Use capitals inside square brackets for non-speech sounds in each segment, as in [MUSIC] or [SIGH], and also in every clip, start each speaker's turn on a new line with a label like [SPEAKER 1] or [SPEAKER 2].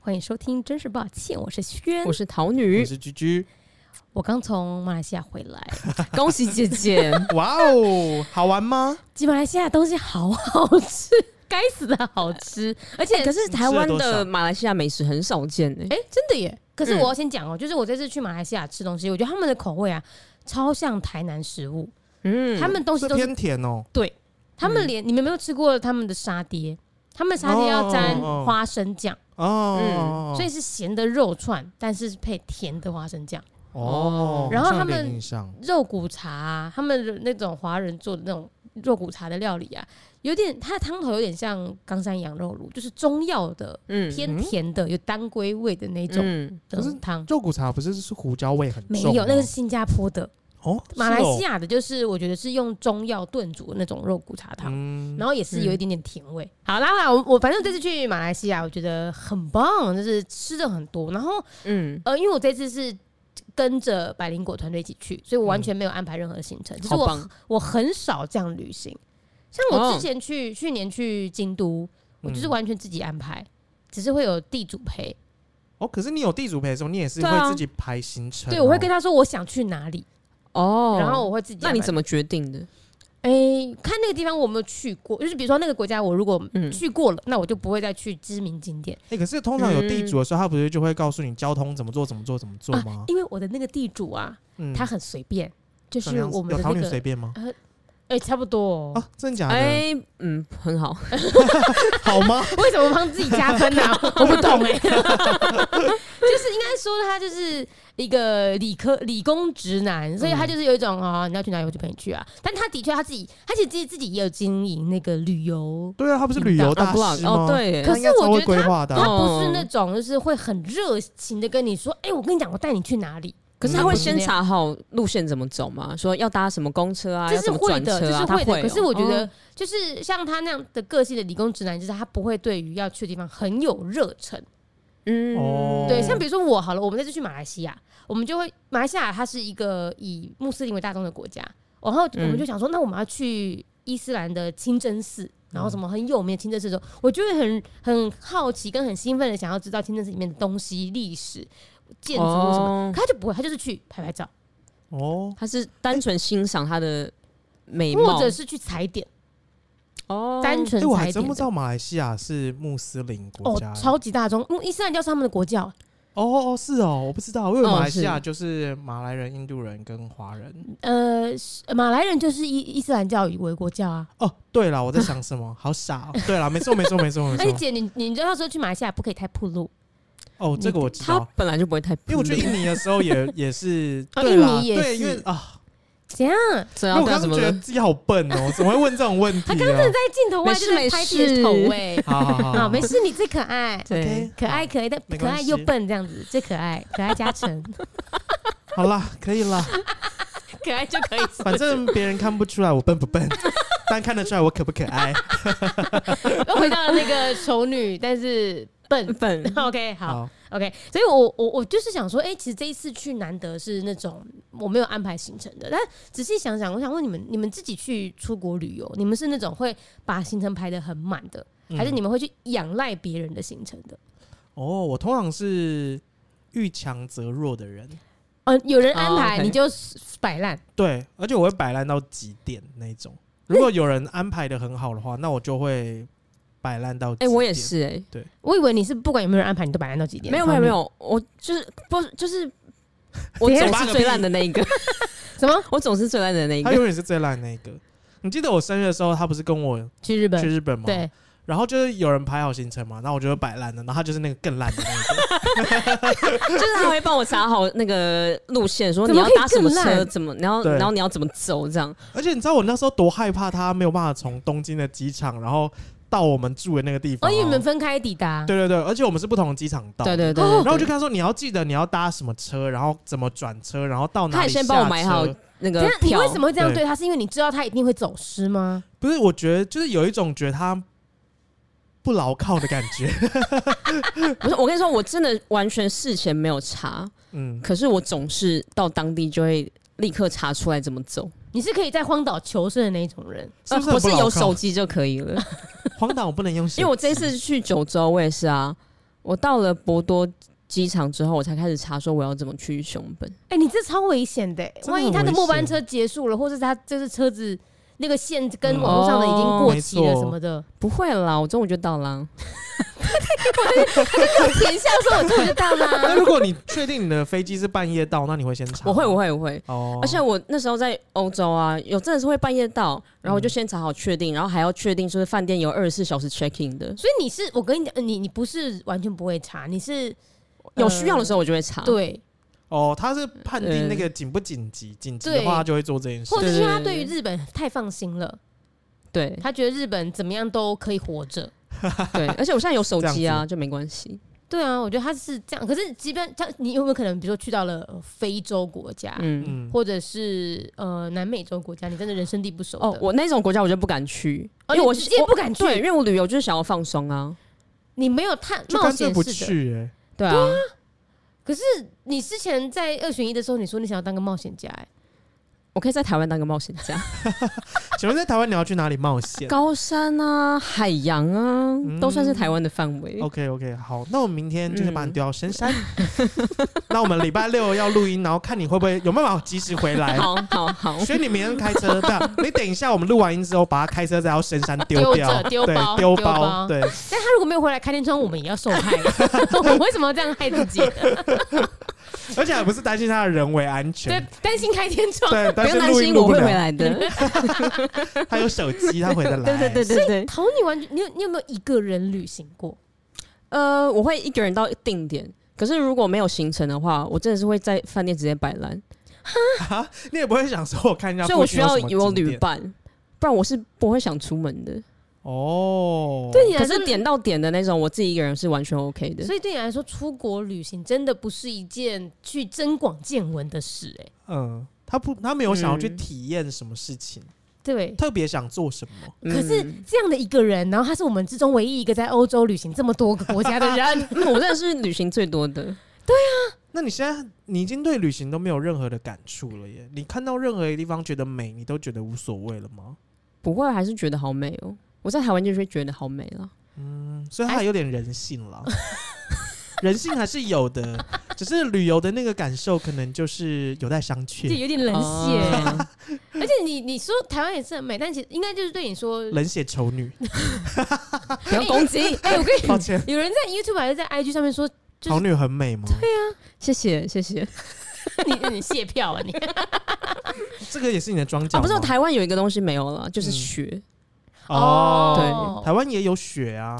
[SPEAKER 1] 欢迎收听，真是抱歉，我是轩
[SPEAKER 2] 我。是桃
[SPEAKER 3] 我
[SPEAKER 2] 女，
[SPEAKER 3] 是居居，
[SPEAKER 1] 我刚从马来西亚回来， [LAUGHS]
[SPEAKER 2] [LAUGHS] 恭喜姐姐！
[SPEAKER 3] 哇哦，好玩吗？
[SPEAKER 1] 其实马来西亚东西好好吃，该死的好吃，而且
[SPEAKER 2] 可是台
[SPEAKER 3] [LAUGHS]
[SPEAKER 2] 湾
[SPEAKER 3] 你吃了多
[SPEAKER 2] 的
[SPEAKER 3] 少
[SPEAKER 2] 马来西亚美食很少见欸
[SPEAKER 1] 哎、
[SPEAKER 2] 诶、
[SPEAKER 1] 真的耶！可是
[SPEAKER 2] 嗯
[SPEAKER 1] 我要先讲哦、就是我这次去马来西亚吃东西，我觉得他们的口味啊，超像台南食物，
[SPEAKER 2] 嗯
[SPEAKER 1] 他们东西
[SPEAKER 3] 是
[SPEAKER 1] 都是，
[SPEAKER 3] 偏甜哦，
[SPEAKER 1] 他们连、你们有没有吃过他们的沙爹？他们沙爹要沾
[SPEAKER 3] 哦哦哦
[SPEAKER 1] 花生酱，
[SPEAKER 3] 哦，
[SPEAKER 1] 嗯所以是咸的肉串，但是配甜的花生酱。
[SPEAKER 3] 哦，
[SPEAKER 1] 然后
[SPEAKER 3] 好像有
[SPEAKER 1] 他们
[SPEAKER 3] 点印象
[SPEAKER 1] 肉骨茶、啊，他们的那种华人做的那种肉骨茶的料理啊，有点它的汤头有点像冈山羊肉炉，就是中药的
[SPEAKER 2] 嗯
[SPEAKER 1] 偏甜的，有当归味的那种
[SPEAKER 2] 嗯，
[SPEAKER 1] 的
[SPEAKER 3] 可是
[SPEAKER 1] 汤。
[SPEAKER 3] 肉骨茶不是是胡椒味很
[SPEAKER 1] 没
[SPEAKER 3] 重
[SPEAKER 1] 有，
[SPEAKER 3] 吗
[SPEAKER 1] 那个是新加坡的，
[SPEAKER 3] 哦，
[SPEAKER 1] 马来西
[SPEAKER 3] 亚
[SPEAKER 1] 亚的，就是我觉得是用中药炖煮的那种肉骨茶汤，
[SPEAKER 3] 嗯
[SPEAKER 1] 然后也是有一点点甜味。好啦，啦我我反正这次去马来西亚，我觉得很棒，就是吃的很多，然后
[SPEAKER 2] 嗯，
[SPEAKER 1] 呃，因为我这次是跟着百灵果团队一起去，所以我完全没有安排任何行程。就是
[SPEAKER 2] 好
[SPEAKER 1] 我
[SPEAKER 2] 棒
[SPEAKER 1] 我很少这样旅行，像我
[SPEAKER 2] 哦
[SPEAKER 1] 之前去、去年去京都，我就是完全自己安排，只是会有地主陪，
[SPEAKER 3] 哦，可是你有地主陪的时候，你也是
[SPEAKER 2] 对啊
[SPEAKER 3] 会自己排行程哦，
[SPEAKER 1] 对我会跟他说我想去哪里，
[SPEAKER 2] 哦，
[SPEAKER 1] 然后我会自己。
[SPEAKER 2] 那你怎
[SPEAKER 1] 么？
[SPEAKER 2] 么决定的？
[SPEAKER 1] 哎、看那个地方我有没有去过，就是比如说那个国家我如果
[SPEAKER 2] 嗯
[SPEAKER 1] 去过了，那我就不会再去知名景点。
[SPEAKER 3] 哎，可是通
[SPEAKER 1] 嗯
[SPEAKER 3] 常有地主的时候，他不是就会告诉你交通怎么做、怎么做、怎么做吗
[SPEAKER 1] 啊？？因为我的那个地主啊，
[SPEAKER 3] 嗯
[SPEAKER 1] 他很随便，就
[SPEAKER 3] 怎么
[SPEAKER 1] 是
[SPEAKER 3] 样
[SPEAKER 1] 我们
[SPEAKER 3] 有
[SPEAKER 1] 的
[SPEAKER 3] 桃
[SPEAKER 1] 那
[SPEAKER 3] 女
[SPEAKER 1] 个
[SPEAKER 3] 随便吗？
[SPEAKER 1] 哎、差不多、哦。
[SPEAKER 3] 啊，真的假的？
[SPEAKER 2] 哎、嗯，很好，
[SPEAKER 3] 好吗？
[SPEAKER 1] 为什么帮自己加
[SPEAKER 2] [LAUGHS]
[SPEAKER 1] 分呢、我不懂哎、
[SPEAKER 2] 欸
[SPEAKER 1] [LAUGHS] 就是应该说他就是一个理科理工直男，所以他就是有一种
[SPEAKER 2] 嗯
[SPEAKER 1] 哦，你要去哪里我就陪你去啊。但他的确他自己，他其实自己自己也有经营那个旅游，
[SPEAKER 3] 对啊，他不是旅
[SPEAKER 1] 嗯
[SPEAKER 3] 游大
[SPEAKER 2] 哦
[SPEAKER 3] 师
[SPEAKER 2] ，blog，
[SPEAKER 3] 吗？
[SPEAKER 2] 哦，，对耶，
[SPEAKER 1] 可
[SPEAKER 3] 他
[SPEAKER 1] 是
[SPEAKER 3] 应该超
[SPEAKER 1] 我觉
[SPEAKER 3] 会
[SPEAKER 1] 得
[SPEAKER 3] 规划的啊。
[SPEAKER 1] 他不
[SPEAKER 2] 哦
[SPEAKER 1] 是那种就是会很热情的跟你说，哎、我跟你讲，我带你去哪里。
[SPEAKER 2] 可是他
[SPEAKER 1] 嗯
[SPEAKER 2] 会
[SPEAKER 1] 不是
[SPEAKER 2] 先
[SPEAKER 1] 那样
[SPEAKER 2] 查好路线怎么走嘛，说要搭什么公车啊，
[SPEAKER 1] 这
[SPEAKER 2] 要
[SPEAKER 1] 是
[SPEAKER 2] 怎么
[SPEAKER 1] 会
[SPEAKER 2] 转
[SPEAKER 1] 的，
[SPEAKER 2] 车
[SPEAKER 1] 这
[SPEAKER 2] 啊，
[SPEAKER 1] 是
[SPEAKER 2] 他
[SPEAKER 1] 会的。
[SPEAKER 2] 哦
[SPEAKER 1] 可是我觉得
[SPEAKER 2] 哦，
[SPEAKER 1] 就是像他那样的个性的理工直男，就是他不会对于要去的地方很有热忱。
[SPEAKER 2] 嗯，
[SPEAKER 3] 哦
[SPEAKER 1] 对，像比如说我好了，我们这次去马来西亚，我们就会马来西亚它是一个以穆斯林为大宗的国家，然后我们就想说，那我们要去伊斯兰的清真寺，然后什么很有名的清真寺的时候，我就会很很好奇跟很兴奋的想要知道清真寺里面的东西、历史、建筑物什么的。
[SPEAKER 2] 哦
[SPEAKER 1] 可他就不会，他就是去拍拍照，
[SPEAKER 3] 哦，
[SPEAKER 2] 他是单纯欣赏他的美貌，
[SPEAKER 1] 或者是去踩点，
[SPEAKER 2] 哦，
[SPEAKER 1] 单纯
[SPEAKER 3] 哎，我
[SPEAKER 1] 踩
[SPEAKER 3] 还真
[SPEAKER 1] 点
[SPEAKER 3] 不知
[SPEAKER 1] 的。
[SPEAKER 3] 道马来西亚是穆斯林国
[SPEAKER 1] 哦
[SPEAKER 3] 家，欸。
[SPEAKER 1] 超级大宗，嗯，伊斯兰教是他们的国教，啊
[SPEAKER 3] 哦哦哦，是哦，我不知道，因为
[SPEAKER 2] 哦
[SPEAKER 3] 马来西亚
[SPEAKER 2] 是
[SPEAKER 3] 就是马来人、印度人跟华人。
[SPEAKER 1] 呃，是马来人就是伊伊斯兰教为国教啊。
[SPEAKER 3] 哦，对了，我在想什么？好傻、哦。对了，没错，没错，没错，
[SPEAKER 1] [LAUGHS] 而且
[SPEAKER 3] 没错。
[SPEAKER 1] 哎姐，你你知道说去马来西亚不可以太铺路，
[SPEAKER 3] 哦，这个我知
[SPEAKER 2] 他
[SPEAKER 3] 道，
[SPEAKER 2] 本来就不会太，
[SPEAKER 3] 因为我去印尼的时候也也是，
[SPEAKER 1] 啊
[SPEAKER 3] 对啦，
[SPEAKER 1] 印尼 [LAUGHS] 也
[SPEAKER 3] 对，因为
[SPEAKER 1] 是啊
[SPEAKER 3] 啊，
[SPEAKER 1] 怎样？
[SPEAKER 2] 这
[SPEAKER 3] 因为
[SPEAKER 2] 要
[SPEAKER 3] 我刚
[SPEAKER 2] 干什
[SPEAKER 3] 刚
[SPEAKER 2] 么
[SPEAKER 3] 觉得
[SPEAKER 2] 了？
[SPEAKER 3] 自己好笨哦，怎么会问这种问题啊？
[SPEAKER 1] 在镜头外
[SPEAKER 2] 没事
[SPEAKER 1] 就是拍自己的头哎、
[SPEAKER 3] 好好好
[SPEAKER 1] 好，没事，你最可爱，
[SPEAKER 2] 对
[SPEAKER 3] OK，
[SPEAKER 1] 可爱可爱的，
[SPEAKER 3] 哦没
[SPEAKER 1] 可
[SPEAKER 3] 关
[SPEAKER 1] 爱
[SPEAKER 3] 系
[SPEAKER 1] 又笨这样子，最可爱，可爱加成，
[SPEAKER 3] 好啦，可以啦，
[SPEAKER 1] 可爱就可以。 [LAUGHS]
[SPEAKER 3] 反正别人看不出来我笨不笨， [LAUGHS] 但看得出来我可不可爱。
[SPEAKER 1] 又回到了那个丑女，但是笨。
[SPEAKER 2] 本
[SPEAKER 1] [LAUGHS] OK，好 o k 所以我我我就是想说，哎、其实这一次去难得是那种我没有安排行程的，但仔细想想，我想问你们，你们自己去出国旅游，你们是那种会把行程排得很满的，
[SPEAKER 3] 嗯
[SPEAKER 1] 还是你们会去仰赖别人的行程的？
[SPEAKER 3] 哦，我通常是遇强则弱的人，
[SPEAKER 1] 嗯、有人安
[SPEAKER 2] 哦
[SPEAKER 1] 排、
[SPEAKER 2] ，OK
[SPEAKER 1] 你就摆烂。
[SPEAKER 3] 对，而且我会摆烂到极点那一种。如果有人安排的很好的话，那我就会摆烂到。
[SPEAKER 2] 哎，我也。是哎，
[SPEAKER 1] 我以为你是不管有没有人安排，你都摆烂到几点？
[SPEAKER 2] 没有没有没，有，我就是不
[SPEAKER 1] [LAUGHS]
[SPEAKER 2] 就是我
[SPEAKER 1] 等一下
[SPEAKER 2] 总是最烂的那一个， [LAUGHS]
[SPEAKER 1] 什么
[SPEAKER 2] 我总是最烂的那一
[SPEAKER 3] 他
[SPEAKER 2] 个。
[SPEAKER 3] 永远是最烂那一个。你记得我生日的时候，他不是跟我
[SPEAKER 1] 去日本
[SPEAKER 3] 去？日本吗？。
[SPEAKER 1] 对，
[SPEAKER 3] 然后就是有人排好行程嘛，然后我就会摆烂的，然后他就是那个更烂的那一个。 [LAUGHS]
[SPEAKER 2] 就是他会帮我查好那个路线，说
[SPEAKER 1] 怎
[SPEAKER 2] 你
[SPEAKER 1] 么
[SPEAKER 2] 要
[SPEAKER 1] 可以
[SPEAKER 2] 搭什么
[SPEAKER 1] 更烂
[SPEAKER 2] 车，怎么，然后
[SPEAKER 3] 对
[SPEAKER 2] 然后你要怎么走这样。
[SPEAKER 3] 而且你知道我那时候多害怕他没有办法从东京的机场，然后到我们住的那个地
[SPEAKER 1] 哦，
[SPEAKER 3] 方。
[SPEAKER 1] 因为你们分开抵达。
[SPEAKER 3] 对对对，而且我们是不同的机场到。
[SPEAKER 2] 对对对，
[SPEAKER 1] 哦
[SPEAKER 3] 然后我就跟他说，你要记得你要搭什么车，然后怎么转车，然后到哪里
[SPEAKER 2] 他也先帮我
[SPEAKER 3] 下
[SPEAKER 2] 买好
[SPEAKER 3] 车
[SPEAKER 2] 那
[SPEAKER 1] 等
[SPEAKER 2] 个
[SPEAKER 1] 一下，你
[SPEAKER 2] 票。
[SPEAKER 1] 为什么会这样
[SPEAKER 3] 对
[SPEAKER 1] 对他？是因为你知道他一定会走失吗？
[SPEAKER 3] 不是，我觉得就是有一种觉得他不牢靠的感觉。
[SPEAKER 2] [LAUGHS] 不是，我跟你说，我真的完全事前没有查，
[SPEAKER 3] 嗯，
[SPEAKER 2] 可是我总是到当地就会立刻查出来怎么走，
[SPEAKER 1] 你是可以在荒岛求生的那一种人。
[SPEAKER 3] 是不是很
[SPEAKER 2] 呃不
[SPEAKER 3] 不
[SPEAKER 2] 是
[SPEAKER 3] 牢
[SPEAKER 2] 有
[SPEAKER 3] 靠 [LAUGHS]
[SPEAKER 2] 手机就可以了。
[SPEAKER 3] 荒岛我不能用手机， [LAUGHS]
[SPEAKER 2] 因为我这一次去九州，我也是啊，我到了博多机场之后，我才开始查说我要怎么去熊本。
[SPEAKER 1] 哎、你这超危险的、欸
[SPEAKER 3] 真的
[SPEAKER 1] 万一他的
[SPEAKER 3] 很危
[SPEAKER 1] 末班
[SPEAKER 3] 险
[SPEAKER 1] 车结束了，或者是他就是车子那个线
[SPEAKER 2] 嗯
[SPEAKER 1] 跟网络上的已经过期了
[SPEAKER 3] 哦
[SPEAKER 1] 什么的，
[SPEAKER 2] 不会啦，我中午就到啦。
[SPEAKER 1] 停下说我做得到
[SPEAKER 3] 那
[SPEAKER 1] 啦。
[SPEAKER 3] 如果你确定你的飞机是半夜到，那你会先查？
[SPEAKER 2] 我会，我会，我会。
[SPEAKER 3] 哦，
[SPEAKER 2] 而且我那时候在欧洲啊，有真的是会半夜到，然后我就先查好确定，然后还要确定说是饭店有二十四小时 check in 的，
[SPEAKER 1] [LAUGHS] 所以你是我跟你讲，呃你你不是完全不会查，你是
[SPEAKER 2] 有需要的时候我就会查。
[SPEAKER 1] 候，
[SPEAKER 3] 呃
[SPEAKER 1] 对，
[SPEAKER 3] 哦，他是判定那个紧不紧急，紧急的
[SPEAKER 1] 对
[SPEAKER 3] 话他就会做这件事
[SPEAKER 1] 或。者是因为他
[SPEAKER 2] 对对
[SPEAKER 1] 对于
[SPEAKER 2] 对
[SPEAKER 1] 日本太放心了，
[SPEAKER 3] [LAUGHS]
[SPEAKER 2] 对
[SPEAKER 1] 他觉得日本怎么样都可以活着。
[SPEAKER 2] 对，而且我现在有手机
[SPEAKER 3] 这样
[SPEAKER 2] 啊，就没关系。
[SPEAKER 1] 对啊，我觉得他是这样。可是，即便这样，你有没有可能，比如说去到了呃非洲国家，
[SPEAKER 2] 嗯，
[SPEAKER 3] 嗯，
[SPEAKER 1] 或者是呃南美洲国家，你真的人生地不熟的
[SPEAKER 2] 哦，我那种国家我就不敢去，
[SPEAKER 1] 哦
[SPEAKER 2] 因为我
[SPEAKER 1] 你直接不敢去
[SPEAKER 2] 对，因为我旅游就是想要放松啊。
[SPEAKER 1] 你没有探
[SPEAKER 3] 就
[SPEAKER 1] 冒
[SPEAKER 3] 干脆
[SPEAKER 1] 险
[SPEAKER 3] 不
[SPEAKER 1] 式的。
[SPEAKER 3] 去哎。
[SPEAKER 2] 对啊，
[SPEAKER 1] 可是你之前在二选一的时候，你说你想要当个冒险家、哎，
[SPEAKER 2] 我可以在台湾当个冒险
[SPEAKER 3] [LAUGHS]
[SPEAKER 2] 家，
[SPEAKER 3] 请问在台湾你要去哪里冒险
[SPEAKER 2] 高山啊、海洋啊，都算是台湾的范围。
[SPEAKER 3] ？OK OK，好，那我们明天就是
[SPEAKER 2] 嗯
[SPEAKER 3] 把你丢到深山。 [LAUGHS] 那我们礼拜六要录音，然后看你会不会有没有办法及时回来。
[SPEAKER 2] 好好好，
[SPEAKER 3] 所以你明天开车，对啊，你等一下我们录完音之后，把他开车再到深山
[SPEAKER 1] 丢
[SPEAKER 3] 丢掉，
[SPEAKER 1] 着丢
[SPEAKER 3] 对
[SPEAKER 1] 包，
[SPEAKER 3] 丢
[SPEAKER 1] 丢包
[SPEAKER 3] 包，对，
[SPEAKER 1] 但他如果没有回来开天窗，我们也要受害。啊我为什么要这样害自己？
[SPEAKER 3] 而且还不是担心他的人为安全
[SPEAKER 1] 对，，担心开天窗。
[SPEAKER 3] 对，
[SPEAKER 2] 不
[SPEAKER 3] [LAUGHS] 但
[SPEAKER 2] 用
[SPEAKER 3] 是
[SPEAKER 2] 担
[SPEAKER 3] 录音
[SPEAKER 2] 心，
[SPEAKER 3] 录
[SPEAKER 2] 我
[SPEAKER 3] 不
[SPEAKER 2] 会回
[SPEAKER 3] 了，
[SPEAKER 2] 来的。
[SPEAKER 3] 他有手机， [LAUGHS] 他回得来，
[SPEAKER 2] [LAUGHS] 对对对对对，
[SPEAKER 1] 桃，你完全，你有你有没有一个人旅行过？
[SPEAKER 2] 呃，我会一个人到定点。可是如果没有行程的话，我真的是会在饭店直接摆烂，
[SPEAKER 3] 啊，你也不会想说我看一下
[SPEAKER 2] 所以
[SPEAKER 3] 附
[SPEAKER 2] 我需
[SPEAKER 3] 近有
[SPEAKER 2] 要
[SPEAKER 3] 什么景点，
[SPEAKER 2] 有旅伴，不然我是不会想出门的。
[SPEAKER 3] 哦，
[SPEAKER 1] 对你
[SPEAKER 2] 可
[SPEAKER 1] 来
[SPEAKER 2] 是
[SPEAKER 1] 说，
[SPEAKER 2] 点到点的那种，我自己一个人是完全 OK 的。
[SPEAKER 1] 所以对你来说，出国旅行真的不是一件去增广见闻的事、哎，
[SPEAKER 3] 嗯，他不，他没有想要去
[SPEAKER 2] 嗯
[SPEAKER 3] 体验什么事情，
[SPEAKER 1] 对。
[SPEAKER 3] 特别想做什么，
[SPEAKER 1] 可是
[SPEAKER 2] 嗯，
[SPEAKER 1] 这样的一个人，然后他是我们之中唯一一个在欧洲旅行这么多个国家的人
[SPEAKER 2] [LAUGHS] 嗯 [LAUGHS] 我真的是旅行最多的，
[SPEAKER 3] 那你现在你已经对旅行都没有任何的感触了耶？你看到任何一个地方觉得美，你都觉得无所谓了吗？
[SPEAKER 2] 不会还是觉得好美哦、我在台湾就是会觉得好美了。
[SPEAKER 3] 嗯，所以它还有点人性
[SPEAKER 2] [LAUGHS]
[SPEAKER 3] 了，人性还是有的，只是旅游的那个感受可能就是有待商
[SPEAKER 1] 就
[SPEAKER 3] 榷，
[SPEAKER 1] 有点冷血。
[SPEAKER 2] 哦
[SPEAKER 1] [LAUGHS] 而且你你说台湾也是很美，但其实应该就是对你说，
[SPEAKER 3] 冷血丑
[SPEAKER 2] [LAUGHS]
[SPEAKER 3] 女，
[SPEAKER 2] 不要攻击，
[SPEAKER 1] 哎、我跟
[SPEAKER 3] 抱歉，
[SPEAKER 1] 你有人在 YouTube 还是在 IG 上面说就是
[SPEAKER 3] 丑女很美吗？
[SPEAKER 2] [LAUGHS] 啊谢谢谢谢。
[SPEAKER 1] 你你卸票啊你，
[SPEAKER 3] 这个也是你的庄脚
[SPEAKER 2] 啊，
[SPEAKER 3] 吗，
[SPEAKER 2] 不是台湾有一个东西没有了，就是
[SPEAKER 3] 嗯
[SPEAKER 2] 雪。
[SPEAKER 3] 哦，
[SPEAKER 1] 对
[SPEAKER 3] 台湾也有雪啊，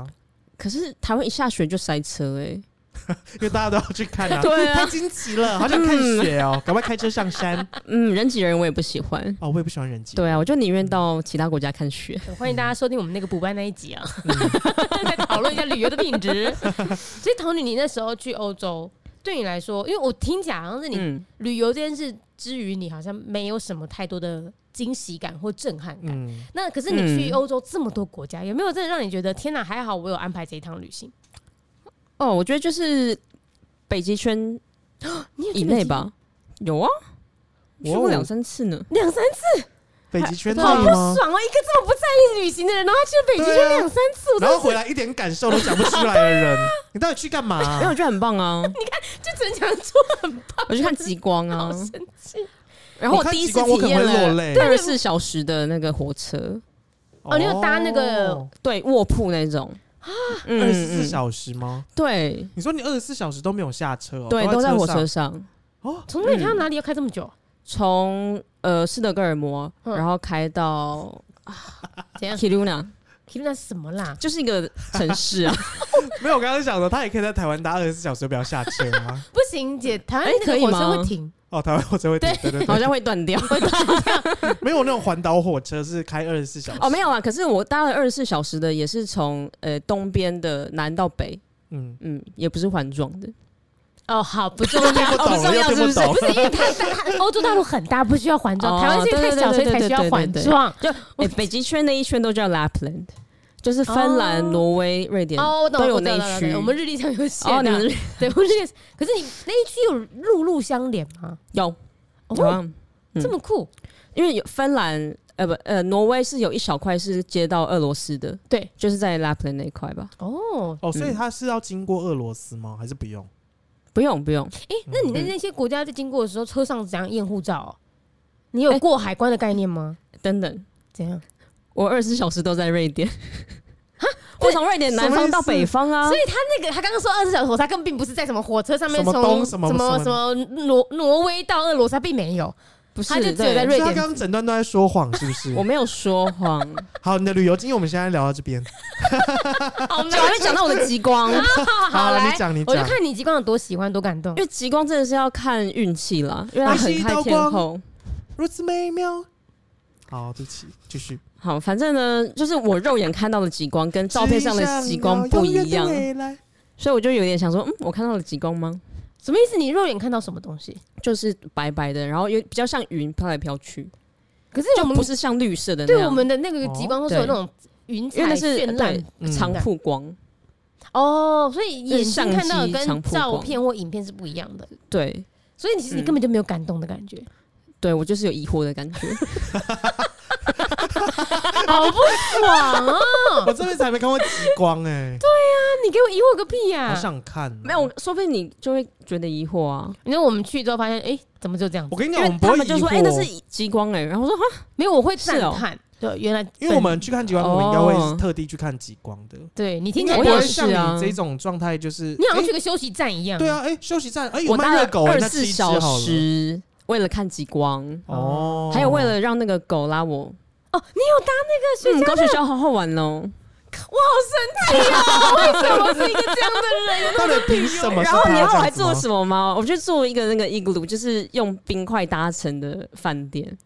[SPEAKER 2] 可是台湾一下雪就塞车哎、
[SPEAKER 3] 因为大家都要去看啊，
[SPEAKER 2] [LAUGHS] 对啊
[SPEAKER 3] 太惊奇了，好想看雪哦，赶快开车上山
[SPEAKER 2] 嗯，人挤人我也不喜欢。
[SPEAKER 3] 哦，我也不喜欢人挤，
[SPEAKER 2] 对啊，我就宁愿到其他国家看雪。
[SPEAKER 1] 欢迎大家收听我们那个补办那一集啊， [LAUGHS] 再讨论一下旅游的品质。 [LAUGHS] 其实童女，你那时候去欧洲，对你来说，因为我听起来好像是你
[SPEAKER 2] 嗯，
[SPEAKER 1] 旅游这件事之余，你好像没有什么太多的惊喜感或震撼感。
[SPEAKER 3] 嗯，
[SPEAKER 1] 那可是你去
[SPEAKER 2] 嗯
[SPEAKER 1] 欧洲这么多国家，有没有真的让你觉得天哪，还好我有安排这一趟旅行？
[SPEAKER 2] 哦，我觉得就是北极圈
[SPEAKER 1] 你有
[SPEAKER 2] 以
[SPEAKER 1] 这么
[SPEAKER 2] 内
[SPEAKER 1] 记
[SPEAKER 2] 吧，有啊，去
[SPEAKER 3] 哇哦
[SPEAKER 2] 过两三次呢。
[SPEAKER 1] 两三次，
[SPEAKER 3] 北极圈
[SPEAKER 1] 好
[SPEAKER 3] 到
[SPEAKER 1] 不
[SPEAKER 3] 底吗？
[SPEAKER 1] 爽哦！一个这么不在意旅行的人，然后他去北极
[SPEAKER 3] 对
[SPEAKER 1] 圈
[SPEAKER 3] 啊
[SPEAKER 1] 两三次，我
[SPEAKER 3] 然
[SPEAKER 1] 真
[SPEAKER 3] 后
[SPEAKER 1] 的
[SPEAKER 3] 回来一点感受都讲不出来的人，
[SPEAKER 2] [LAUGHS]
[SPEAKER 3] 你到底去干嘛啊、
[SPEAKER 2] 没有，我觉得很
[SPEAKER 3] [LAUGHS]
[SPEAKER 2] 棒啊，
[SPEAKER 1] 就只能讲出很棒，
[SPEAKER 2] 我去看极光啊
[SPEAKER 1] 好。生气。
[SPEAKER 2] 然后
[SPEAKER 3] 我
[SPEAKER 2] 我
[SPEAKER 3] 看
[SPEAKER 2] 第一次
[SPEAKER 3] 极光我可
[SPEAKER 2] 体
[SPEAKER 3] 能
[SPEAKER 2] 验
[SPEAKER 3] 会落
[SPEAKER 2] 了
[SPEAKER 3] 泪
[SPEAKER 2] 二十四小时的那个火车，
[SPEAKER 1] 哦你有搭那个
[SPEAKER 2] 对卧铺那种啊，
[SPEAKER 3] 哦二
[SPEAKER 2] 二
[SPEAKER 3] 十四小时吗？
[SPEAKER 2] 对
[SPEAKER 3] 你说你二十四小时都没有下车、哦，
[SPEAKER 2] 对，都在火
[SPEAKER 3] 上
[SPEAKER 2] 车上，
[SPEAKER 3] 哦，
[SPEAKER 1] 从那里开到哪里要开这么久？
[SPEAKER 2] 从呃斯德哥尔摩，
[SPEAKER 1] 嗯
[SPEAKER 2] 然后开
[SPEAKER 3] [LAUGHS]
[SPEAKER 2] 到
[SPEAKER 3] 啊
[SPEAKER 1] 怎样
[SPEAKER 2] k i l u n a
[SPEAKER 1] 其实那是什么啦？
[SPEAKER 2] 就是一个城市
[SPEAKER 3] [LAUGHS]
[SPEAKER 2] 啊，
[SPEAKER 3] 没有，我刚刚想的，他也可以在台湾搭二十四小时，不要下车
[SPEAKER 2] [LAUGHS]
[SPEAKER 3] 啊。
[SPEAKER 1] 不行，姐，台湾
[SPEAKER 2] 哎
[SPEAKER 1] 那
[SPEAKER 2] 可
[SPEAKER 1] 个
[SPEAKER 2] 以
[SPEAKER 1] 火车
[SPEAKER 2] 吗
[SPEAKER 1] 会停，
[SPEAKER 3] 哦，台湾火车会停，对对
[SPEAKER 2] 好
[SPEAKER 3] 对，
[SPEAKER 2] 像会断掉。
[SPEAKER 3] 没有那种环岛火车是开二十四小时
[SPEAKER 2] 哦，没有啊，可是我搭了二十四小时的，也是从呃东边的南到北，
[SPEAKER 3] 嗯，
[SPEAKER 2] 嗯，也不是环状的，
[SPEAKER 1] 哦，好，不重要。
[SPEAKER 3] 不
[SPEAKER 2] 哦不
[SPEAKER 3] 懂
[SPEAKER 2] 重
[SPEAKER 3] 了又
[SPEAKER 2] 要
[SPEAKER 3] 听
[SPEAKER 2] 是不是
[SPEAKER 3] 懂
[SPEAKER 1] 不，是因为它它欧洲大陆很大，不需要环状，
[SPEAKER 2] 哦
[SPEAKER 1] 台湾是因为太小，所以才需要环状。
[SPEAKER 2] 就、诶北极圈那一圈都叫 Lapland，就是芬兰、
[SPEAKER 1] 哦
[SPEAKER 2] 挪威、瑞典
[SPEAKER 1] 哦，我懂
[SPEAKER 2] 都有
[SPEAKER 1] 我懂
[SPEAKER 2] 那
[SPEAKER 1] 我懂
[SPEAKER 2] 一
[SPEAKER 1] 我
[SPEAKER 2] 区。
[SPEAKER 1] 懂我们日啊历上有写
[SPEAKER 2] 哦，你
[SPEAKER 1] 的。
[SPEAKER 2] 们
[SPEAKER 1] 对，我们日历。 [LAUGHS] 可是你那一区有陆路相连吗？
[SPEAKER 2] 有有
[SPEAKER 1] 哦，
[SPEAKER 2] 啊，嗯
[SPEAKER 1] 这么酷
[SPEAKER 2] 因为有芬兰呃不呃，挪威是有一小块是接到俄罗斯的，
[SPEAKER 1] 对，
[SPEAKER 2] 就是在 Lapland 那一块吧？
[SPEAKER 1] 哦，
[SPEAKER 3] 哦，
[SPEAKER 2] 嗯
[SPEAKER 3] 所以它是要经过俄罗斯吗？还是不用？
[SPEAKER 2] 不用不用，
[SPEAKER 1] 诶，那你在
[SPEAKER 2] 嗯
[SPEAKER 1] 那些国家在经过的时候，车上是怎样验护照哦、你有过海关的概念吗？
[SPEAKER 2] 等等，
[SPEAKER 1] 怎样？
[SPEAKER 2] 我二十四小时都在瑞典。 [LAUGHS] 我从瑞典南
[SPEAKER 3] 什么意
[SPEAKER 2] 方
[SPEAKER 3] 思
[SPEAKER 2] 到北方啊，
[SPEAKER 1] 所以他那个，他刚刚说二十小时火车，他根本并不是在什么火车上面
[SPEAKER 3] 什么
[SPEAKER 1] 从
[SPEAKER 3] 东
[SPEAKER 1] 什
[SPEAKER 3] 什
[SPEAKER 1] 么
[SPEAKER 3] 么
[SPEAKER 1] 什
[SPEAKER 3] 什
[SPEAKER 1] 么挪挪威到俄罗斯，他并没
[SPEAKER 2] [LAUGHS]
[SPEAKER 1] 有。
[SPEAKER 2] 不是
[SPEAKER 1] 他就只有在
[SPEAKER 2] 对
[SPEAKER 3] 所以
[SPEAKER 1] 瑞典
[SPEAKER 3] 他刚刚整段都在说谎，是不是
[SPEAKER 2] [LAUGHS] 我？没有说谎，
[SPEAKER 3] 好，你的旅游经验我们现在聊到这边。
[SPEAKER 1] 好
[SPEAKER 2] 就
[SPEAKER 1] [LAUGHS]
[SPEAKER 2] 还没讲到我的极光，因
[SPEAKER 1] 好好
[SPEAKER 3] 了
[SPEAKER 1] 来，
[SPEAKER 3] 你讲，你
[SPEAKER 1] 我就
[SPEAKER 3] 讲。
[SPEAKER 1] 看你极光有多喜欢，多感动。
[SPEAKER 2] 为极光真的是要看运气啦，因为它很看天候。
[SPEAKER 3] 如此美妙。好，对不起，继续。
[SPEAKER 2] 好，反正呢，就是我肉眼看到的极光跟照片上的极光不一
[SPEAKER 3] 只想
[SPEAKER 2] 样
[SPEAKER 3] 要，啊永远的未来
[SPEAKER 2] 所以我就有点想说，嗯，我看到了极光吗？
[SPEAKER 1] 什么意思？你肉眼看到什么东西？
[SPEAKER 2] 就是白白的，然后有比较像云飘来飘去，
[SPEAKER 1] 可是
[SPEAKER 2] 就
[SPEAKER 1] 我们
[SPEAKER 2] 不是像绿色的那样。哦
[SPEAKER 1] 对我们的那个极光都是有那种云
[SPEAKER 2] 因为
[SPEAKER 1] 彩
[SPEAKER 2] 那是
[SPEAKER 1] 绚烂嗯
[SPEAKER 2] 对长曝光，
[SPEAKER 1] 哦，所以眼
[SPEAKER 2] 就是
[SPEAKER 1] 睛
[SPEAKER 2] 相机
[SPEAKER 1] 看到的
[SPEAKER 2] 长
[SPEAKER 1] 跟
[SPEAKER 2] 曝
[SPEAKER 1] 照
[SPEAKER 2] 光
[SPEAKER 1] 片或影片是不一样的，
[SPEAKER 2] 对
[SPEAKER 1] 所以你其实你根本就没有感动的感觉，
[SPEAKER 2] 对，我就是有疑惑的感
[SPEAKER 1] [LAUGHS]
[SPEAKER 2] 觉。
[SPEAKER 1] 好不爽哦！
[SPEAKER 2] 啊
[SPEAKER 3] 我这辈子还没看过极光哎，
[SPEAKER 1] 你给我疑惑个屁呀、
[SPEAKER 3] 好想看哦。
[SPEAKER 2] 啊没有，说不定你就会觉得疑惑啊，
[SPEAKER 1] 你说我们去之后发现，哎、怎么就这样
[SPEAKER 3] 我
[SPEAKER 1] 子？
[SPEAKER 3] 跟你
[SPEAKER 2] 因
[SPEAKER 3] 讲，我
[SPEAKER 2] 为
[SPEAKER 3] 们不
[SPEAKER 2] 他
[SPEAKER 3] 会
[SPEAKER 2] 们就说，
[SPEAKER 3] 疑惑
[SPEAKER 2] 哎、那是极光哎、然后我说哈，
[SPEAKER 1] 没有，我会
[SPEAKER 2] 是
[SPEAKER 1] 赞
[SPEAKER 2] 哦
[SPEAKER 1] 叹。对，原来
[SPEAKER 3] 因为我们去看极光，我们应该会是特地去看极光的。
[SPEAKER 1] 对你听起
[SPEAKER 3] 应
[SPEAKER 1] 来
[SPEAKER 3] 该不
[SPEAKER 2] 我
[SPEAKER 1] 就
[SPEAKER 2] 也
[SPEAKER 3] 会
[SPEAKER 1] 是，
[SPEAKER 2] 是
[SPEAKER 3] 像
[SPEAKER 2] 啊
[SPEAKER 3] 你这种状态，就是
[SPEAKER 1] 你好像
[SPEAKER 3] 哎
[SPEAKER 1] 去个休息站一样。
[SPEAKER 3] 对啊，哎，休息站，哎，有
[SPEAKER 2] 我
[SPEAKER 3] 卖
[SPEAKER 2] 搭
[SPEAKER 3] 热
[SPEAKER 2] 了
[SPEAKER 3] 狗，哎
[SPEAKER 2] 二
[SPEAKER 3] 那
[SPEAKER 2] 十四
[SPEAKER 3] 七只
[SPEAKER 2] 小
[SPEAKER 3] 好了。
[SPEAKER 2] 时为了看极光，
[SPEAKER 3] 哦，
[SPEAKER 2] 还有为了让那个狗拉我。
[SPEAKER 1] 哦，你有搭那个
[SPEAKER 2] 嗯，
[SPEAKER 1] 雪
[SPEAKER 2] 狗雪橇好好玩哦。
[SPEAKER 1] 橇，我是一个这样的人。
[SPEAKER 3] 到底凭什么？
[SPEAKER 2] 然后你知道我还做
[SPEAKER 3] 做
[SPEAKER 2] 了什么吗？我就做一个那个 igloo，就是用冰块搭成的饭店。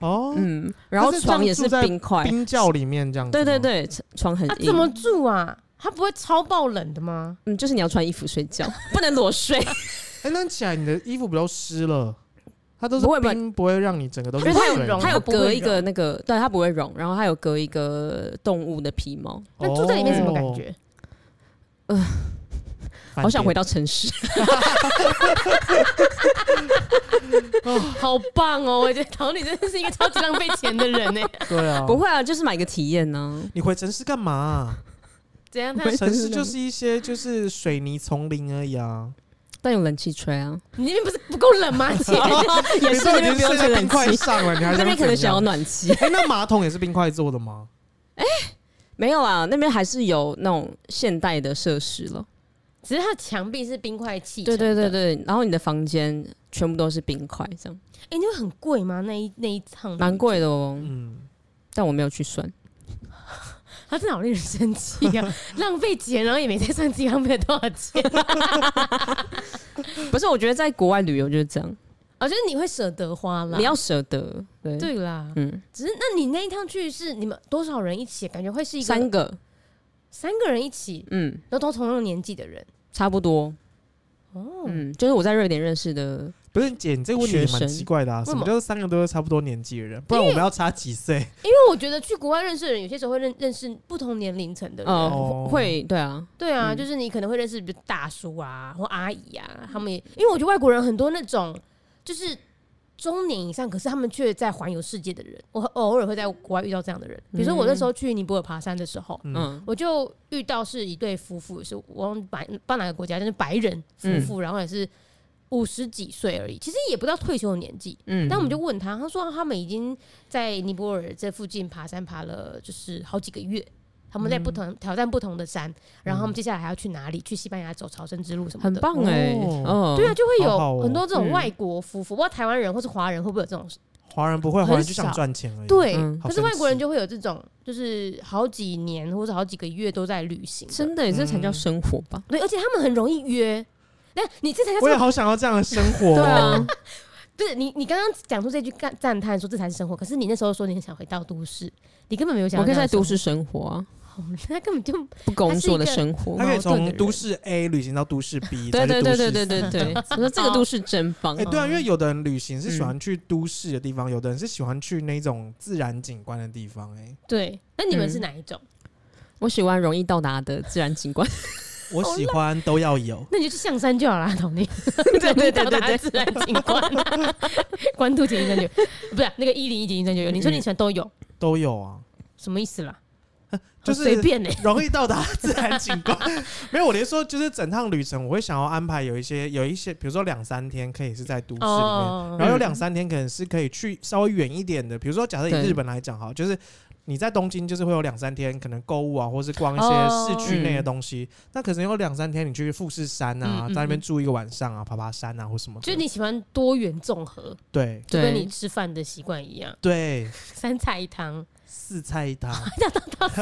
[SPEAKER 3] 哦，
[SPEAKER 2] 嗯，然后
[SPEAKER 3] 它是
[SPEAKER 2] 床
[SPEAKER 3] 这样
[SPEAKER 2] 也是
[SPEAKER 3] 住在
[SPEAKER 2] 冰块。
[SPEAKER 3] 冰窖里面这样。
[SPEAKER 2] 对对，对，床很
[SPEAKER 1] [LAUGHS] 啊，
[SPEAKER 2] 硬。
[SPEAKER 1] 怎么住啊？他不会超爆冷的吗？
[SPEAKER 2] 嗯，就是你要穿衣服睡觉， [LAUGHS] 不能裸睡，
[SPEAKER 3] 哎，那起来你的衣服不都湿了？它都是
[SPEAKER 2] 不会不会
[SPEAKER 3] 冰，不会让你整个都
[SPEAKER 1] 因
[SPEAKER 3] 是
[SPEAKER 1] 为它有
[SPEAKER 3] 水
[SPEAKER 1] 绒
[SPEAKER 2] 它有
[SPEAKER 1] 它不会
[SPEAKER 2] 隔一个
[SPEAKER 1] 融
[SPEAKER 2] 那个，对，它不会融，然后它有隔一个动物的皮毛。
[SPEAKER 1] 那住在里面什么感？
[SPEAKER 3] 哦
[SPEAKER 1] 觉？
[SPEAKER 2] 好想回
[SPEAKER 3] 到
[SPEAKER 2] 到城市，
[SPEAKER 1] 好棒哦！我觉得桃女真的是一个超级浪费钱的人呢。欸
[SPEAKER 3] 对
[SPEAKER 2] [LAUGHS]
[SPEAKER 3] 啊，
[SPEAKER 2] 不会啊，就是买个体验啊呢、
[SPEAKER 3] 你回城市干嘛啊、
[SPEAKER 1] [LAUGHS] 怎样？他
[SPEAKER 2] [LAUGHS] 回
[SPEAKER 3] 城市
[SPEAKER 2] 城市
[SPEAKER 3] 就是一些就是水泥丛林而已啊，
[SPEAKER 2] 但有冷气吹啊，
[SPEAKER 1] 你那边不是不够冷吗？ [LAUGHS] 姐，
[SPEAKER 2] [LAUGHS] 也
[SPEAKER 3] 你
[SPEAKER 2] 是
[SPEAKER 3] 都
[SPEAKER 2] 那
[SPEAKER 3] 已经
[SPEAKER 2] 边不
[SPEAKER 3] 睡
[SPEAKER 2] 用吹
[SPEAKER 3] 在
[SPEAKER 2] 冷
[SPEAKER 3] 冰块
[SPEAKER 2] 气，
[SPEAKER 3] 上了，你还
[SPEAKER 2] 那
[SPEAKER 3] 想
[SPEAKER 2] 边可能
[SPEAKER 3] 怎
[SPEAKER 2] 想要
[SPEAKER 3] 样？
[SPEAKER 2] 暖气。
[SPEAKER 3] 哎、那马桶也是冰块做的吗？
[SPEAKER 2] 没有啊啦，那边还是有那种现代的设施了。
[SPEAKER 1] 只是它的墙壁是冰块砌。
[SPEAKER 2] 对对对。对，然后你的房间全部都是冰块，这样
[SPEAKER 1] 哎，那会很贵吗？那一那一趟
[SPEAKER 2] 蛮贵的哦。
[SPEAKER 3] 嗯，
[SPEAKER 2] 但我没有去算，
[SPEAKER 1] 他真的好令人生气
[SPEAKER 2] [LAUGHS]
[SPEAKER 1] 啊！浪费钱，然后也没在算自己浪费了多少钱。
[SPEAKER 2] 不是，我觉得在国外旅游就是这样，
[SPEAKER 1] 我觉哦得你会舍得花啦。
[SPEAKER 2] 你要舍得。对，
[SPEAKER 1] 对啦，
[SPEAKER 2] 嗯，
[SPEAKER 1] 只是那你那一趟去是你们多少人一起？感觉会是一个
[SPEAKER 2] 三个，
[SPEAKER 1] 三个人一起，
[SPEAKER 2] 嗯，
[SPEAKER 1] 然后都同样年纪的人。
[SPEAKER 2] 差不多。嗯，就是我在瑞典认识的，
[SPEAKER 3] 不是姐，你这个问题也
[SPEAKER 2] 学
[SPEAKER 3] 蛮
[SPEAKER 2] 生
[SPEAKER 3] 奇怪的啊，什
[SPEAKER 1] 为什么
[SPEAKER 3] 么叫做三个都是差不多年纪的人？不然我们要差几岁？
[SPEAKER 1] 因为我觉得去国外认识的人，有些时候会认认识不同年龄层的人。
[SPEAKER 2] 呃，
[SPEAKER 3] 哦
[SPEAKER 2] 会，对啊，
[SPEAKER 1] 对啊，
[SPEAKER 2] 嗯
[SPEAKER 1] 就是你可能会认识比如大叔啊或阿姨啊，他们也因为我觉得外国人很多那种就是中年以上，可是他们却在环游世界的人，我偶尔会在国外遇到这样的人。比如说我那时候去尼泊尔爬山的时候，
[SPEAKER 3] 嗯，
[SPEAKER 2] 嗯，
[SPEAKER 1] 我就遇到是一对夫妇，是我忘白不知道哪个国家，但是白人夫
[SPEAKER 3] 嗯
[SPEAKER 1] 妇，然后也是五十几岁而已，其实也不到退休的年纪。
[SPEAKER 2] 嗯，
[SPEAKER 1] 但我们就问他，他说啊他们已经在尼泊尔这附近爬山爬了，就是好几个月。他们在不同、
[SPEAKER 3] 嗯
[SPEAKER 1] 挑战不同的山，然后他们接下来还要去哪里？去西班牙走朝圣之路什么
[SPEAKER 2] 很
[SPEAKER 1] 的。
[SPEAKER 2] 棒哎，
[SPEAKER 3] 哦
[SPEAKER 2] 嗯，
[SPEAKER 1] 对啊，，就会
[SPEAKER 3] 好好
[SPEAKER 1] 有
[SPEAKER 3] 哦
[SPEAKER 1] 很多这种
[SPEAKER 2] 嗯
[SPEAKER 1] 外国夫妇，不知道台湾人或是华人会不会有这种？
[SPEAKER 3] 华人不会，
[SPEAKER 1] 很
[SPEAKER 3] 华人就想
[SPEAKER 1] 少
[SPEAKER 3] 赚钱而已。，
[SPEAKER 1] 对，
[SPEAKER 2] 嗯
[SPEAKER 3] 嗯
[SPEAKER 1] 可
[SPEAKER 3] 好
[SPEAKER 1] 是外
[SPEAKER 3] 神
[SPEAKER 1] 国人
[SPEAKER 3] 奇
[SPEAKER 1] 就会有这种，就是好几年或者好几个月都在旅行的。
[SPEAKER 2] 真的，这才叫生活吧？
[SPEAKER 1] 对，而且他们很容易约。那你这才叫
[SPEAKER 3] 我也
[SPEAKER 1] 做
[SPEAKER 3] 好想要这样的生活、哦。
[SPEAKER 2] 对啊，
[SPEAKER 1] 不是你？你刚刚讲出这句赞赞叹说这才是生活，可是你那时候说你很想回到都市，你根本没有想
[SPEAKER 2] 嗯我
[SPEAKER 1] 要
[SPEAKER 2] 可以
[SPEAKER 1] 这
[SPEAKER 2] 在
[SPEAKER 1] 样
[SPEAKER 2] 都
[SPEAKER 1] 的生
[SPEAKER 2] 市生活啊，
[SPEAKER 1] [LAUGHS] 活，他哦根本就
[SPEAKER 2] 不工作的生
[SPEAKER 3] 他
[SPEAKER 2] 活。
[SPEAKER 3] 可以
[SPEAKER 1] 矛盾的
[SPEAKER 3] 从
[SPEAKER 1] 人
[SPEAKER 3] 都市 A 旅行到都市 B，
[SPEAKER 2] 对
[SPEAKER 3] 再
[SPEAKER 2] 对
[SPEAKER 3] 去
[SPEAKER 2] 对
[SPEAKER 3] 都
[SPEAKER 2] 对
[SPEAKER 3] 市
[SPEAKER 2] 对
[SPEAKER 3] C
[SPEAKER 2] 对对，
[SPEAKER 3] [LAUGHS]
[SPEAKER 2] 我说这个都市真棒
[SPEAKER 3] 哎、，对啊，因为有的人旅行是喜
[SPEAKER 2] 嗯
[SPEAKER 3] 欢去都市的地方，有的人是喜欢去那种自然景观的地方、哎，
[SPEAKER 1] 对。那你们是
[SPEAKER 2] 嗯
[SPEAKER 1] 哪一种？
[SPEAKER 2] 我喜欢容易到达的自然景观。
[SPEAKER 3] 我喜欢都要有。
[SPEAKER 1] 那你就去象山就好啦，
[SPEAKER 2] [LAUGHS]
[SPEAKER 1] 同你
[SPEAKER 2] 对对对对
[SPEAKER 1] 到达
[SPEAKER 2] 对
[SPEAKER 1] 自然景观、啊，
[SPEAKER 2] [LAUGHS]
[SPEAKER 1] 关渡捷运站就有不是那个一零一捷运站就有。你
[SPEAKER 3] 嗯
[SPEAKER 1] 说你喜欢都有，
[SPEAKER 3] 都有啊， [LAUGHS]
[SPEAKER 1] 什么意思啦？哦
[SPEAKER 3] 就是
[SPEAKER 1] 随便欸呢、
[SPEAKER 3] 容易到达自然景观。 [LAUGHS] 没有，我连说就是整趟旅程，我会想要安排有一些有一些，比如说两三天可以是在都市里面，
[SPEAKER 1] 哦
[SPEAKER 3] 然后有两三天可能是可以去稍微远一点的，比如说假设以
[SPEAKER 2] 对
[SPEAKER 3] 日本来讲哈，就是。你在东京就是会有两三天可能购物啊，或是逛一
[SPEAKER 1] 哦
[SPEAKER 3] 些市区内的东西。那可能有两三天你去富士山啊，
[SPEAKER 1] 嗯嗯
[SPEAKER 3] 在那边住一个晚上啊，爬爬山啊或什么的。
[SPEAKER 1] 就是你喜欢多元综合，
[SPEAKER 3] 对
[SPEAKER 1] 就跟你
[SPEAKER 2] 对，
[SPEAKER 1] 吃饭的习惯一样，
[SPEAKER 3] 对
[SPEAKER 1] 三菜一汤，
[SPEAKER 3] 四菜一汤，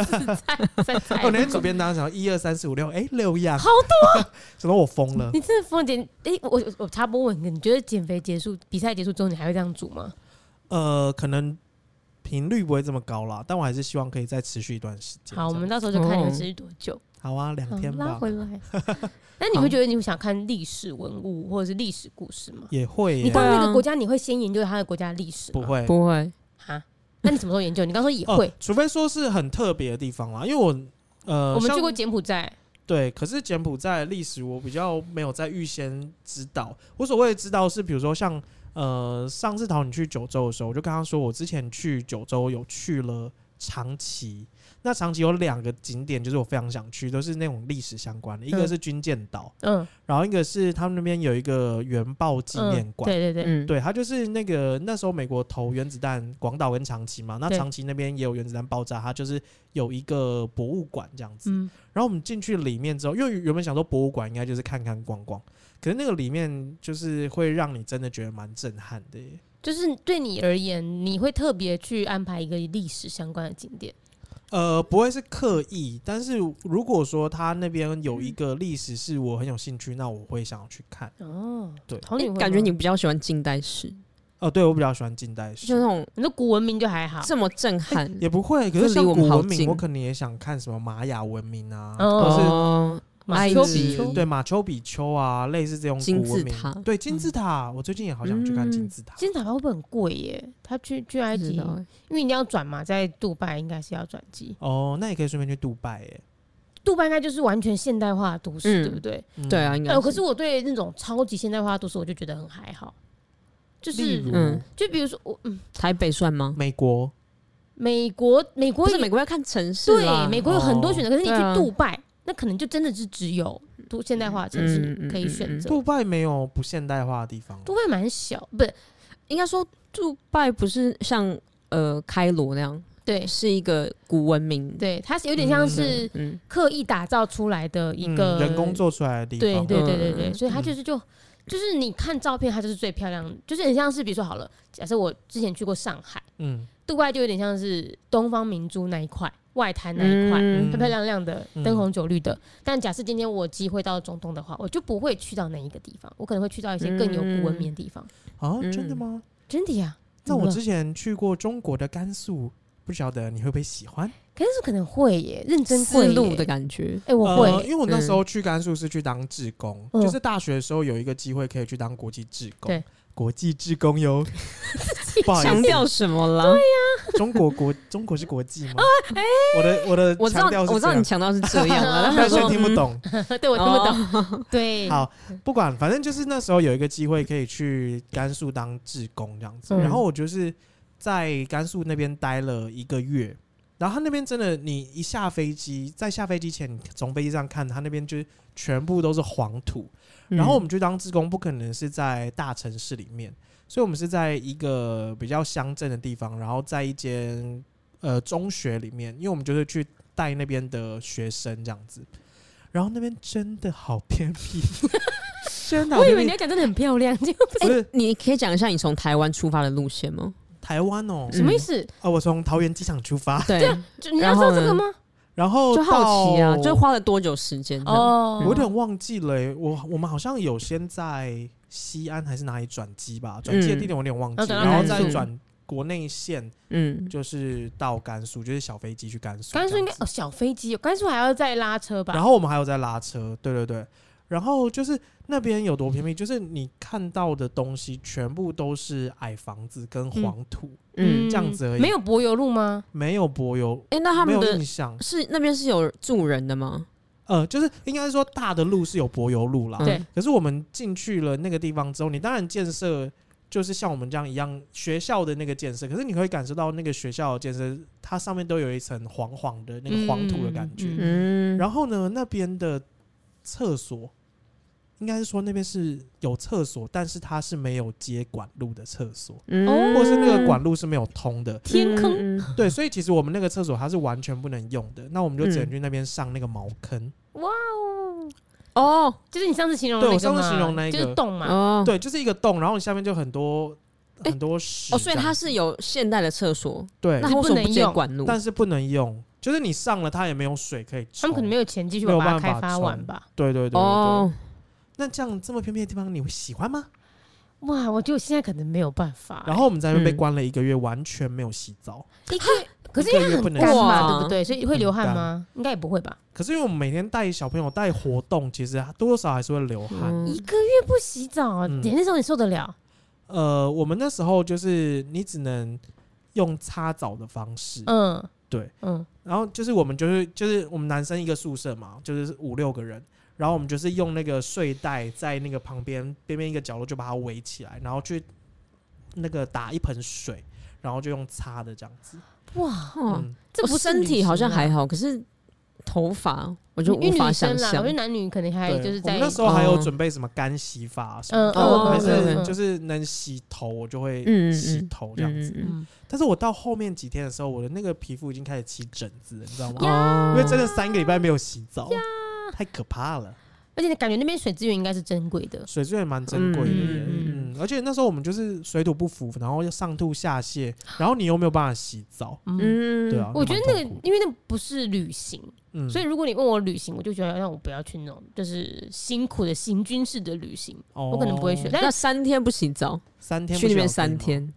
[SPEAKER 1] 三菜
[SPEAKER 3] 我
[SPEAKER 1] 一
[SPEAKER 3] 那天
[SPEAKER 1] 汤。
[SPEAKER 3] 哦左边当时想一二三四五六，哎六样，
[SPEAKER 1] 好啊
[SPEAKER 3] 多， [LAUGHS] 什么我疯了。
[SPEAKER 1] [LAUGHS] 你真的疯了减？哎、我我我插播问一个，你觉得减肥结束、比赛结束之后，你还会这样煮吗？
[SPEAKER 3] 呃，可能频率不会这么高啦，但我还是希望可以再持续一段时间。
[SPEAKER 1] 好，我们
[SPEAKER 3] 这样
[SPEAKER 1] 到时候就看你会
[SPEAKER 2] 哦
[SPEAKER 1] 持续多久。
[SPEAKER 3] 好啊，两
[SPEAKER 1] 好
[SPEAKER 3] 天
[SPEAKER 1] 拉
[SPEAKER 3] 吧，
[SPEAKER 1] 回来。那你会觉得你会想看历史文物或者是历史故事吗？
[SPEAKER 3] 也会
[SPEAKER 1] 你
[SPEAKER 3] 耶
[SPEAKER 1] 到，那
[SPEAKER 2] 对
[SPEAKER 1] 个
[SPEAKER 2] 啊
[SPEAKER 1] 国家，你会先研究它的国家历史
[SPEAKER 3] 哦
[SPEAKER 1] 吗？
[SPEAKER 3] 不会。
[SPEAKER 2] 不会，
[SPEAKER 1] 啊？那你什么时候研究？你刚说也
[SPEAKER 3] 哦
[SPEAKER 1] 会，
[SPEAKER 3] 除非说是很特别的地方啦，因为我呃，
[SPEAKER 1] 我们
[SPEAKER 3] 像
[SPEAKER 1] 去过柬埔寨，
[SPEAKER 3] 对，可是柬埔寨的历史我比较没有在预先知道。我所谓的知道是，比如说像呃，上次讨你去九州的时候，我就跟他说，我之前去九州有去了长崎。那长崎有两个景点，就是我非常想去，都是那种历史相关的，一个
[SPEAKER 1] 嗯
[SPEAKER 3] 是军舰岛，
[SPEAKER 1] 嗯，
[SPEAKER 3] 然后一个是他们那边有一个原爆纪
[SPEAKER 1] 嗯
[SPEAKER 3] 念馆。
[SPEAKER 1] 对对对，
[SPEAKER 2] 嗯，
[SPEAKER 3] 对，它就是那个那时候美国投原子弹，广岛跟长崎嘛，那
[SPEAKER 1] 对
[SPEAKER 3] 长崎那边也有原子弹爆炸，它就是有一个博物馆这样子。
[SPEAKER 1] 嗯，
[SPEAKER 3] 然后我们进去里面之后，因为原本想说博物馆应该就是看看逛逛，可是那个里面就是会让你真的觉得蛮震撼的耶。
[SPEAKER 1] 就是对你而言，你会特别去安排一个历史相关的景点，
[SPEAKER 3] 呃，不会是刻意，但是如果说它那边有一个历史是我很有兴趣，那我会想要去看。
[SPEAKER 1] 哦，
[SPEAKER 3] 对
[SPEAKER 1] 好女会吗
[SPEAKER 2] 感觉你比较喜欢近代史，
[SPEAKER 3] 哦、对我比较喜欢近代史，
[SPEAKER 2] 就那种
[SPEAKER 1] 你说古文明就还
[SPEAKER 3] 啊
[SPEAKER 1] 好，
[SPEAKER 2] 这么震
[SPEAKER 3] [LAUGHS]
[SPEAKER 2] 撼，
[SPEAKER 3] 也不会。可是
[SPEAKER 2] 这离
[SPEAKER 3] 像
[SPEAKER 2] 我
[SPEAKER 3] 古
[SPEAKER 2] 们好
[SPEAKER 3] 文明，
[SPEAKER 2] 近
[SPEAKER 3] 我可能也想看什么玛雅文明啊，
[SPEAKER 1] 哦
[SPEAKER 3] 或是
[SPEAKER 2] 哦，
[SPEAKER 1] 马
[SPEAKER 2] 埃
[SPEAKER 1] 丘
[SPEAKER 2] 及
[SPEAKER 1] 比丘，
[SPEAKER 3] 对马丘比丘啊，类似这种
[SPEAKER 2] 金
[SPEAKER 3] 古文
[SPEAKER 2] 字
[SPEAKER 3] 明
[SPEAKER 2] 塔
[SPEAKER 3] 对金字塔，我最近也好想去看金
[SPEAKER 2] 嗯
[SPEAKER 3] 字塔。
[SPEAKER 1] 金字塔会不会很贵耶？他去去埃
[SPEAKER 2] 不
[SPEAKER 1] 及，
[SPEAKER 2] 知道
[SPEAKER 1] 因
[SPEAKER 3] 嗯
[SPEAKER 2] 欸
[SPEAKER 1] 为你要转嘛，在杜拜应该是要转机，
[SPEAKER 3] 哦，那也可以顺便去杜拜耶。
[SPEAKER 1] 杜拜应该就是完全现代化的都市，
[SPEAKER 2] 嗯
[SPEAKER 1] 对不对？
[SPEAKER 3] 嗯
[SPEAKER 2] 对，啊，应该
[SPEAKER 1] 呃，可是我对那种超级现代化的都市，我就觉得很还好，就
[SPEAKER 3] 例
[SPEAKER 1] 是
[SPEAKER 3] 如、
[SPEAKER 2] 嗯
[SPEAKER 1] 就比如说我嗯，
[SPEAKER 2] 台北算吗？
[SPEAKER 3] 美国，
[SPEAKER 1] 美国美国
[SPEAKER 2] 不是
[SPEAKER 1] 也
[SPEAKER 2] 美国要看城市啦
[SPEAKER 1] 对美国有很多选择，可是你
[SPEAKER 2] 对
[SPEAKER 1] 去
[SPEAKER 2] 啊
[SPEAKER 1] 杜拜，那可能就真的是只有都现代化的城
[SPEAKER 2] 嗯
[SPEAKER 1] 市可以选择。
[SPEAKER 3] 杜拜没有不现代化的地方。
[SPEAKER 1] 杜拜蛮小，不是
[SPEAKER 2] 应该说杜拜不是像呃开罗那样，
[SPEAKER 1] 对
[SPEAKER 2] 是一个古文明，，
[SPEAKER 1] 对，它是有点像是
[SPEAKER 2] 嗯，
[SPEAKER 1] 刻意打造出来的一个
[SPEAKER 3] 嗯、人工。做出来的地
[SPEAKER 1] 对
[SPEAKER 3] 方，
[SPEAKER 1] 对对
[SPEAKER 2] 嗯
[SPEAKER 1] 对对，
[SPEAKER 2] 嗯
[SPEAKER 1] 所以它就是就。就是你看照片，它就是最漂亮，就是很像是，比如说好了，假设我之前去过上海，
[SPEAKER 3] 嗯，
[SPEAKER 1] 杜拜就有点像是东方明珠那一块外滩那一块，
[SPEAKER 2] 嗯
[SPEAKER 1] 漂漂亮亮的，
[SPEAKER 3] 嗯
[SPEAKER 1] 灯红酒绿的。但假设今天我有机会到中东的话，我就不会去到那一个地方，我可能会去到一些更有古文明的地方。
[SPEAKER 3] 啊，真的
[SPEAKER 2] 嗯
[SPEAKER 3] 吗？
[SPEAKER 1] 真的呀？
[SPEAKER 3] 那
[SPEAKER 1] 怎么
[SPEAKER 3] 我
[SPEAKER 1] 了
[SPEAKER 3] 之前去过中国的甘肃，不晓得你会不会喜欢？
[SPEAKER 1] 可是可能会耶，认真
[SPEAKER 3] 嗯
[SPEAKER 2] 丝
[SPEAKER 1] 会
[SPEAKER 2] 路
[SPEAKER 1] 耶
[SPEAKER 2] 的。感觉，
[SPEAKER 1] 哎，我
[SPEAKER 3] 呃，
[SPEAKER 1] 会
[SPEAKER 3] 因为我那
[SPEAKER 2] 嗯
[SPEAKER 3] 时候去甘肃是去当志工，
[SPEAKER 2] 哦
[SPEAKER 1] 嗯
[SPEAKER 3] 就是大学的时候有一个机会可以去当国际志工，
[SPEAKER 1] 对，
[SPEAKER 3] 国际志工
[SPEAKER 2] [LAUGHS]
[SPEAKER 3] 哟。不好
[SPEAKER 2] 强
[SPEAKER 3] 意
[SPEAKER 2] 调
[SPEAKER 3] 思，
[SPEAKER 2] 什么啦？
[SPEAKER 3] 中国国中国是国际吗？我的我的
[SPEAKER 2] 哦哎我知道
[SPEAKER 3] 强调，是
[SPEAKER 2] 我知道
[SPEAKER 3] 这样
[SPEAKER 2] 你强调是这样了，
[SPEAKER 3] [LAUGHS] 但
[SPEAKER 2] 但
[SPEAKER 3] 是
[SPEAKER 2] 是
[SPEAKER 3] 听不懂。
[SPEAKER 1] [LAUGHS] 对我听不懂。
[SPEAKER 2] 懂，
[SPEAKER 1] 对，
[SPEAKER 3] 哦好，不管，反正就是那时候有一个机会可以去甘肃当志工这样子，
[SPEAKER 1] 嗯
[SPEAKER 3] 然后我就是在甘肃那边待了一个月。然后他那边真的，你一下飞机，在下飞机前，你从飞机上看，他那边就是全部都是黄土。
[SPEAKER 2] 嗯
[SPEAKER 3] 然后我们去当志工，不可能是在大城市里面，所以我们是在一个比较乡镇的地方，然后在一间呃中学里面，因为我们就是去带那边的学生这样子。然后那边真的好偏
[SPEAKER 2] [LAUGHS]
[SPEAKER 3] 僻，真的好
[SPEAKER 1] 我以
[SPEAKER 3] 偏
[SPEAKER 1] 为你
[SPEAKER 3] 僻
[SPEAKER 1] 要，讲真的很漂亮，结果
[SPEAKER 2] 哎
[SPEAKER 3] 不是
[SPEAKER 2] 你可以讲一下你从台湾出发的路线吗？
[SPEAKER 3] 台湾哦。
[SPEAKER 1] 什么意思？
[SPEAKER 3] 啊，我从桃园机场出发，
[SPEAKER 2] 对，
[SPEAKER 1] 就你要知道这个吗？
[SPEAKER 3] 然后
[SPEAKER 2] 就好奇啊，
[SPEAKER 3] 到哦
[SPEAKER 2] 就花了多久时间？哦，
[SPEAKER 1] 哦
[SPEAKER 3] 我有点忘记了欸、我我们好像有先在西安还是哪里转机吧，转机的
[SPEAKER 2] 嗯
[SPEAKER 3] 地点我有点忘记，
[SPEAKER 1] 然后转到
[SPEAKER 3] 然后
[SPEAKER 2] 甘
[SPEAKER 3] 再
[SPEAKER 2] 肃
[SPEAKER 3] 转国内线，
[SPEAKER 2] 嗯，
[SPEAKER 3] 就是到甘肃，就是小飞机去甘肃这样
[SPEAKER 1] 甘
[SPEAKER 3] 子。
[SPEAKER 1] 肃应该哦，小飞机，甘肃还要再拉车吧？
[SPEAKER 3] 然后我们还有在拉车，对对对。然后就是那边有多偏僻，就是你看到的东西全部都是矮房子跟黄土，
[SPEAKER 2] 嗯，
[SPEAKER 3] 这样子而已
[SPEAKER 1] 没有柏油路吗？
[SPEAKER 3] 没有柏油，
[SPEAKER 2] 哎，那他
[SPEAKER 3] 没
[SPEAKER 2] 们
[SPEAKER 3] 有
[SPEAKER 2] 的
[SPEAKER 3] 印象。
[SPEAKER 2] 是那边是有住人的吗？
[SPEAKER 3] 呃，就是应该说大的路是有柏油路啦，
[SPEAKER 1] 对
[SPEAKER 3] 可是我们进去了那个地方之后，你当然建设就是像我们这样一样学校的那个建设，可是你会感受到那个学校的建设，它上面都有一层黄黄的那个黄土的感觉。
[SPEAKER 1] 嗯
[SPEAKER 2] 嗯，
[SPEAKER 3] 然后呢，那边的厕所，应该是说那边是有厕所，但是它是没有接管路的厕所，
[SPEAKER 1] 哦
[SPEAKER 3] 或是那个管路是没有通的。
[SPEAKER 1] 天坑，
[SPEAKER 2] 嗯，嗯
[SPEAKER 3] 对，所以其实我们那个厕所它是完全不能用的，那我们就只能
[SPEAKER 2] 嗯
[SPEAKER 3] 去那边上那个茅坑。
[SPEAKER 1] 哇哦，
[SPEAKER 2] 哦
[SPEAKER 1] 就是你上次形容的那个
[SPEAKER 3] 对我上次
[SPEAKER 1] 嘛
[SPEAKER 3] 形容那一个嗯
[SPEAKER 1] 就是洞嘛，
[SPEAKER 2] 哦，
[SPEAKER 3] 对，就是一个洞，然后你下面就很多
[SPEAKER 2] 哎
[SPEAKER 3] 很多石这样
[SPEAKER 2] 哦，
[SPEAKER 3] 子。
[SPEAKER 2] 所以它是有现代的厕所，
[SPEAKER 3] 对
[SPEAKER 2] 那，它为什么不
[SPEAKER 1] 不能
[SPEAKER 2] 接
[SPEAKER 1] 用
[SPEAKER 2] 管路？
[SPEAKER 3] 但是不能用，就是你上了它也没有水可以
[SPEAKER 1] 他
[SPEAKER 3] 冲。
[SPEAKER 1] 们可能没有钱继续
[SPEAKER 3] 没有
[SPEAKER 1] 把它
[SPEAKER 3] 办法
[SPEAKER 1] 开发完吧。
[SPEAKER 3] 对对对对对。
[SPEAKER 2] 哦，
[SPEAKER 3] 那这样这么偏僻的地方你会喜欢吗？
[SPEAKER 1] 哇，我觉得我现在可能没有办法、
[SPEAKER 3] 然后我们在那边被
[SPEAKER 2] 嗯
[SPEAKER 3] 关了一个月，完全没有洗澡。
[SPEAKER 1] 一个月，可是因为它
[SPEAKER 3] 一个
[SPEAKER 1] 很
[SPEAKER 3] 月不能
[SPEAKER 1] 干
[SPEAKER 2] 洗
[SPEAKER 1] 嘛，对不对？所以会流汗
[SPEAKER 3] 很
[SPEAKER 1] 吗？应该也不会吧。
[SPEAKER 3] 可是因为我们每天带小朋友带活动，其实多多少少还是会流汗。
[SPEAKER 2] 嗯
[SPEAKER 1] 一个月不洗澡，
[SPEAKER 3] 嗯
[SPEAKER 1] 你那时候你受得了？
[SPEAKER 3] 呃，我们那时候就是你只能用擦澡的方式，
[SPEAKER 1] 嗯，
[SPEAKER 3] 对，
[SPEAKER 1] 嗯，
[SPEAKER 3] 然后就是我们就是就是我们男生一个宿舍嘛，就是五六个人，然后我们就是用那个睡袋在那个旁边边边一个角落就把它围起来，然后去那个打一盆水，然后就用擦的这样子。
[SPEAKER 1] 哇，
[SPEAKER 2] 哦，
[SPEAKER 3] 嗯，
[SPEAKER 1] 这
[SPEAKER 2] 我
[SPEAKER 1] 不是
[SPEAKER 2] 身体好像
[SPEAKER 1] 旅行啊
[SPEAKER 2] 还好，可是头发我
[SPEAKER 1] 因
[SPEAKER 2] 就
[SPEAKER 1] 为
[SPEAKER 2] 无法
[SPEAKER 1] 女
[SPEAKER 2] 想
[SPEAKER 1] 生啊啦，我
[SPEAKER 2] 象
[SPEAKER 1] 觉得。男女可能还
[SPEAKER 3] 对，
[SPEAKER 1] 就是
[SPEAKER 3] 我
[SPEAKER 1] 在
[SPEAKER 3] 们那时候还有
[SPEAKER 2] 哦
[SPEAKER 3] 准备什么干洗法啊什么
[SPEAKER 1] 嗯
[SPEAKER 3] 的，
[SPEAKER 2] 哦
[SPEAKER 3] 还
[SPEAKER 1] 嗯
[SPEAKER 3] 是
[SPEAKER 1] 嗯，
[SPEAKER 3] 就是能洗头，我就会
[SPEAKER 2] 嗯嗯嗯
[SPEAKER 3] 洗头这样子。
[SPEAKER 2] 嗯
[SPEAKER 1] 嗯
[SPEAKER 3] 但是我到后面几天的时候，我的那个皮肤已经开始起疹子了，你知
[SPEAKER 1] [LAUGHS]
[SPEAKER 3] 道吗？
[SPEAKER 2] 哦
[SPEAKER 3] 因为真的三个礼拜没有洗澡，太可怕了。
[SPEAKER 1] 而且感觉那边水资源应该是珍贵的，
[SPEAKER 3] 水资源蛮珍贵的耶，
[SPEAKER 2] 嗯嗯
[SPEAKER 3] 嗯而且那时候我们就是水土不服，然后又上吐下泻，然后你又没有办法洗澡，
[SPEAKER 1] 嗯。
[SPEAKER 2] 嗯
[SPEAKER 3] 对啊，
[SPEAKER 1] 我觉得那个
[SPEAKER 3] 蛮痛苦，
[SPEAKER 1] 因为那不是旅行，
[SPEAKER 3] 嗯，
[SPEAKER 1] 所以如果你问我旅行，我就觉得让我不要去那种就是辛苦的行军式的旅行，
[SPEAKER 3] 我
[SPEAKER 1] 我可能不会选。但
[SPEAKER 2] 那
[SPEAKER 1] 是
[SPEAKER 2] 三天不洗澡，
[SPEAKER 3] 哦三天不
[SPEAKER 2] 去那边
[SPEAKER 3] 洗澡可以
[SPEAKER 2] 三
[SPEAKER 3] 吗，
[SPEAKER 2] 天，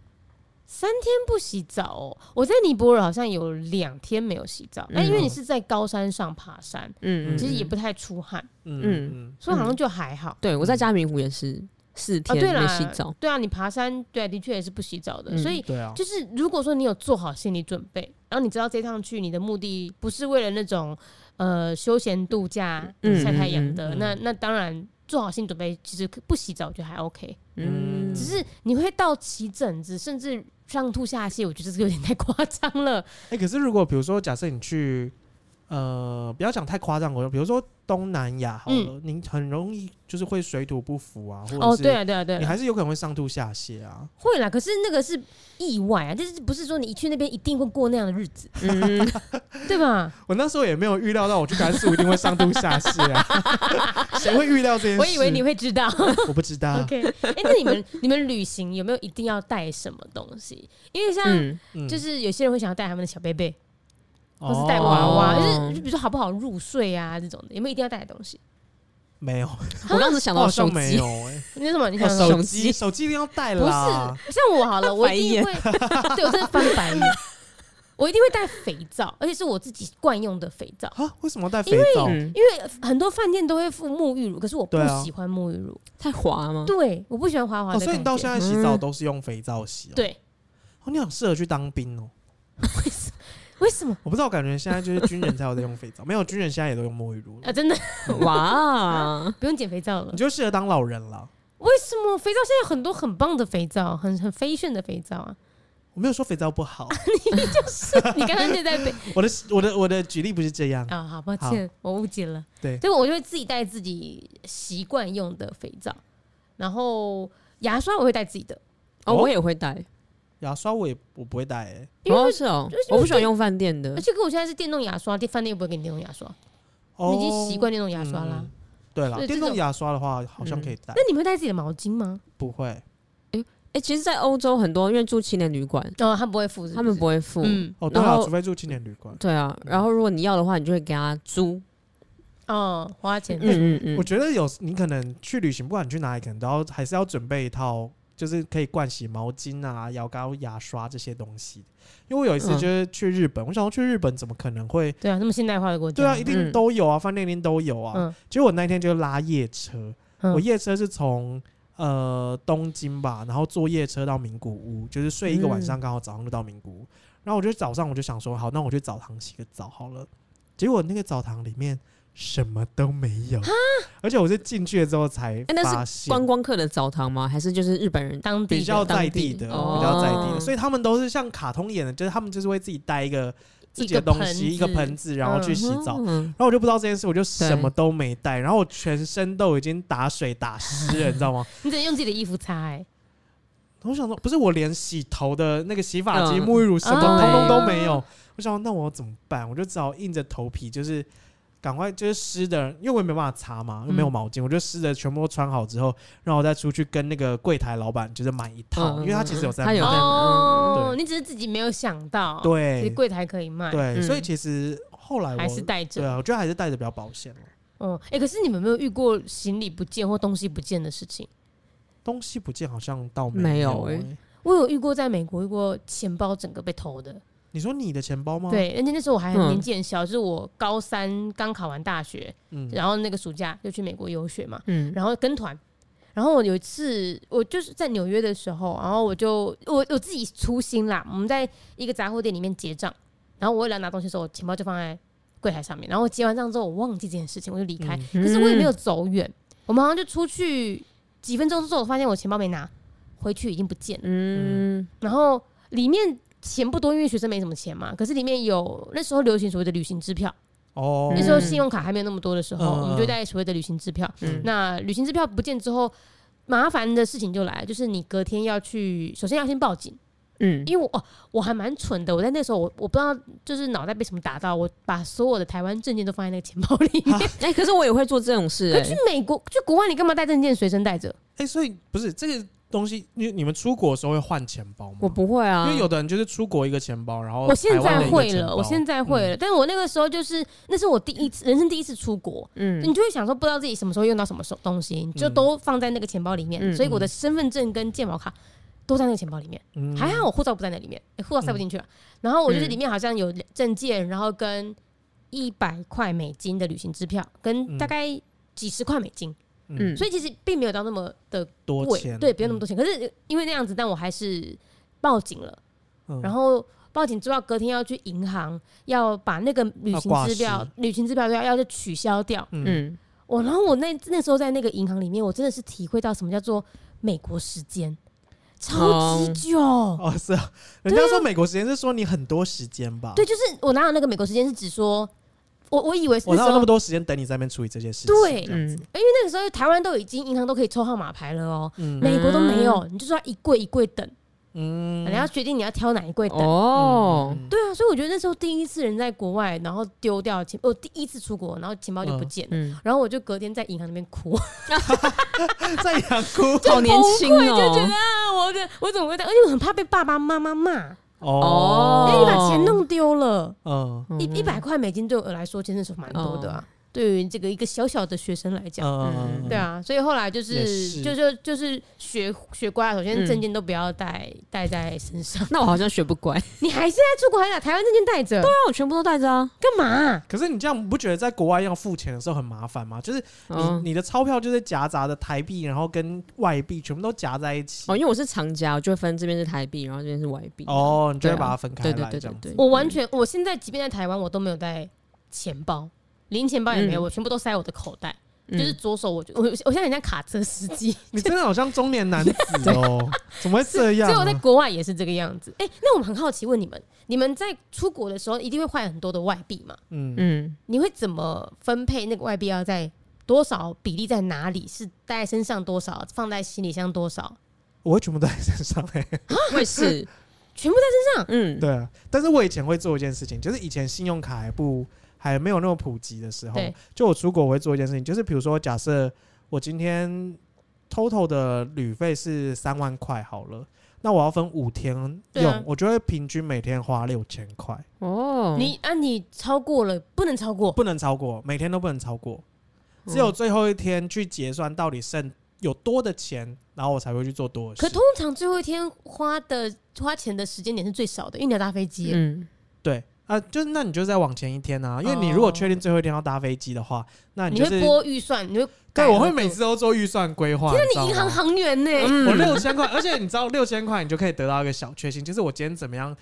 [SPEAKER 1] 三天不洗澡哦，我在尼泊尔好像有两天没有洗澡，但因为你是在高山上爬山，
[SPEAKER 2] 嗯，嗯
[SPEAKER 1] 其实也
[SPEAKER 2] 嗯
[SPEAKER 1] 不太出汗，
[SPEAKER 3] 嗯
[SPEAKER 2] 嗯
[SPEAKER 3] 嗯
[SPEAKER 1] 所以好像就还好。
[SPEAKER 2] 对。我在嘉明湖也是四
[SPEAKER 1] 啊，
[SPEAKER 2] 天
[SPEAKER 1] 对
[SPEAKER 2] 没
[SPEAKER 1] 啦，
[SPEAKER 2] 洗澡，
[SPEAKER 1] 对啊，你爬山，对啊，的确也是不洗澡的，
[SPEAKER 2] 嗯
[SPEAKER 1] 所以
[SPEAKER 3] 嗯，对啊，
[SPEAKER 1] 就是如果说你有做好心理准备，然后你知道这趟去你的目的不是为了那种呃休闲度假、
[SPEAKER 2] 嗯
[SPEAKER 1] 晒太阳的，
[SPEAKER 3] 嗯嗯
[SPEAKER 1] 那那当然做好心理准备，其实不洗澡我觉得还 OK，、
[SPEAKER 2] 嗯，
[SPEAKER 1] 只是你会到起疹子，甚至上吐下泻，我觉得这个有点太夸张
[SPEAKER 3] [LAUGHS]
[SPEAKER 1] 了。
[SPEAKER 3] 哎、可是如果比如说，假设你去，呃，不要讲太夸张，我比如说东南亚好了，你很容易就是会水土不服啊，或者是、
[SPEAKER 1] 嗯哦，对啊，对啊，对
[SPEAKER 3] 你
[SPEAKER 1] 啊，
[SPEAKER 3] 还是有可能会上吐下泻啊。
[SPEAKER 1] 会啦，可是那个是意外啊，就是不是说你一去那边一定会过那样的日子，
[SPEAKER 3] [LAUGHS]
[SPEAKER 2] 嗯，
[SPEAKER 1] 对吧？
[SPEAKER 3] 我那时候也没有预料到我去甘肃一定会上吐下泻啊，
[SPEAKER 1] [LAUGHS]
[SPEAKER 3] 谁会预料这件事？
[SPEAKER 1] 我以为你会知道。
[SPEAKER 3] 我不知道。 [LAUGHS]
[SPEAKER 1] OK，哎、那你们你们旅行有没有一定要带什么东西？因为像
[SPEAKER 2] [LAUGHS] 嗯 [LAUGHS]
[SPEAKER 3] 嗯
[SPEAKER 1] 就是有些人会想要带他们的小贝贝，或是带
[SPEAKER 3] 哦
[SPEAKER 1] 娃娃，
[SPEAKER 2] 哦
[SPEAKER 1] 就是就比如说好不好入睡啊这种的，有没有一定要带的东西？
[SPEAKER 3] 没有，
[SPEAKER 2] 我当时想
[SPEAKER 3] 我
[SPEAKER 2] 到
[SPEAKER 3] 好
[SPEAKER 2] 手
[SPEAKER 3] 像没
[SPEAKER 2] 机
[SPEAKER 3] 有，哎、
[SPEAKER 1] 你有什么？你
[SPEAKER 3] 哦 [LAUGHS]
[SPEAKER 1] 想什么
[SPEAKER 3] 手
[SPEAKER 2] 手
[SPEAKER 3] 机
[SPEAKER 2] 机
[SPEAKER 3] 手机一定要带
[SPEAKER 1] 不
[SPEAKER 3] 啦。
[SPEAKER 1] 是像我好了，我一定会， [LAUGHS] 对我真的翻白眼， [LAUGHS] 我一定会带肥皂，而且是我自己惯用的肥皂，
[SPEAKER 3] 啊，为什么要带肥皂？
[SPEAKER 1] [LAUGHS]
[SPEAKER 2] 嗯，
[SPEAKER 1] 因为很多饭店都会附沐浴乳，可是我不
[SPEAKER 3] 对啊
[SPEAKER 1] 喜欢沐浴乳，
[SPEAKER 2] 太滑吗？
[SPEAKER 1] 对，我不喜欢滑滑
[SPEAKER 3] 哦，
[SPEAKER 1] 的
[SPEAKER 3] 所以你
[SPEAKER 1] 感
[SPEAKER 3] 到
[SPEAKER 1] 觉。
[SPEAKER 3] 现在洗澡
[SPEAKER 2] 嗯
[SPEAKER 3] 都是用肥皂洗、哦。，
[SPEAKER 1] 对，
[SPEAKER 3] 哦，你很适合去当兵哦。
[SPEAKER 1] 为什么？为什么？
[SPEAKER 3] 我不知道，感觉现在就是军人才有在用肥皂， [LAUGHS] 没有军人现在也都用沐浴露
[SPEAKER 1] 啊，
[SPEAKER 3] 了。
[SPEAKER 1] 真的 [LAUGHS]
[SPEAKER 2] 哇，
[SPEAKER 1] 不用减肥皂了
[SPEAKER 3] 你。就适合当老人了。
[SPEAKER 1] 为什么肥皂现在有很多很棒的肥皂，很很飞炫的肥皂啊？
[SPEAKER 3] 我没有说肥皂不
[SPEAKER 1] [LAUGHS]
[SPEAKER 3] 好，
[SPEAKER 1] 你刚刚就在被
[SPEAKER 3] 我的我的我的举例不是这样。
[SPEAKER 1] 啊，好抱歉，我误解了。
[SPEAKER 3] 对
[SPEAKER 1] 所以我就会自己带自己习惯用的肥皂，然后牙刷我会带自己的，
[SPEAKER 2] 哦，
[SPEAKER 3] 哦
[SPEAKER 2] 我也会带，
[SPEAKER 3] 牙刷我也我不会带、欸，
[SPEAKER 1] 因为
[SPEAKER 2] 哦是哦，我不喜欢用饭店的
[SPEAKER 3] 嗯
[SPEAKER 1] 而，且可我现在是电动牙刷，电饭店又不会给你电动牙刷，
[SPEAKER 3] 哦，
[SPEAKER 1] 你已经习惯电动牙刷啦
[SPEAKER 3] 嗯。对了，
[SPEAKER 1] 对
[SPEAKER 3] 电
[SPEAKER 1] 这种嗯
[SPEAKER 3] 动牙刷的话好像可以带
[SPEAKER 1] 那，你们会带自己的毛巾吗？
[SPEAKER 3] 不会
[SPEAKER 2] 哎，其实，在欧洲很多，因为住青年旅馆，
[SPEAKER 1] 哦，他们不会付，
[SPEAKER 2] 他们不
[SPEAKER 1] 会。
[SPEAKER 2] 会付，
[SPEAKER 1] 嗯，
[SPEAKER 3] 哦。对
[SPEAKER 2] 然
[SPEAKER 3] 啊，
[SPEAKER 2] 后
[SPEAKER 3] 除非住青年旅馆。
[SPEAKER 2] 对啊，然后如果你要的话，你就会给他租，
[SPEAKER 1] 哦，花钱。
[SPEAKER 2] 嗯嗯嗯
[SPEAKER 3] 我，觉得有你可能去旅行，不管你去哪里，可能都要还是要准备一套，就是可以盥洗毛巾啊、牙膏、牙刷这些东西。因为我有一次
[SPEAKER 2] 嗯
[SPEAKER 3] 就是去日本，我想说去日本怎么可能会？
[SPEAKER 1] 对啊，那么现代化的国家，
[SPEAKER 3] 对啊，一定
[SPEAKER 2] 嗯
[SPEAKER 3] 都有啊，饭店一定都有啊。
[SPEAKER 1] 嗯
[SPEAKER 3] 结果我那天就拉夜车，
[SPEAKER 1] 嗯
[SPEAKER 3] 我夜车是从呃东京吧，然后坐夜车到名古屋，就是睡一个晚上，刚好早上就到名古屋。然后我就早上我就想说，好，那我去澡堂洗个澡好了。结果那个澡堂里面什么都没有，而且我是进去了之后才
[SPEAKER 2] 那是
[SPEAKER 3] 发现，
[SPEAKER 2] 观光客的澡堂吗？还是就是日本人？
[SPEAKER 1] 当地
[SPEAKER 3] 比较
[SPEAKER 1] 的
[SPEAKER 3] 在地的，
[SPEAKER 2] 哦
[SPEAKER 3] 比较在地的，所以他们都是像卡通演的，就是他们就是会自己带一个自己的东西，
[SPEAKER 1] 一
[SPEAKER 3] 一
[SPEAKER 1] 个
[SPEAKER 3] 个
[SPEAKER 1] 盆
[SPEAKER 3] 盆
[SPEAKER 1] 子
[SPEAKER 3] 子，然后去洗澡。
[SPEAKER 2] 嗯，
[SPEAKER 3] 然后我就不知道这件事，我就什么都没带，然后我全身都已经打水打湿了，你知道吗？
[SPEAKER 1] 你只能用自己的衣服擦、哎，
[SPEAKER 3] 我想说，不是我连洗头的那个洗发精、
[SPEAKER 2] 嗯
[SPEAKER 3] 沐浴乳什么
[SPEAKER 1] 啊
[SPEAKER 3] 通通都没有。我想说，那我怎么办？我就只好硬着头皮，就是赶快就是湿的，因为我也没办法擦
[SPEAKER 2] 嗯
[SPEAKER 3] 嘛，又没有毛巾，我就湿的全部都穿好之后，然后我再出去跟那个柜台老板就是买一套，
[SPEAKER 2] 嗯
[SPEAKER 3] 因为他其实有在
[SPEAKER 2] 他
[SPEAKER 3] 卖
[SPEAKER 2] 有在
[SPEAKER 1] 哦，
[SPEAKER 3] 对
[SPEAKER 1] 你只是自己没有想到，，其实
[SPEAKER 3] 对
[SPEAKER 1] 柜台可以卖，
[SPEAKER 3] 对，
[SPEAKER 2] 嗯
[SPEAKER 3] 所以其实后来我
[SPEAKER 1] 还是带
[SPEAKER 3] 对
[SPEAKER 1] 着。
[SPEAKER 3] 啊，我觉得还是带着比较保险了。
[SPEAKER 1] 哦，哎、可是你们有没有遇过行李不见或东西不见的事情？
[SPEAKER 3] 东西不见好像倒
[SPEAKER 2] 没有
[SPEAKER 3] 有
[SPEAKER 2] 欸
[SPEAKER 3] 欸
[SPEAKER 1] 我有遇过，在美国遇过钱包整个被偷的。
[SPEAKER 3] 你说你的钱包吗？，
[SPEAKER 1] 对，而且那时候我还很
[SPEAKER 2] 嗯
[SPEAKER 1] 年纪很小，就是我高三刚考完大学，
[SPEAKER 3] 嗯，
[SPEAKER 1] 然后那个暑假就去美国游学嘛，
[SPEAKER 2] 嗯，
[SPEAKER 1] 然后跟团。然后我有一次，我就是在纽约的时候，然后我就我我自己粗心啦，我们在一个杂货店里面结账，然后我为了拿东西的时候，我钱包就放在柜台上面，然后我结完账之后，我忘记这件事情，我就离开。
[SPEAKER 3] 嗯
[SPEAKER 1] 可是我也没有走远，我们好像就出去几分钟之后，我发现我钱包没拿，回去已经不见了。
[SPEAKER 2] 嗯，
[SPEAKER 1] 然后里面钱不多，因为学生没什么钱嘛。可是里面有那时候流行所谓的旅行支票，
[SPEAKER 3] 哦，
[SPEAKER 1] 那时候信用卡还没有那么多的时候，
[SPEAKER 3] 嗯
[SPEAKER 1] 我们就带所谓的旅行支票。
[SPEAKER 2] 嗯
[SPEAKER 1] 那旅行支票不见之后，麻烦的事情就来了，就是你隔天要去，首先要先报警，
[SPEAKER 2] 嗯，
[SPEAKER 1] 因为我哦，我还蛮蠢的，我在那时候我我不知道就是脑袋被什么打到，我把所有的台湾证件都放在那个钱包里
[SPEAKER 2] [LAUGHS]
[SPEAKER 1] 面。
[SPEAKER 2] 哎，可是我也会做这种事，
[SPEAKER 1] 可去
[SPEAKER 2] 哎，
[SPEAKER 1] 美国去国外，你干嘛带证件随身带着？
[SPEAKER 3] 哎、所以不是这个东西，你你们出国的时候会换钱包吗？
[SPEAKER 2] 我，不会啊，
[SPEAKER 3] 因为有的人就是出国一个钱包，然后
[SPEAKER 1] 嗯我现
[SPEAKER 3] 台湾的
[SPEAKER 1] 在
[SPEAKER 3] 一个
[SPEAKER 1] 会
[SPEAKER 3] 钱
[SPEAKER 1] 了，
[SPEAKER 3] 包
[SPEAKER 1] 我现在会了，但是我那个时候就是那是我第一次人生第一次出国，
[SPEAKER 2] 嗯
[SPEAKER 1] 你就会想说，不知道自己什么时候用到什么手东西，你就
[SPEAKER 3] 嗯
[SPEAKER 1] 都放在那个钱包里面。
[SPEAKER 2] 嗯
[SPEAKER 1] 所以我的身份证跟健保卡都在那个钱包里面，
[SPEAKER 3] 嗯
[SPEAKER 1] 还好我护照不在那里面，诶护、照塞不进去了。然后我就是
[SPEAKER 2] 嗯
[SPEAKER 1] 里面好像有证件，然后跟一百块美金的旅行支票，跟
[SPEAKER 3] 嗯
[SPEAKER 1] 大概几十块美金，
[SPEAKER 3] 嗯
[SPEAKER 2] 嗯
[SPEAKER 1] 所以其实并没有到那么的
[SPEAKER 3] 多
[SPEAKER 1] 贵
[SPEAKER 3] 钱，
[SPEAKER 1] 对，不用那么多钱。可是因为那样子，但我还是报警了。
[SPEAKER 3] 嗯
[SPEAKER 1] 然后报警之后，隔天要去银行，要把那个旅
[SPEAKER 3] 要
[SPEAKER 1] 行
[SPEAKER 3] 挂
[SPEAKER 1] 支票
[SPEAKER 3] 失、
[SPEAKER 1] 旅行支票都要要去取消掉。
[SPEAKER 3] 嗯
[SPEAKER 2] 嗯，
[SPEAKER 1] 我然后我那那时候在那个银行里面，我真的是体会到什么叫做美国时间，超级久。
[SPEAKER 3] 哦是啊，人家说美国时间是说你很多时间吧？
[SPEAKER 1] 对，，就是我拿到那个美国时间是指说，我我以为是
[SPEAKER 3] 我
[SPEAKER 1] 那
[SPEAKER 3] 哪有
[SPEAKER 1] 时
[SPEAKER 3] 那么
[SPEAKER 1] 候。
[SPEAKER 3] 多时间等你在那边处理这些事情？
[SPEAKER 1] 对
[SPEAKER 3] 这样子
[SPEAKER 2] 嗯
[SPEAKER 1] 因为那个时候台湾都已经银行都可以抽号码牌了哦、
[SPEAKER 3] 嗯
[SPEAKER 1] 美国都没有，你就说要一柜一柜等，
[SPEAKER 3] 嗯
[SPEAKER 1] 你要决定你要挑哪一柜等。
[SPEAKER 2] 哦，
[SPEAKER 3] 嗯
[SPEAKER 1] 对啊，所以我觉得那时候第一次人在国外，然后丢掉钱，哦，第一次出国，然后钱包就不见了，
[SPEAKER 2] 嗯，
[SPEAKER 1] 然后我就隔天在银行那边哭，
[SPEAKER 3] [LAUGHS] 在养哭
[SPEAKER 2] 好年轻
[SPEAKER 1] [LAUGHS] 就觉得
[SPEAKER 2] 哦，
[SPEAKER 1] 啊，我的我怎么会这样？而且我很怕被爸爸妈妈骂，因
[SPEAKER 2] 哦
[SPEAKER 1] 为你把钱弄丢了，
[SPEAKER 3] 嗯
[SPEAKER 1] 一一百块美金对我来说真的是蛮多的啊，对于这个一个小小的学生来讲。
[SPEAKER 3] 嗯，
[SPEAKER 1] 对啊，所以后来就
[SPEAKER 3] 也
[SPEAKER 1] 是
[SPEAKER 3] 是
[SPEAKER 1] 就就就是学学乖啊，首先
[SPEAKER 2] 嗯
[SPEAKER 1] 证件都不要带带在身上。 [LAUGHS]
[SPEAKER 2] 那我好像学不乖，
[SPEAKER 1] 你还现在出国还拿台湾证件带着，
[SPEAKER 3] 啊
[SPEAKER 2] 那我全部都带着啊，
[SPEAKER 1] 干嘛啊？
[SPEAKER 3] 可是你这样不觉得在国外要付钱的时候很麻烦吗？就是
[SPEAKER 2] 嗯
[SPEAKER 3] 你你的钞票就是夹杂的台币，然后跟外币全部都夹在一起
[SPEAKER 2] 哦，，因为我是藏家，我就会分这边是台币，然后这边是外币。
[SPEAKER 3] 哦，你就
[SPEAKER 2] 对啊，
[SPEAKER 3] 会把它分开
[SPEAKER 2] 对对
[SPEAKER 3] 来，
[SPEAKER 2] 对
[SPEAKER 3] 这
[SPEAKER 2] 对
[SPEAKER 3] 样子。
[SPEAKER 2] 对，
[SPEAKER 1] 我完全，我现在即便在台湾，我都没有带钱包，零钱包也没有，
[SPEAKER 2] 嗯
[SPEAKER 1] 我全部都塞我的口袋，
[SPEAKER 2] 嗯
[SPEAKER 1] 就是左手我就我我现在很像卡车司机，
[SPEAKER 3] 你真的好像中年男子
[SPEAKER 1] [LAUGHS]
[SPEAKER 3] 哦，怎么会 [LAUGHS] 这样
[SPEAKER 1] 所
[SPEAKER 3] 啊？
[SPEAKER 1] 以我在国外也是这个样子。哎、那我们很好奇问你们，你们在出国的时候一定会换很多的外币嘛？
[SPEAKER 3] 嗯
[SPEAKER 2] 嗯，
[SPEAKER 1] 你会怎么分配那个外币要在多少比例在哪里？是带在身上多少，放在行李箱多少？
[SPEAKER 3] 我会全部带在身上哎、欸。
[SPEAKER 2] 我也 [LAUGHS] 是，
[SPEAKER 1] 全部在
[SPEAKER 2] 嗯，
[SPEAKER 3] 对啊， [LAUGHS] 但是我以前会做一件事情，就是以前信用卡还不还没有那么普及的时候
[SPEAKER 1] 对，
[SPEAKER 3] 就我出国我会做一件事情，就是比如说假设我今天 total 的旅费是三万块好了，那我要分五天
[SPEAKER 1] 对
[SPEAKER 3] 用，
[SPEAKER 1] 啊
[SPEAKER 3] 我就会平均每天花六千块，
[SPEAKER 2] 哦，
[SPEAKER 1] 你啊，你超过了不能超过，
[SPEAKER 3] 不能超过，每天都不能超过，
[SPEAKER 1] 嗯
[SPEAKER 3] 只有最后一天去结算到底剩有多的钱，然后我才会去做多的事。
[SPEAKER 1] 可通常最后一天花的花钱的时间点是最少的，因为你要搭飞机耶。
[SPEAKER 2] 嗯，
[SPEAKER 3] 对啊、就是那你就再往前一天啊，因为你如果
[SPEAKER 1] 哦
[SPEAKER 3] 确定最后一天要搭飞机的话，那
[SPEAKER 1] 你
[SPEAKER 3] 嗯就是
[SPEAKER 1] 会拨预算，你会改
[SPEAKER 3] 对，我会
[SPEAKER 1] 额度
[SPEAKER 3] 每次都做预算规划。你知
[SPEAKER 1] 那
[SPEAKER 3] 道
[SPEAKER 1] 你银行
[SPEAKER 3] 吗
[SPEAKER 1] 行员呢、
[SPEAKER 3] 我六千块，而且你知道六千块，你就可以得到一个小确幸，就是我今天怎么样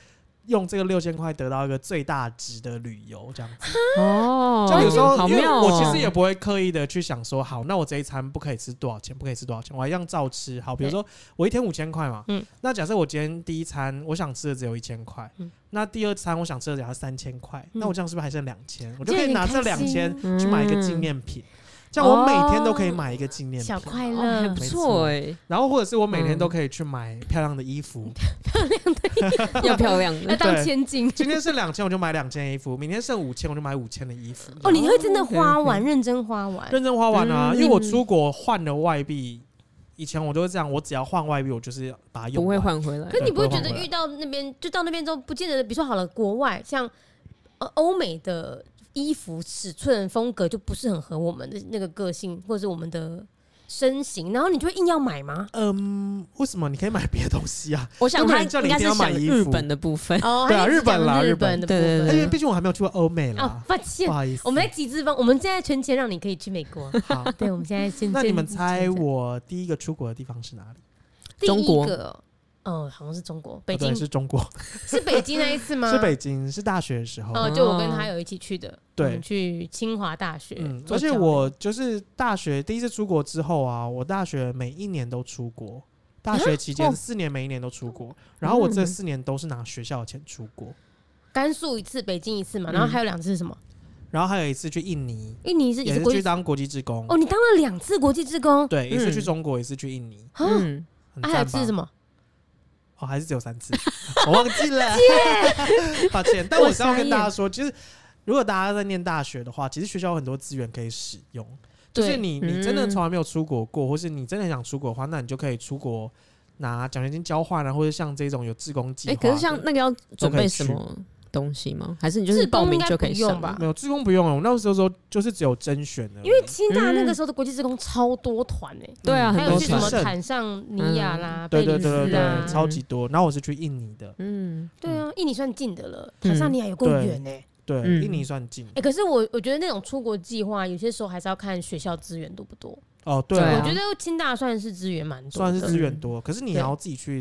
[SPEAKER 3] 用这个六千块得到一个最大值的旅游这样子。
[SPEAKER 2] 哦，
[SPEAKER 3] 像有时候，
[SPEAKER 2] 好
[SPEAKER 3] 因为
[SPEAKER 2] 妙哦，
[SPEAKER 3] 我其实也不会刻意的去想说，好，那我这一餐不可以吃多少钱，不可以吃多少钱，我还让照吃。好，比如
[SPEAKER 1] 对
[SPEAKER 3] 说我一天五千块嘛，
[SPEAKER 1] 嗯
[SPEAKER 3] 那假设我今天第一餐我想吃的只有一千块
[SPEAKER 1] 嗯，
[SPEAKER 3] 那第二餐我想吃的只要三千块，
[SPEAKER 1] 嗯
[SPEAKER 3] 那我这样是不是还剩两千？我
[SPEAKER 1] 我
[SPEAKER 3] 就可以拿这两千去买一个纪念品，这样
[SPEAKER 2] 哦
[SPEAKER 3] 我每天都可以买一个纪念
[SPEAKER 1] 小
[SPEAKER 3] 品，
[SPEAKER 1] 快
[SPEAKER 2] 哦还
[SPEAKER 1] 乐
[SPEAKER 2] 不
[SPEAKER 3] 没
[SPEAKER 2] 错
[SPEAKER 3] 错
[SPEAKER 2] 哎，
[SPEAKER 3] 然后或者是我每天
[SPEAKER 2] 嗯
[SPEAKER 3] 都可以去买漂亮的衣服。
[SPEAKER 2] 要漂亮
[SPEAKER 1] 要
[SPEAKER 2] 的，
[SPEAKER 1] 当千金。
[SPEAKER 3] 今天剩两千，我就买两件衣服；明天剩五千，我就买五千的衣服。
[SPEAKER 1] 哦，你会真的
[SPEAKER 2] 哦，OK，OK
[SPEAKER 1] 花完，认真花完。
[SPEAKER 3] 认真花完啊，
[SPEAKER 2] 嗯
[SPEAKER 3] 因为我出国换了外币，以前我都是这样，我只要换外币，我就是把它用
[SPEAKER 2] [LAUGHS] 不会
[SPEAKER 3] 完。
[SPEAKER 2] 换回来
[SPEAKER 1] 可。是你不会觉得
[SPEAKER 3] 对不会换回来啊
[SPEAKER 1] 遇到那边就到那边之后，不见得，比如说好了，国外像呃欧美的衣服尺寸风格就不是很合我们的那个个性，或者是我们的身形，然后你就会硬要买吗？
[SPEAKER 3] 嗯，为什么你可以买别的东西啊？
[SPEAKER 2] 我想他
[SPEAKER 3] 不然叫
[SPEAKER 2] 应
[SPEAKER 3] 你一
[SPEAKER 2] 该
[SPEAKER 3] 定
[SPEAKER 2] 是
[SPEAKER 3] 要买
[SPEAKER 2] 想
[SPEAKER 3] 衣服
[SPEAKER 2] 日本的部分，
[SPEAKER 1] 哦，
[SPEAKER 3] 对啊
[SPEAKER 1] 他一直
[SPEAKER 3] 日本啦
[SPEAKER 1] 讲日
[SPEAKER 3] 日本
[SPEAKER 1] 本的部分，
[SPEAKER 2] 对对
[SPEAKER 3] 因
[SPEAKER 2] 对
[SPEAKER 3] 为毕竟我还没有去过欧美
[SPEAKER 1] 哦
[SPEAKER 3] 啦，，
[SPEAKER 1] 抱歉
[SPEAKER 3] 不，好意思。[LAUGHS]
[SPEAKER 1] 我们在集资方，我们现在存钱让你可以去美国。
[SPEAKER 3] 好，
[SPEAKER 1] [LAUGHS] 对，我们现在先。
[SPEAKER 3] 那你们猜
[SPEAKER 1] 先
[SPEAKER 3] 我第一个出国的地方是哪里？
[SPEAKER 1] 第
[SPEAKER 2] 中国
[SPEAKER 1] 一个？哦，好像是中国，北
[SPEAKER 3] 哦对
[SPEAKER 1] 京
[SPEAKER 3] 是中国，
[SPEAKER 1] 是北京那一次吗？
[SPEAKER 3] 是北京，是大学的时候。
[SPEAKER 1] 哦，就我跟他有一起去的，
[SPEAKER 3] 对
[SPEAKER 1] 我们去清华大学
[SPEAKER 3] 嗯，
[SPEAKER 1] 做
[SPEAKER 3] 而
[SPEAKER 1] 交
[SPEAKER 3] 且
[SPEAKER 1] 流，
[SPEAKER 3] 我就是大学第一次出国之后啊，我大学每一年都出国，大学期
[SPEAKER 2] 啊
[SPEAKER 3] 间
[SPEAKER 2] 哦
[SPEAKER 3] 四年每一年都出国，然后我这
[SPEAKER 2] 嗯
[SPEAKER 3] 四年都是拿学校的钱出国，
[SPEAKER 1] 甘肃一次，北京一次
[SPEAKER 3] 嗯
[SPEAKER 1] 嘛，然后还有两次是什么？
[SPEAKER 3] 然后还有一次去印尼，
[SPEAKER 1] 印尼是一
[SPEAKER 3] 也
[SPEAKER 1] 次
[SPEAKER 3] 是
[SPEAKER 1] 国
[SPEAKER 3] 去
[SPEAKER 1] 际
[SPEAKER 3] 当国际职工，
[SPEAKER 1] 哦，你当了两次国际志工啊
[SPEAKER 3] 对，一次去
[SPEAKER 2] 嗯
[SPEAKER 3] 中国，一次去印尼，，
[SPEAKER 1] 啊
[SPEAKER 2] 嗯，
[SPEAKER 3] 很
[SPEAKER 1] 还有
[SPEAKER 3] 赞
[SPEAKER 1] 一次
[SPEAKER 3] 吧
[SPEAKER 1] 是？什么？
[SPEAKER 3] 哦，还是只有三次， [LAUGHS] 我忘记了， [LAUGHS] 抱歉。但我是要跟大家说，其实如果大家在念大学的话，其实学校有很多资源可以使用。就是
[SPEAKER 1] 对，
[SPEAKER 3] 你你真的从来没有出国过，或是你真的很想出国的话，那你就可以出国拿奖学金交换啊，或者像这种有志工计
[SPEAKER 2] 哎，
[SPEAKER 3] 划的。
[SPEAKER 2] 可是像那个要准备什么东西吗？还是你就是
[SPEAKER 1] 志工
[SPEAKER 2] 报名
[SPEAKER 1] 应该
[SPEAKER 2] 就可以
[SPEAKER 1] 不用
[SPEAKER 2] 上
[SPEAKER 1] 吧
[SPEAKER 3] 没有志工不用了，啊我那时候时候就是只有甄选的，因为
[SPEAKER 1] 清大那个时候的国际志工超多团哎，
[SPEAKER 2] 对啊，
[SPEAKER 1] 还
[SPEAKER 2] 很
[SPEAKER 1] 有
[SPEAKER 2] 多
[SPEAKER 1] 去什么
[SPEAKER 3] 团
[SPEAKER 1] 坦尚尼亚啦、
[SPEAKER 3] 对
[SPEAKER 1] 贝
[SPEAKER 3] 对
[SPEAKER 1] 里
[SPEAKER 3] 对对
[SPEAKER 1] 斯
[SPEAKER 3] 对，
[SPEAKER 1] 啊，
[SPEAKER 3] 超级多。然后我是去印尼的，
[SPEAKER 2] 嗯，
[SPEAKER 1] 对啊，印尼算近的了，
[SPEAKER 2] 嗯
[SPEAKER 1] 坦尚尼亚有够远哎。
[SPEAKER 3] 对，
[SPEAKER 2] 嗯
[SPEAKER 3] 印尼算近
[SPEAKER 1] 哎、。可是我我觉得那种出国计划，有些时候还是要看学校资源多不多。
[SPEAKER 3] 哦，对
[SPEAKER 2] 对
[SPEAKER 3] 啊
[SPEAKER 1] 我，觉得清大算是资源蛮多
[SPEAKER 3] 算
[SPEAKER 1] 的，
[SPEAKER 3] 是资源多，可是你
[SPEAKER 1] 对
[SPEAKER 3] 要自己去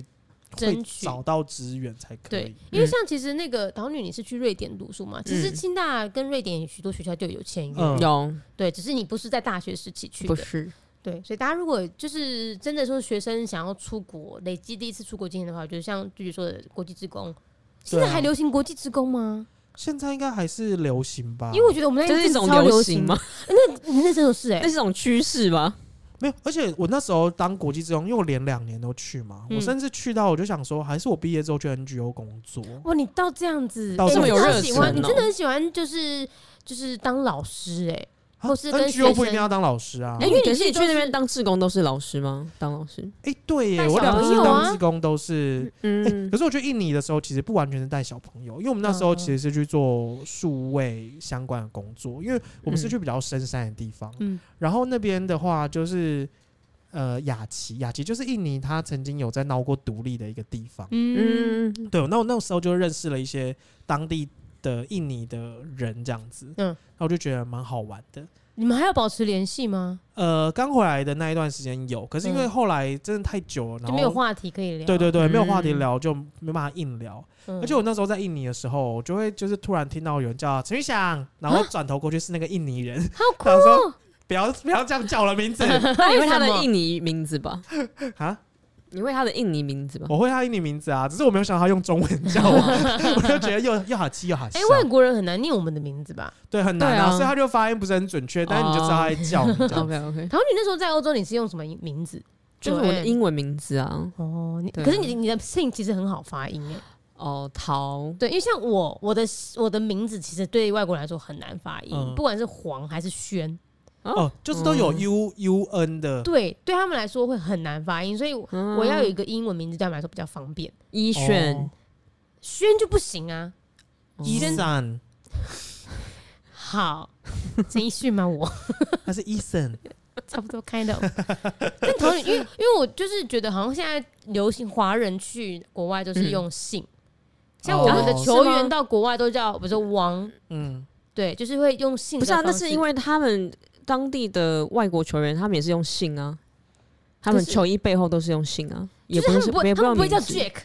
[SPEAKER 3] 会
[SPEAKER 1] 争取
[SPEAKER 3] 找到资源才可
[SPEAKER 1] 对
[SPEAKER 3] 以。，
[SPEAKER 1] 因为像其实那个岛女，你是去瑞典读书嘛？其实清大跟瑞典许多学校就有签约，
[SPEAKER 3] 嗯
[SPEAKER 2] 有
[SPEAKER 1] 对，只是你不是在大学时期去
[SPEAKER 2] 不
[SPEAKER 1] 的，
[SPEAKER 2] 是
[SPEAKER 1] 对，所以大家如果就是真的说学生想要出国，累积第一次出国经验的话，我觉得像据说的国际职工，现
[SPEAKER 3] 啊
[SPEAKER 1] 在还流行国际职工吗？
[SPEAKER 3] 现在应该还是流行吧？
[SPEAKER 1] 因为我觉得我们那
[SPEAKER 2] 这是
[SPEAKER 1] 一阵
[SPEAKER 2] 一种
[SPEAKER 1] 子哎超
[SPEAKER 2] 流
[SPEAKER 1] 行
[SPEAKER 2] 行吗？？
[SPEAKER 1] [LAUGHS] 你们那阵有是
[SPEAKER 2] [LAUGHS]
[SPEAKER 1] 哎、
[SPEAKER 2] 那是一种趋势吧？
[SPEAKER 3] 没有，而且我那时候当国际职工，因为我连两年都去嘛，
[SPEAKER 1] 嗯
[SPEAKER 3] 我甚至去到我就想说，还是我毕业之后去 NGO 工作。
[SPEAKER 1] 哇，你到这样子，
[SPEAKER 3] 到
[SPEAKER 1] 欸
[SPEAKER 3] 这
[SPEAKER 1] 你
[SPEAKER 3] 么有
[SPEAKER 1] 真的
[SPEAKER 3] 热
[SPEAKER 1] 喜
[SPEAKER 3] 忱
[SPEAKER 1] 欢，你
[SPEAKER 2] 哦
[SPEAKER 1] 真的很喜欢，就是就是当老师哎、
[SPEAKER 3] 啊
[SPEAKER 1] 或是跟
[SPEAKER 3] NGO 不
[SPEAKER 1] 学
[SPEAKER 3] 一
[SPEAKER 1] 生
[SPEAKER 3] 定要当老师啊
[SPEAKER 1] 哎
[SPEAKER 2] 哎，
[SPEAKER 1] 因为你
[SPEAKER 2] 可
[SPEAKER 1] 自
[SPEAKER 2] 是
[SPEAKER 1] 己
[SPEAKER 2] 你
[SPEAKER 1] 都
[SPEAKER 2] 去
[SPEAKER 1] 是
[SPEAKER 2] 那边当志工都是老师吗？当
[SPEAKER 1] [LAUGHS]
[SPEAKER 2] 老师？
[SPEAKER 3] 哎、对耶，
[SPEAKER 1] 带小
[SPEAKER 3] 我两
[SPEAKER 1] 朋
[SPEAKER 3] 次
[SPEAKER 1] 友啊
[SPEAKER 3] 当志工都是。哎，
[SPEAKER 2] 嗯
[SPEAKER 3] 可，是我去印尼的时候，其实不完全是带小朋友，因为我们那时候
[SPEAKER 1] 嗯
[SPEAKER 3] 其实是去做数位相关的工作，因为我们是去比较深山的地方。
[SPEAKER 1] 嗯
[SPEAKER 3] 然后那边的话就是，呃，雅琪，雅琪就是印尼，它曾经有在闹过独立的一个地方。
[SPEAKER 1] 嗯，
[SPEAKER 2] 嗯，
[SPEAKER 1] [LAUGHS]
[SPEAKER 3] 对，那我那时候就认识了一些当地的印尼的人，这样子，
[SPEAKER 1] 嗯
[SPEAKER 3] 嗯，那我就觉得蛮好玩的。
[SPEAKER 1] 你们还要保持联系吗？
[SPEAKER 3] 呃，刚回来的那一段时间有，可是因为
[SPEAKER 1] 嗯
[SPEAKER 3] 后来真的太久了，然
[SPEAKER 1] 就
[SPEAKER 3] 后
[SPEAKER 1] 没有话题可以聊。
[SPEAKER 3] 对对对，没有话题
[SPEAKER 2] 嗯
[SPEAKER 3] 聊就没办法硬聊。
[SPEAKER 1] 嗯，
[SPEAKER 3] 而且我那时候在印尼的时候，我就会就是突然听到有人叫陈玉祥，然后转头过去是那个印尼
[SPEAKER 1] [LAUGHS]
[SPEAKER 3] 人，
[SPEAKER 1] 好酷
[SPEAKER 3] 想
[SPEAKER 1] 哦
[SPEAKER 3] 说不要不要这样叫我的名
[SPEAKER 1] [LAUGHS]
[SPEAKER 3] 字
[SPEAKER 2] 那你会他
[SPEAKER 1] 为什
[SPEAKER 2] 的
[SPEAKER 1] 么
[SPEAKER 2] 印尼名字吧？
[SPEAKER 3] 啊！
[SPEAKER 2] 你会他的印尼名字吧？
[SPEAKER 3] [LAUGHS] 我会他印尼名字啊，只是我没有想到他用中文叫
[SPEAKER 1] [LAUGHS]
[SPEAKER 3] 我，我就觉得又又好气又好笑
[SPEAKER 1] 哎、，外国人很难念我们的名字吧？
[SPEAKER 3] 对，很难啊，
[SPEAKER 2] 对啊
[SPEAKER 3] 所以他就发音不是很准确，但是你就知道他在叫你这样
[SPEAKER 1] 哦
[SPEAKER 2] OK
[SPEAKER 1] [LAUGHS]
[SPEAKER 2] OK，
[SPEAKER 1] 然后你那时候在欧洲，你是用什么名字？
[SPEAKER 2] 就是我的
[SPEAKER 1] Joanne
[SPEAKER 2] 英文名字啊。
[SPEAKER 1] 哦，你
[SPEAKER 2] 对啊
[SPEAKER 1] 可是你你的姓其实很好发音哎，
[SPEAKER 2] 哦，陶，
[SPEAKER 1] 对，因为像我我的我的名字其实对外国人来说很难发音，
[SPEAKER 3] 嗯
[SPEAKER 1] 不管是黄还是轩，
[SPEAKER 3] 哦，就是都有 U U N 的，
[SPEAKER 1] 对，对他们来说会很难发音，所以我
[SPEAKER 2] 嗯
[SPEAKER 1] 我要有一个英文名字对他们来说比较方便，
[SPEAKER 2] 依炫
[SPEAKER 3] 哦，
[SPEAKER 1] 轩就不行啊。
[SPEAKER 3] 伊森，
[SPEAKER 1] 好，陈奕迅吗？我
[SPEAKER 3] 他是伊森，
[SPEAKER 1] 差不多 kind of。但
[SPEAKER 2] [LAUGHS]
[SPEAKER 1] 同理，因为因为我就是觉得好像现在流行华人去国外都是用姓，像我们的
[SPEAKER 3] 哦
[SPEAKER 1] 球
[SPEAKER 2] 嗯是
[SPEAKER 1] 员
[SPEAKER 2] 吗
[SPEAKER 1] 到国外都叫，比如说王，
[SPEAKER 3] 嗯，
[SPEAKER 1] 对，就是会用姓
[SPEAKER 2] 不
[SPEAKER 1] 的
[SPEAKER 2] 是啊
[SPEAKER 1] 方，式。
[SPEAKER 2] 那是因为他们当地的外国球员，他们也是用姓啊，他
[SPEAKER 1] 可
[SPEAKER 2] 们
[SPEAKER 1] 是
[SPEAKER 2] 球衣背后都是用姓啊，也
[SPEAKER 1] 就是他
[SPEAKER 2] 不
[SPEAKER 1] 们
[SPEAKER 2] 是
[SPEAKER 1] 不会，
[SPEAKER 2] 也
[SPEAKER 1] 他们
[SPEAKER 2] 用
[SPEAKER 1] 不会
[SPEAKER 2] 名
[SPEAKER 1] 叫
[SPEAKER 2] 字
[SPEAKER 1] Jack，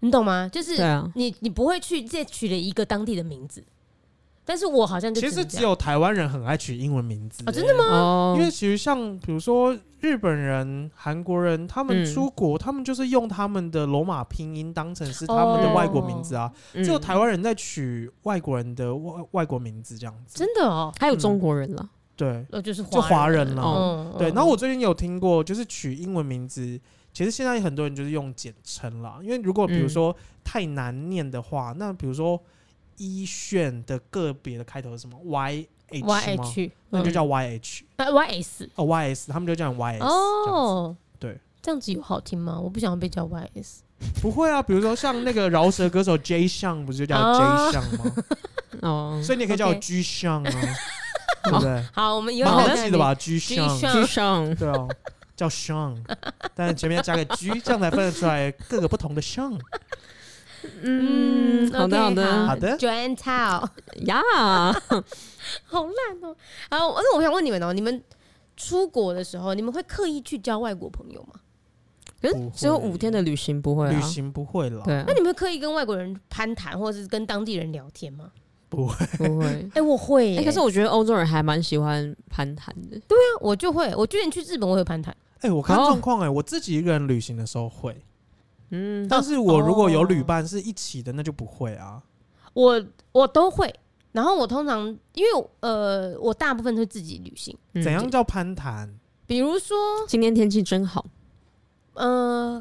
[SPEAKER 1] 你懂吗？就是
[SPEAKER 2] 对啊，
[SPEAKER 1] 你你不会去借取了一个当地的名字，但是我好 [LAUGHS] 像就
[SPEAKER 3] 其实
[SPEAKER 1] 能这
[SPEAKER 3] 只
[SPEAKER 1] 样
[SPEAKER 3] 有台湾人很爱取英文名字、
[SPEAKER 1] 哦真的
[SPEAKER 3] 吗？
[SPEAKER 2] 哦
[SPEAKER 3] 因，为其实像比如说日本人、韩国人，他们
[SPEAKER 2] 嗯
[SPEAKER 3] 出国，他们就是用他们的罗马拼音当成是他们的外国名字
[SPEAKER 1] 哦
[SPEAKER 3] 啊。
[SPEAKER 2] 嗯
[SPEAKER 3] 只有台湾人在取外国人的外外国名字这样子。
[SPEAKER 1] 真的哦，
[SPEAKER 2] 还有中国人了，
[SPEAKER 3] 对
[SPEAKER 1] 呃，就是
[SPEAKER 3] 就华人啦
[SPEAKER 1] 哦，嗯
[SPEAKER 3] 对。
[SPEAKER 1] 嗯
[SPEAKER 3] 然后我最近有听过，就是取英文名字，其实现在很多人就是用简称啦，因为如果比如说太难念的话，那比如说一炫的个别的开头是什么 Y
[SPEAKER 1] 嗯 Y
[SPEAKER 3] H 吗？
[SPEAKER 1] H，
[SPEAKER 3] 那就
[SPEAKER 1] 嗯
[SPEAKER 3] 叫 Y H
[SPEAKER 1] 啊 Y S
[SPEAKER 3] 哦 Y S，他们就叫你 Y S
[SPEAKER 1] 哦，
[SPEAKER 3] 对，
[SPEAKER 1] 这样子有好听吗？我不想要被叫 Y S，
[SPEAKER 3] 不会啊，比如说像那个饶舌歌手 J 项，不是就叫
[SPEAKER 1] 哦
[SPEAKER 3] J 项吗？
[SPEAKER 1] [LAUGHS]
[SPEAKER 2] 哦，
[SPEAKER 3] 所以你也可以叫我
[SPEAKER 1] OK
[SPEAKER 3] G 项啊，
[SPEAKER 1] [LAUGHS]
[SPEAKER 3] 对不对？
[SPEAKER 1] 好，我们以后
[SPEAKER 3] 蛮
[SPEAKER 1] 再
[SPEAKER 3] 好
[SPEAKER 1] 看
[SPEAKER 3] 记的
[SPEAKER 1] 你？
[SPEAKER 3] 吧？G 项，
[SPEAKER 1] G-Shang
[SPEAKER 2] 以上
[SPEAKER 3] 对啊，叫 Sean，但是前面要加个 G，这样才分得出来各个不同的 Sean。
[SPEAKER 2] 嗯，好
[SPEAKER 1] OK，
[SPEAKER 2] 的好的
[SPEAKER 3] 好的
[SPEAKER 1] j o a n Tao，
[SPEAKER 2] 呀，
[SPEAKER 1] [LAUGHS]
[SPEAKER 3] [LAUGHS]
[SPEAKER 1] 好烂哦。好，而且我想问你们哦，你们出国的时候，你们会刻意去交外国朋友
[SPEAKER 3] 嗯
[SPEAKER 1] 吗？
[SPEAKER 2] 可
[SPEAKER 3] 不
[SPEAKER 2] 是
[SPEAKER 3] 会
[SPEAKER 2] 只有五天的旅行不会
[SPEAKER 3] 旅
[SPEAKER 2] 啊，
[SPEAKER 3] 行不会啦，
[SPEAKER 2] 对啊
[SPEAKER 1] 那，你们会刻意跟外国人攀谈，或者是跟当地人聊天吗？
[SPEAKER 3] 不会。
[SPEAKER 1] [LAUGHS]
[SPEAKER 2] 不会。
[SPEAKER 1] 哎，我会耶，
[SPEAKER 2] 哎，可是我觉得欧洲人还蛮喜欢攀谈的，对，
[SPEAKER 1] 我就会，我之前去日本，我有攀谈。
[SPEAKER 3] 哎，我看
[SPEAKER 2] 哦
[SPEAKER 3] 状况哎，我自己一个人旅行的时候会，
[SPEAKER 2] 嗯，
[SPEAKER 3] 但是我如果有旅
[SPEAKER 1] 哦
[SPEAKER 3] 伴是一起的，那就不会啊。
[SPEAKER 1] 我我都会。然后我通常因为呃，我大部分都是自己旅行，
[SPEAKER 2] 嗯
[SPEAKER 3] 怎样？叫攀谈？
[SPEAKER 1] 比如说
[SPEAKER 2] 今天天气真好，
[SPEAKER 1] 呃，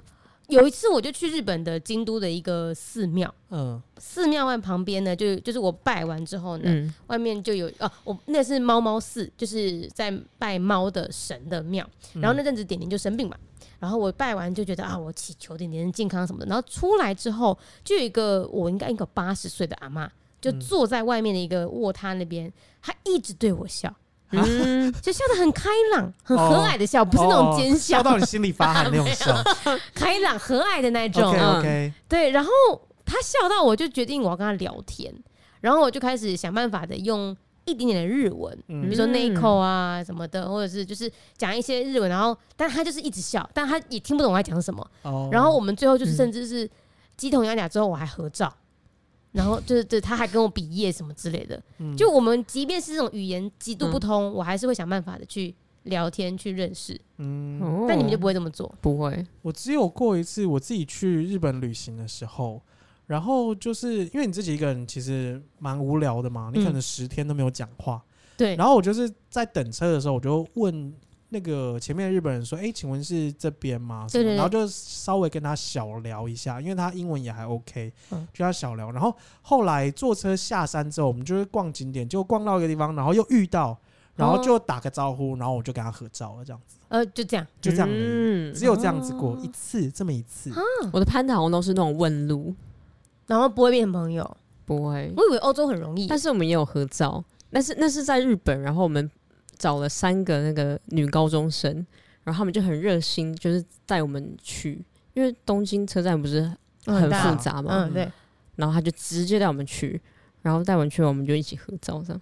[SPEAKER 1] 有一次我就去日本的京都的一个寺庙，
[SPEAKER 3] 嗯，
[SPEAKER 1] 寺庙外旁边呢，就就是我拜完之后呢，
[SPEAKER 3] [LAUGHS]
[SPEAKER 2] 嗯
[SPEAKER 1] 外面就有哦、我那是猫猫寺，就是在拜猫的神的庙。
[SPEAKER 3] 嗯
[SPEAKER 1] 然后那阵子点点就生病嘛，然后我拜完就觉得啊，我祈求点点健康什么的。然后出来之后，就有一个我应该应该八十岁的阿嬷，就
[SPEAKER 3] 嗯
[SPEAKER 1] 坐在外面的一个卧榻那边，她一直对我笑，
[SPEAKER 2] 嗯，
[SPEAKER 1] 就笑得很开朗、很和蔼的笑，不是那种
[SPEAKER 3] 哦
[SPEAKER 1] 奸
[SPEAKER 3] 笑
[SPEAKER 1] 笑，
[SPEAKER 3] 到你心里发寒那种
[SPEAKER 1] [LAUGHS]
[SPEAKER 3] 笑。
[SPEAKER 1] 开朗和蔼的那种。
[SPEAKER 3] OK OK，
[SPEAKER 1] 对，然后他笑到我就决定我要跟他聊天，然后我就开始想办法的用一点点的日文，
[SPEAKER 3] 嗯
[SPEAKER 1] 比如说 n i c o
[SPEAKER 2] 嗯
[SPEAKER 1] 啊什么的，或者是就是讲一些日文，然后但他就是一直笑，但他也听不懂我在讲什么。
[SPEAKER 3] 哦
[SPEAKER 1] 然后我们最后就是
[SPEAKER 2] 嗯
[SPEAKER 1] 甚至是鸡同鸭讲之后，我还合照。然后就是，对，他还跟我比耶什么之类的。
[SPEAKER 3] 嗯
[SPEAKER 1] 就我们即便是这种语言极度不
[SPEAKER 2] 嗯
[SPEAKER 1] 通，我还是会想办法的去聊天、去认识。
[SPEAKER 3] 嗯，
[SPEAKER 2] 哦
[SPEAKER 1] [LAUGHS] 但你们就不会这么做，
[SPEAKER 2] 不会，
[SPEAKER 3] 我只有过一次我自己去日本旅行的时候，然后就是因为你自己一个人其实蛮无聊的嘛，你可能十天都没有讲话。
[SPEAKER 1] 嗯对，
[SPEAKER 3] 然后我就是在等车的时候，我就问那个前面的日本人说：“哎、请问是这边吗？”
[SPEAKER 1] 对对
[SPEAKER 3] 什么
[SPEAKER 1] 对
[SPEAKER 3] 然后就稍微跟他小聊一下，因为他英文也还 OK，、
[SPEAKER 1] 嗯
[SPEAKER 3] 就他小聊。然后后来坐车下山之后，我们就是逛景点，就逛到一个地方，然后又遇到，然后就打个招呼，然后我就跟他合照了，这样子
[SPEAKER 1] 呃，就这样。
[SPEAKER 3] 就这样而已。
[SPEAKER 2] 嗯
[SPEAKER 3] 只有这样子过
[SPEAKER 1] 哦
[SPEAKER 3] 一次，这么一次，
[SPEAKER 1] 啊
[SPEAKER 2] 我的攀谈好像都是那种问路，
[SPEAKER 1] 然后不会变成朋友。
[SPEAKER 2] 不会。
[SPEAKER 1] 我以为欧洲很容易，
[SPEAKER 2] 但是我们也有合照，但是那是在日本，然后我们找了三个那个女高中生，然后他们就很热心，就是带我们去，因为东京车站不是
[SPEAKER 1] 嗯
[SPEAKER 2] 很
[SPEAKER 1] 大
[SPEAKER 2] 复杂嘛，
[SPEAKER 1] 嗯，对，
[SPEAKER 2] 然后他就直接带我们去。然后带我们去，我们就一起合照，这样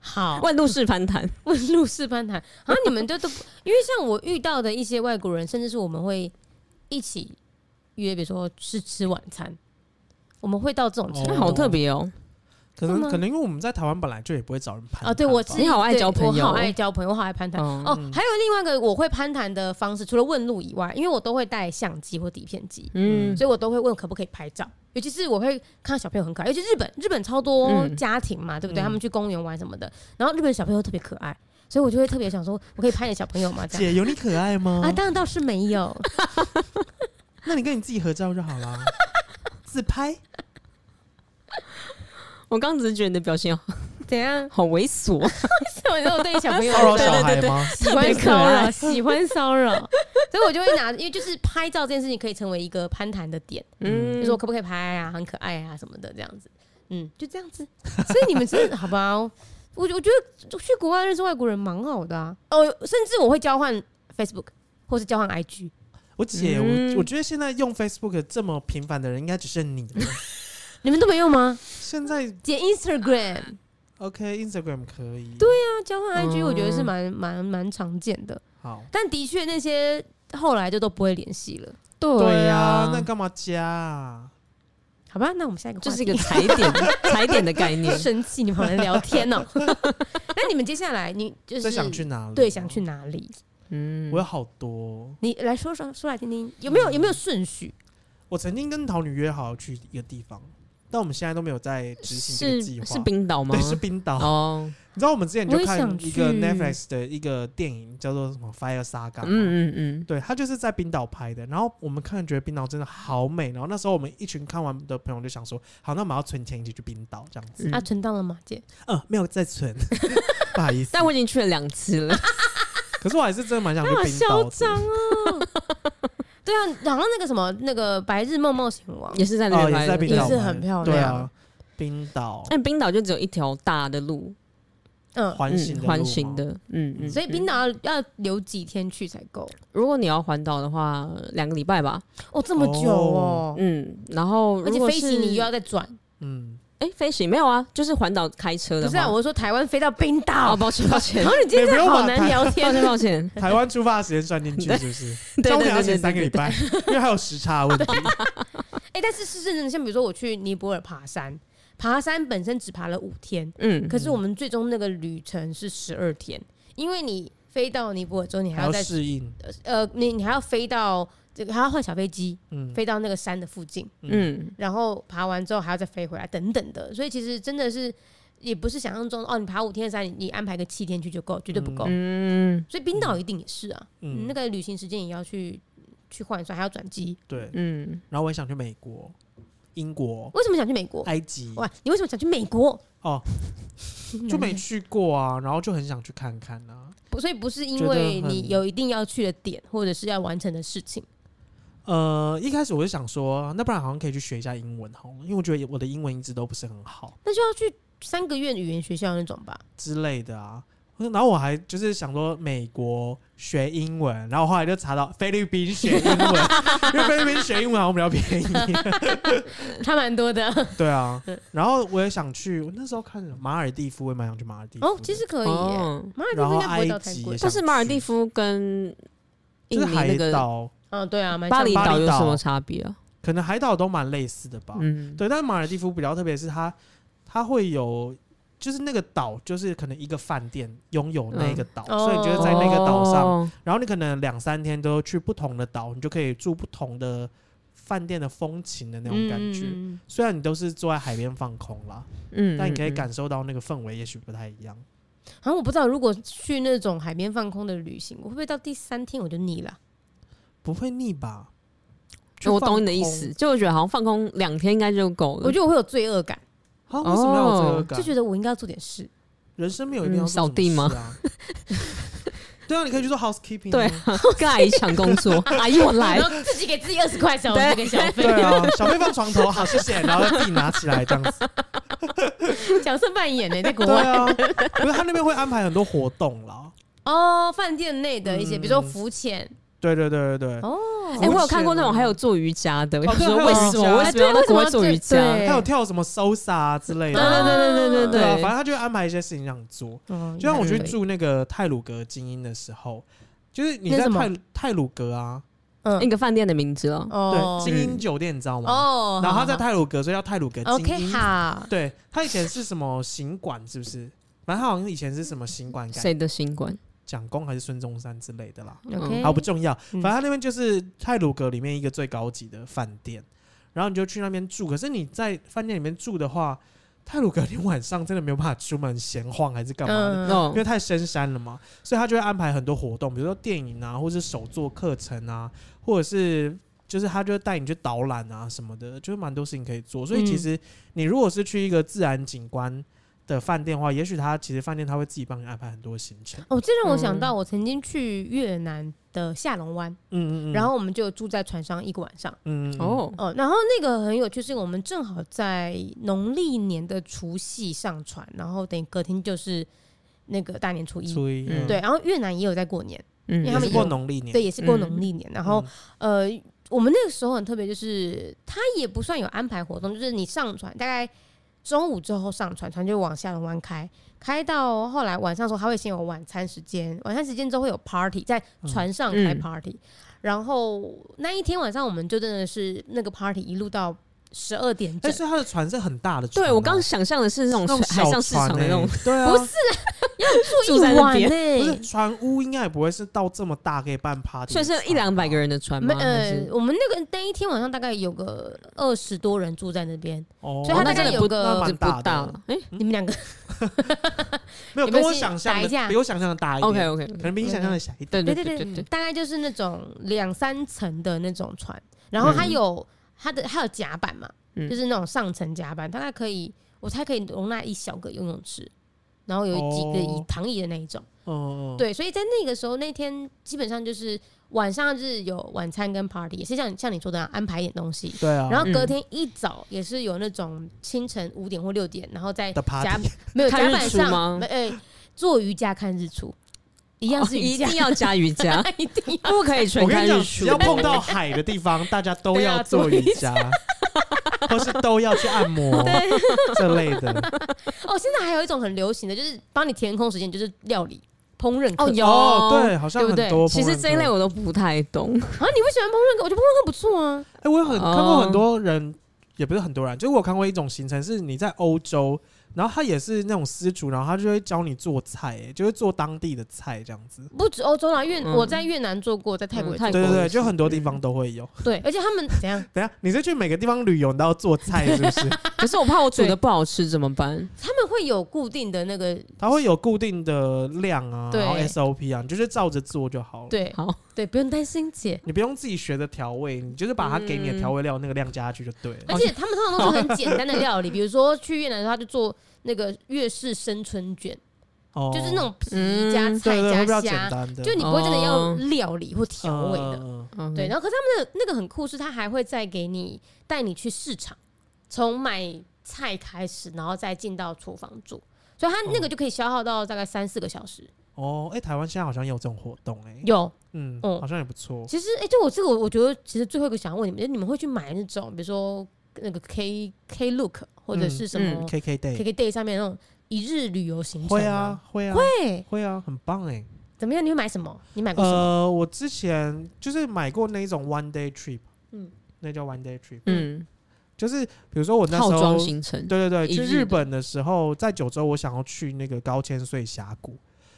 [SPEAKER 1] 好，
[SPEAKER 2] 万路式攀谈，
[SPEAKER 1] 问路式攀谈啊，你们都 [LAUGHS] 都不，因为像我遇到的一些外国人，甚至是我们会一起约，比如说是吃晚餐，我们会到这种程
[SPEAKER 2] 那
[SPEAKER 1] 度。
[SPEAKER 2] 好特别哦！
[SPEAKER 3] 可
[SPEAKER 1] 真
[SPEAKER 3] 能
[SPEAKER 1] 的吗
[SPEAKER 3] 可能因为我们在台湾本来就也不会找人攀
[SPEAKER 1] 啊，对我
[SPEAKER 3] 自
[SPEAKER 1] 自
[SPEAKER 3] 己
[SPEAKER 1] 己
[SPEAKER 2] 你好爱交朋友
[SPEAKER 1] 我好爱交朋友，我好爱攀谈。
[SPEAKER 2] 嗯
[SPEAKER 1] 哦，还有另外一个我会攀谈的方式，除了问路以外，因为我都会带相机或底片机，
[SPEAKER 2] 嗯，
[SPEAKER 1] 所以我都会问可不可以拍照。尤其是我会看到小朋友很可爱，尤其日本，日本超多
[SPEAKER 2] 嗯
[SPEAKER 1] 家庭嘛，对不对？
[SPEAKER 3] 嗯
[SPEAKER 1] 他们去公园玩什么的，然后日本小朋友特别可爱，所以我就会特别想说，我可以拍你小朋友吗？这样
[SPEAKER 3] 姐有你可爱吗？
[SPEAKER 1] [LAUGHS] 啊，当然倒是没 [LAUGHS] 有，
[SPEAKER 3] 那你跟你自己合照就好
[SPEAKER 1] [LAUGHS]
[SPEAKER 3] 啦，自拍。
[SPEAKER 2] 我刚只是觉得你的表情好
[SPEAKER 1] 怎 [LAUGHS] 样？
[SPEAKER 2] 好猥琐，
[SPEAKER 1] 我觉得我对小朋友
[SPEAKER 3] 骚扰
[SPEAKER 1] 对
[SPEAKER 3] 小
[SPEAKER 1] 对
[SPEAKER 3] 孩吗？
[SPEAKER 1] 喜欢
[SPEAKER 2] 特别可
[SPEAKER 1] 骚扰，
[SPEAKER 2] 爱
[SPEAKER 1] 喜欢骚扰， [LAUGHS] 所以我就会拿，因为就是拍照这件事情可以成为一个攀谈的点，
[SPEAKER 2] 嗯，
[SPEAKER 1] 就是我可不可以拍啊，很可爱啊什么的这样子，嗯，就这样子。所以你们是好吧？我我觉得去国外认识外国人蛮好的啊，哦，甚至我会交换 Facebook 或是交换 IG，
[SPEAKER 3] 我姐，
[SPEAKER 2] 嗯
[SPEAKER 3] 我我觉得现在用 Facebook 这么频繁的人，应该只剩你
[SPEAKER 1] [LAUGHS]
[SPEAKER 3] 了。
[SPEAKER 1] 你们都没用吗？
[SPEAKER 3] 现在
[SPEAKER 1] 姐 Instagram，
[SPEAKER 3] OK Instagram 可以，对呀、
[SPEAKER 1] 那啊交换 IG 我觉得是
[SPEAKER 2] 嗯
[SPEAKER 1] 蛮蛮蛮常见的，
[SPEAKER 3] 好，
[SPEAKER 1] 但的确那些后来就都不会联系了。
[SPEAKER 2] 对呀、
[SPEAKER 3] 啊，那干嘛加啊？
[SPEAKER 1] 好吧，那我们下一个话
[SPEAKER 2] 就是一
[SPEAKER 1] 题
[SPEAKER 2] 个踩点 [LAUGHS] 踩点的
[SPEAKER 1] [LAUGHS]
[SPEAKER 2] 概念。
[SPEAKER 1] 生气，你跑来聊天 [LAUGHS] 哦、那你们接下来你就
[SPEAKER 3] 这
[SPEAKER 1] 是
[SPEAKER 3] 想去哪里？哦
[SPEAKER 1] 对想去？哪里？
[SPEAKER 2] 嗯，
[SPEAKER 3] 我有好多。
[SPEAKER 1] 你来说说说来听听，有没有有没有顺序？
[SPEAKER 3] 我曾经跟桃女约好要去一个地方，但我们现在都没有在执行这
[SPEAKER 2] 是
[SPEAKER 3] 个计划。
[SPEAKER 2] 是冰岛吗
[SPEAKER 3] 对，？是冰岛。
[SPEAKER 2] 哦，
[SPEAKER 3] 你知道我们之前
[SPEAKER 1] 我
[SPEAKER 3] 就
[SPEAKER 1] 也
[SPEAKER 3] 看
[SPEAKER 1] 想
[SPEAKER 3] 一个
[SPEAKER 1] 去
[SPEAKER 3] Netflix 的一个电影，叫做什么《Fire Saga》。嗯。
[SPEAKER 2] 嗯嗯嗯，
[SPEAKER 3] 对，它就是在冰岛拍的，然后我们看觉得冰岛真的好美，然后那时候我们一群看完的朋友就想说，好，那我们要存钱一起去冰岛这样子。
[SPEAKER 2] 嗯
[SPEAKER 1] 啊，存档了吗，姐？
[SPEAKER 3] 嗯，没有在存，不好意思。
[SPEAKER 2] 但我已经去了两次
[SPEAKER 3] [LAUGHS]
[SPEAKER 2] 了。
[SPEAKER 3] 可是我还是真的蛮想去
[SPEAKER 1] 好
[SPEAKER 3] 冰岛
[SPEAKER 1] 嚣
[SPEAKER 3] 的。
[SPEAKER 1] 张哦！对啊，好像那个什么那个《白日梦冒险王》
[SPEAKER 2] 也是啊在那
[SPEAKER 3] 哦，
[SPEAKER 2] 边
[SPEAKER 3] 也
[SPEAKER 2] 拍
[SPEAKER 3] 是
[SPEAKER 2] 的，
[SPEAKER 3] 在冰岛
[SPEAKER 1] 也
[SPEAKER 3] 拍的，
[SPEAKER 1] 是很漂亮
[SPEAKER 3] 对啊，冰岛
[SPEAKER 2] 但冰岛就只有一条大的路，
[SPEAKER 1] 嗯，
[SPEAKER 3] 环形
[SPEAKER 2] 嗯，
[SPEAKER 3] 的路
[SPEAKER 2] 环
[SPEAKER 3] 吗
[SPEAKER 2] 形，的，嗯嗯。
[SPEAKER 1] 所以冰岛要要留几天去才够？
[SPEAKER 2] 如果你要环岛的话，两个礼拜吧，
[SPEAKER 1] 哦，这么久哦，
[SPEAKER 2] 嗯。然后
[SPEAKER 1] 而
[SPEAKER 2] 如
[SPEAKER 1] 且
[SPEAKER 2] 果
[SPEAKER 1] 飞
[SPEAKER 2] 是
[SPEAKER 1] 行你又要再转，
[SPEAKER 3] 嗯，
[SPEAKER 2] 哎，飞行没有啊，就是环岛开车的
[SPEAKER 1] 不
[SPEAKER 2] 话。
[SPEAKER 1] 是啊？我是说台湾飞到冰
[SPEAKER 2] 哦，
[SPEAKER 1] 岛，
[SPEAKER 2] 抱歉抱歉
[SPEAKER 1] [LAUGHS] 然后你今天真的好难聊
[SPEAKER 2] 抱
[SPEAKER 1] 天
[SPEAKER 2] 歉，
[SPEAKER 1] [LAUGHS]
[SPEAKER 2] 抱歉，
[SPEAKER 3] 台湾出发的时间算进去是不是？
[SPEAKER 2] 对
[SPEAKER 3] 中
[SPEAKER 2] 对
[SPEAKER 3] 午要
[SPEAKER 2] 对
[SPEAKER 3] 前
[SPEAKER 2] 对
[SPEAKER 3] 三个礼
[SPEAKER 2] 对对。
[SPEAKER 3] 拜，因为还有时差的问题。
[SPEAKER 1] 哎，但是是认真的，像比如说我去尼泊尔爬山，爬山本身只爬了五天，
[SPEAKER 2] 嗯，
[SPEAKER 1] 可是我们最终那个旅程是十二天，因为你飞到尼泊尔之后，你还
[SPEAKER 3] 还
[SPEAKER 1] 要
[SPEAKER 3] 要
[SPEAKER 1] 再
[SPEAKER 3] 适应，
[SPEAKER 1] 呃，你你还要飞到这个，还要换小飞机
[SPEAKER 3] 嗯，
[SPEAKER 1] 飞到那个山的附近，
[SPEAKER 2] 嗯，
[SPEAKER 1] 然后爬完之后还要再飞回来，等等的。所以其实真的是也不是想象中哦，你爬五天的山，你你安排个七天去就够，绝对不够。
[SPEAKER 2] 嗯
[SPEAKER 1] 所以冰岛一定也是啊，
[SPEAKER 3] 嗯
[SPEAKER 1] 你那个旅行时间也要去去换算，还要转机。
[SPEAKER 3] 对。
[SPEAKER 2] 嗯，
[SPEAKER 3] 然后我也想去美国、英国、
[SPEAKER 1] 为什么想去美国？
[SPEAKER 3] 埃及，
[SPEAKER 1] 哇，你为什么想去美国？
[SPEAKER 3] 哦，就没去过啊，然后就很想去看看啊。
[SPEAKER 1] 不，所以不是因
[SPEAKER 3] 觉得
[SPEAKER 1] 为
[SPEAKER 3] 很
[SPEAKER 1] 你有一定要去的点，或者是要完成的事情。
[SPEAKER 3] 呃，一开始我就想说，那不然好像可以去学一下英文好了，因为我觉得我的英文一直都不是很好
[SPEAKER 1] 那就要去三个月语言学校那种吧。
[SPEAKER 3] 之类的啊。然后我还就是想说美国学英文，然后后来就查到菲律宾学英文，因为菲律宾学英文好像比较便宜。
[SPEAKER 1] 差蛮多的
[SPEAKER 3] 对啊，然后我也想去，我那时候看马尔蒂夫，我也蛮想去马尔蒂夫的。
[SPEAKER 1] 哦，其实可以耶。
[SPEAKER 2] 哦，
[SPEAKER 1] 马尔地
[SPEAKER 3] 然
[SPEAKER 1] 夫
[SPEAKER 3] 后
[SPEAKER 1] 应该不会到
[SPEAKER 3] 埃
[SPEAKER 1] 太
[SPEAKER 3] 及
[SPEAKER 1] 贵
[SPEAKER 3] 也，想
[SPEAKER 2] 但是马尔蒂夫跟
[SPEAKER 3] 就
[SPEAKER 2] 印
[SPEAKER 3] 是
[SPEAKER 2] 尼那
[SPEAKER 3] 海
[SPEAKER 2] 个
[SPEAKER 3] 岛，
[SPEAKER 1] 嗯，对啊，蛮像
[SPEAKER 2] 巴厘
[SPEAKER 1] 的
[SPEAKER 2] 岛有什么差别啊？
[SPEAKER 3] 可能海岛都蛮类似的吧。
[SPEAKER 2] 嗯，
[SPEAKER 3] 对，但马尔蒂夫比较特别，是它它会有，就是那个岛，就是可能一个饭店拥有那个岛，
[SPEAKER 1] 嗯
[SPEAKER 3] 所以你就在那个岛上，
[SPEAKER 2] 哦
[SPEAKER 3] 然后你可能两三天都去不同的岛，你就可以住不同的饭店的风情的那种感觉。
[SPEAKER 1] 嗯
[SPEAKER 3] 虽然你都是坐在海边放空啦，
[SPEAKER 2] 嗯，
[SPEAKER 3] 但你可以
[SPEAKER 2] 嗯
[SPEAKER 3] 感受到那个氛围，也许不太一样。
[SPEAKER 1] 好像我不知道，如果去那种海边放空的旅行，我会不会到第三天我就腻了？
[SPEAKER 3] 不会腻吧？去
[SPEAKER 2] 我懂
[SPEAKER 3] 放
[SPEAKER 2] 你的意
[SPEAKER 3] 空
[SPEAKER 2] 思，就我觉得好像放空两天应该就够了。
[SPEAKER 1] 我觉得我会有罪恶感，
[SPEAKER 3] 啊？为什么要有罪恶
[SPEAKER 2] 哦
[SPEAKER 3] 感？
[SPEAKER 1] 就觉得我应该要做点事。
[SPEAKER 3] 人生没有一定要
[SPEAKER 2] 嗯
[SPEAKER 3] 做什么
[SPEAKER 2] 扫地吗
[SPEAKER 3] 事啊？ [LAUGHS] 对啊，你可以去做 housekeeping 啊。
[SPEAKER 2] 对啊，跟阿姨抢工 [LAUGHS] 作，阿姨我
[SPEAKER 1] [LAUGHS]
[SPEAKER 2] 来
[SPEAKER 1] 然，后自己给自己二十块小时
[SPEAKER 2] 对
[SPEAKER 1] 跟小费，
[SPEAKER 3] 对啊，小妹放床头， [LAUGHS] 好谢谢，然后自己拿起来这样
[SPEAKER 2] [LAUGHS]
[SPEAKER 3] 子。
[SPEAKER 1] 角色扮演呢，在国
[SPEAKER 3] 对
[SPEAKER 1] 外
[SPEAKER 3] 啊，因为他那边会安排很多活动啊啦。
[SPEAKER 1] 哦，饭店内的一些，
[SPEAKER 3] 嗯
[SPEAKER 1] 比如说浮潜
[SPEAKER 3] 对对对对对，
[SPEAKER 1] 哦，
[SPEAKER 2] 哎，我有看过那种还有做瑜伽的，我
[SPEAKER 3] 哦对
[SPEAKER 2] 想说
[SPEAKER 3] 还有
[SPEAKER 2] 为什么
[SPEAKER 3] 瑜伽
[SPEAKER 2] 我哎为什么要在国外做瑜伽？
[SPEAKER 1] 哎对
[SPEAKER 3] 还有跳什么 salsa 啊之类
[SPEAKER 2] 对哦
[SPEAKER 3] 的。
[SPEAKER 2] 对对对对
[SPEAKER 3] 对啊，
[SPEAKER 2] 对
[SPEAKER 3] 反
[SPEAKER 2] 对
[SPEAKER 3] 正，他就会安排一些事情让你做。
[SPEAKER 1] 哦
[SPEAKER 3] 就像我去
[SPEAKER 1] 可以
[SPEAKER 3] 住那个泰鲁格精英的时候，就是你
[SPEAKER 1] 那是
[SPEAKER 3] 在
[SPEAKER 1] 什么
[SPEAKER 3] 泰泰鲁格啊，
[SPEAKER 2] 一
[SPEAKER 1] 嗯
[SPEAKER 2] 哎个饭店的名字哦，
[SPEAKER 1] 哦
[SPEAKER 3] 对，精英酒店你知道吗？
[SPEAKER 1] 哦，
[SPEAKER 3] 然后他
[SPEAKER 1] 好
[SPEAKER 3] 在
[SPEAKER 1] 好
[SPEAKER 3] 泰鲁格，所以叫泰鲁格精
[SPEAKER 1] OK
[SPEAKER 3] 英。
[SPEAKER 1] [LAUGHS] 好，
[SPEAKER 3] 对他以前是什么行管是不是？反正他好像以前是什么行管改
[SPEAKER 2] 谁的新馆？
[SPEAKER 3] 蒋公还是孙中山之类的啦。
[SPEAKER 1] OK，
[SPEAKER 3] 好不重要，
[SPEAKER 1] 嗯
[SPEAKER 3] 反正他那边就是泰鲁格里面一个最高级的饭店，然后你就去那边住。可是你在饭店里面住的话，泰鲁格你晚上真的没有办法出门闲晃还是干嘛的，
[SPEAKER 1] 嗯
[SPEAKER 2] 哦
[SPEAKER 3] 因为太深山了嘛，所以他就会安排很多活动，比如说电影啊，或是手作课程啊，或者是。就是他就会带你去导览啊什么的，就是蛮多事情可以做。所以其
[SPEAKER 1] 嗯
[SPEAKER 3] 实你如果是去一个自然景观的饭店的话，也许他其实饭店他会自己帮你安排很多行程。
[SPEAKER 1] 哦，这让我想到我曾经去越南的下龙湾，
[SPEAKER 3] 嗯嗯嗯。
[SPEAKER 1] 然后我们就住在船上一个晚上。
[SPEAKER 3] 嗯，嗯，嗯
[SPEAKER 2] 哦，
[SPEAKER 1] 哦，然后那个很有趣，是我们正好在农历年的除夕上船，然后等于隔天就是那个大年初一。
[SPEAKER 3] 初一
[SPEAKER 2] 嗯
[SPEAKER 1] 对，然后越南也有在过年，
[SPEAKER 2] 嗯
[SPEAKER 1] 因为
[SPEAKER 3] 也
[SPEAKER 1] 他
[SPEAKER 3] 是
[SPEAKER 1] 们
[SPEAKER 3] 过
[SPEAKER 1] 有
[SPEAKER 3] 农历年，
[SPEAKER 1] 对，也是过
[SPEAKER 2] 嗯
[SPEAKER 1] 农历年。然后呃，我们那个时候很特别，就是他也不算有安排活动，就是你上船大概中午之后上船，船就往下龙湾开，开到后来晚上的时候，他会先有晚餐时间，晚餐时间之后会有 party，在船上开
[SPEAKER 2] 嗯
[SPEAKER 1] party，、然后那一天晚上，我们就真的是那个 party 一路到十二点整
[SPEAKER 3] 但，哎是他的船是很大的船哦、
[SPEAKER 2] 对我刚刚想象的是那种
[SPEAKER 3] 那种
[SPEAKER 2] 海上
[SPEAKER 3] 小
[SPEAKER 2] 市场
[SPEAKER 3] 船
[SPEAKER 2] 的那种，欸
[SPEAKER 3] 欸对啊，
[SPEAKER 1] 不是住
[SPEAKER 2] 住
[SPEAKER 1] 一
[SPEAKER 2] 在那
[SPEAKER 1] 晚欸
[SPEAKER 2] 边
[SPEAKER 3] 不
[SPEAKER 1] 呢、
[SPEAKER 3] 是船屋应该也不会是到这么大可以办 party，
[SPEAKER 2] 所以是一两百个
[SPEAKER 3] 人
[SPEAKER 2] 人的船
[SPEAKER 1] 没
[SPEAKER 2] 吗？还
[SPEAKER 1] 呃
[SPEAKER 2] 是，
[SPEAKER 1] 我们那个那一天晚上大概有个二十多人住在那边，
[SPEAKER 3] 哦，
[SPEAKER 1] 所以它
[SPEAKER 2] 那
[SPEAKER 1] 大概
[SPEAKER 2] 真的
[SPEAKER 1] 有
[SPEAKER 2] 不
[SPEAKER 1] 个
[SPEAKER 3] 那蛮
[SPEAKER 2] 不
[SPEAKER 3] 大
[SPEAKER 2] 大
[SPEAKER 3] 的，
[SPEAKER 2] 了。哎
[SPEAKER 3] 嗯
[SPEAKER 1] 你们两个
[SPEAKER 3] 没有
[SPEAKER 1] 有没
[SPEAKER 3] 跟
[SPEAKER 1] 有
[SPEAKER 3] 我
[SPEAKER 1] 先
[SPEAKER 3] 想
[SPEAKER 1] 打
[SPEAKER 3] 象
[SPEAKER 1] 一架
[SPEAKER 3] 的比我想象的大一点
[SPEAKER 2] ，OK OK，
[SPEAKER 3] 可能比你想象的小一点。
[SPEAKER 2] 对对
[SPEAKER 1] 对
[SPEAKER 2] 对
[SPEAKER 1] 对
[SPEAKER 2] 对对，
[SPEAKER 1] 大概就是那种两三层的那种船，然后它有、它的它有甲板嘛，
[SPEAKER 2] 嗯
[SPEAKER 1] 嗯就是那种上层甲板，大概可以我猜可以容纳一小个游泳池，然后有几个椅
[SPEAKER 3] 哦
[SPEAKER 1] 躺椅的那一种。哦
[SPEAKER 3] 嗯，嗯，
[SPEAKER 1] 对，所以在那个时候那天基本上就是晚上就是有晚餐跟 party，也是像像你说的、啊、安排一点东西。
[SPEAKER 3] 对啊。
[SPEAKER 1] 然后隔
[SPEAKER 2] 嗯
[SPEAKER 1] 天一早也是有那种清晨五点或六点，然后在
[SPEAKER 3] 的 party [LAUGHS]
[SPEAKER 1] 甲没有
[SPEAKER 2] 看
[SPEAKER 1] 甲
[SPEAKER 2] 日
[SPEAKER 1] 板
[SPEAKER 2] 出
[SPEAKER 1] 上
[SPEAKER 2] 吗
[SPEAKER 1] 没呃做瑜伽看日出，哦一样是
[SPEAKER 2] 哦
[SPEAKER 1] 瑜
[SPEAKER 2] 一
[SPEAKER 1] 伽，
[SPEAKER 2] 定要加瑜伽，
[SPEAKER 1] [LAUGHS] 一定要
[SPEAKER 2] [LAUGHS] 不可以全
[SPEAKER 3] 我跟
[SPEAKER 2] 看
[SPEAKER 3] 你
[SPEAKER 2] 日
[SPEAKER 3] 讲，
[SPEAKER 2] 出
[SPEAKER 3] 只。要碰到海的地方，大家都
[SPEAKER 1] 都
[SPEAKER 3] 要
[SPEAKER 1] 要
[SPEAKER 3] 做
[SPEAKER 1] 做
[SPEAKER 3] 瑜
[SPEAKER 1] 瑜
[SPEAKER 3] 伽， [LAUGHS] 或是都要去按摩这类的。
[SPEAKER 1] 哦，现在还有一种很流行的，就是帮你填空时间，就是料理、烹饪课。
[SPEAKER 2] 哦有
[SPEAKER 3] 哦，对，好像
[SPEAKER 1] 对
[SPEAKER 3] 很
[SPEAKER 1] 不对
[SPEAKER 3] 多烹饪课。
[SPEAKER 2] 其实这一类我都不太懂，
[SPEAKER 1] 啊，你不喜欢烹饪课？我觉得烹饪课不错啊。
[SPEAKER 3] 哎、我有很看过
[SPEAKER 2] 哦
[SPEAKER 3] 很多人，也不是很多人，就是我有看过一种行程是你在欧洲，然后他也是那种私厨，然后他就会教你做菜、哎就会做当地的菜这样子。
[SPEAKER 1] 不止欧洲啦，越、
[SPEAKER 2] 嗯
[SPEAKER 1] 我在越南做过，在泰国也做
[SPEAKER 2] 嗯泰
[SPEAKER 1] 过、
[SPEAKER 2] 国
[SPEAKER 3] 对对对，
[SPEAKER 2] 也是
[SPEAKER 3] 就很多地方都会有。
[SPEAKER 1] 对，而且他们 [LAUGHS] 怎样？
[SPEAKER 3] 等一下，你是去每个地方旅游，你都要做
[SPEAKER 1] [LAUGHS]
[SPEAKER 3] 菜是不是？
[SPEAKER 2] 可是我怕我煮
[SPEAKER 1] 对
[SPEAKER 2] 的不好吃怎么办？
[SPEAKER 1] 他们会有固定的那个，
[SPEAKER 3] 它会有固定的量啊，
[SPEAKER 1] 对
[SPEAKER 3] 然后 SOP 啊，你就是照着做就好了。，
[SPEAKER 1] 对
[SPEAKER 2] 好，
[SPEAKER 1] 对，不用担心姐。
[SPEAKER 3] 你不用自己学的调味，你就是把它给你的调味料那个量加下去就对了。
[SPEAKER 1] 而且他们通常都是很简单的料理，比如说去越南的时候，他就做那个越式生春卷，
[SPEAKER 3] 哦，
[SPEAKER 1] 就是那种皮
[SPEAKER 2] 嗯
[SPEAKER 1] 加
[SPEAKER 3] 对对，会比
[SPEAKER 1] 菜
[SPEAKER 3] 较
[SPEAKER 1] 加
[SPEAKER 3] 简
[SPEAKER 1] 虾，
[SPEAKER 3] 单的，
[SPEAKER 1] 就你不会真的要
[SPEAKER 2] 哦
[SPEAKER 1] 料理或调味的。
[SPEAKER 3] 嗯
[SPEAKER 2] 嗯
[SPEAKER 1] 对，然后可是他们的那个很酷，是他还会再给你带你去市场，从买菜开始，然后再进到厨房做，所以他那个就可以消耗到大概三四个小时。
[SPEAKER 3] 哦，哎、台湾现在好像也有这种活动、哎，
[SPEAKER 1] 有，
[SPEAKER 3] 嗯，
[SPEAKER 1] 哦
[SPEAKER 3] 好像也不错。
[SPEAKER 1] 其实哎、就我这个，我觉得其实最后一个想要问你们，就是你们会去买那种，比如说那个 K K Look 或者是什么
[SPEAKER 2] 嗯
[SPEAKER 3] K K
[SPEAKER 1] K
[SPEAKER 3] Day
[SPEAKER 1] K Day 上面那种一日旅游行程
[SPEAKER 3] 会
[SPEAKER 1] 吗
[SPEAKER 3] 啊？，会啊，
[SPEAKER 1] 会
[SPEAKER 3] 会啊，很棒哎、
[SPEAKER 1] 怎么样？你会买什么？你买过什么？
[SPEAKER 3] 呃，我之前就是买过那一种 one day trip，
[SPEAKER 1] 嗯
[SPEAKER 3] 嗯，那叫 one day trip，
[SPEAKER 2] 嗯，
[SPEAKER 3] 就是比如说我那
[SPEAKER 2] 套
[SPEAKER 3] 时候
[SPEAKER 2] 装，行程，
[SPEAKER 3] 对对啊对，
[SPEAKER 2] 一
[SPEAKER 3] 去
[SPEAKER 2] 日
[SPEAKER 3] 日
[SPEAKER 2] 的
[SPEAKER 3] 本的时候，在九州我想要去那个高千穗峡谷。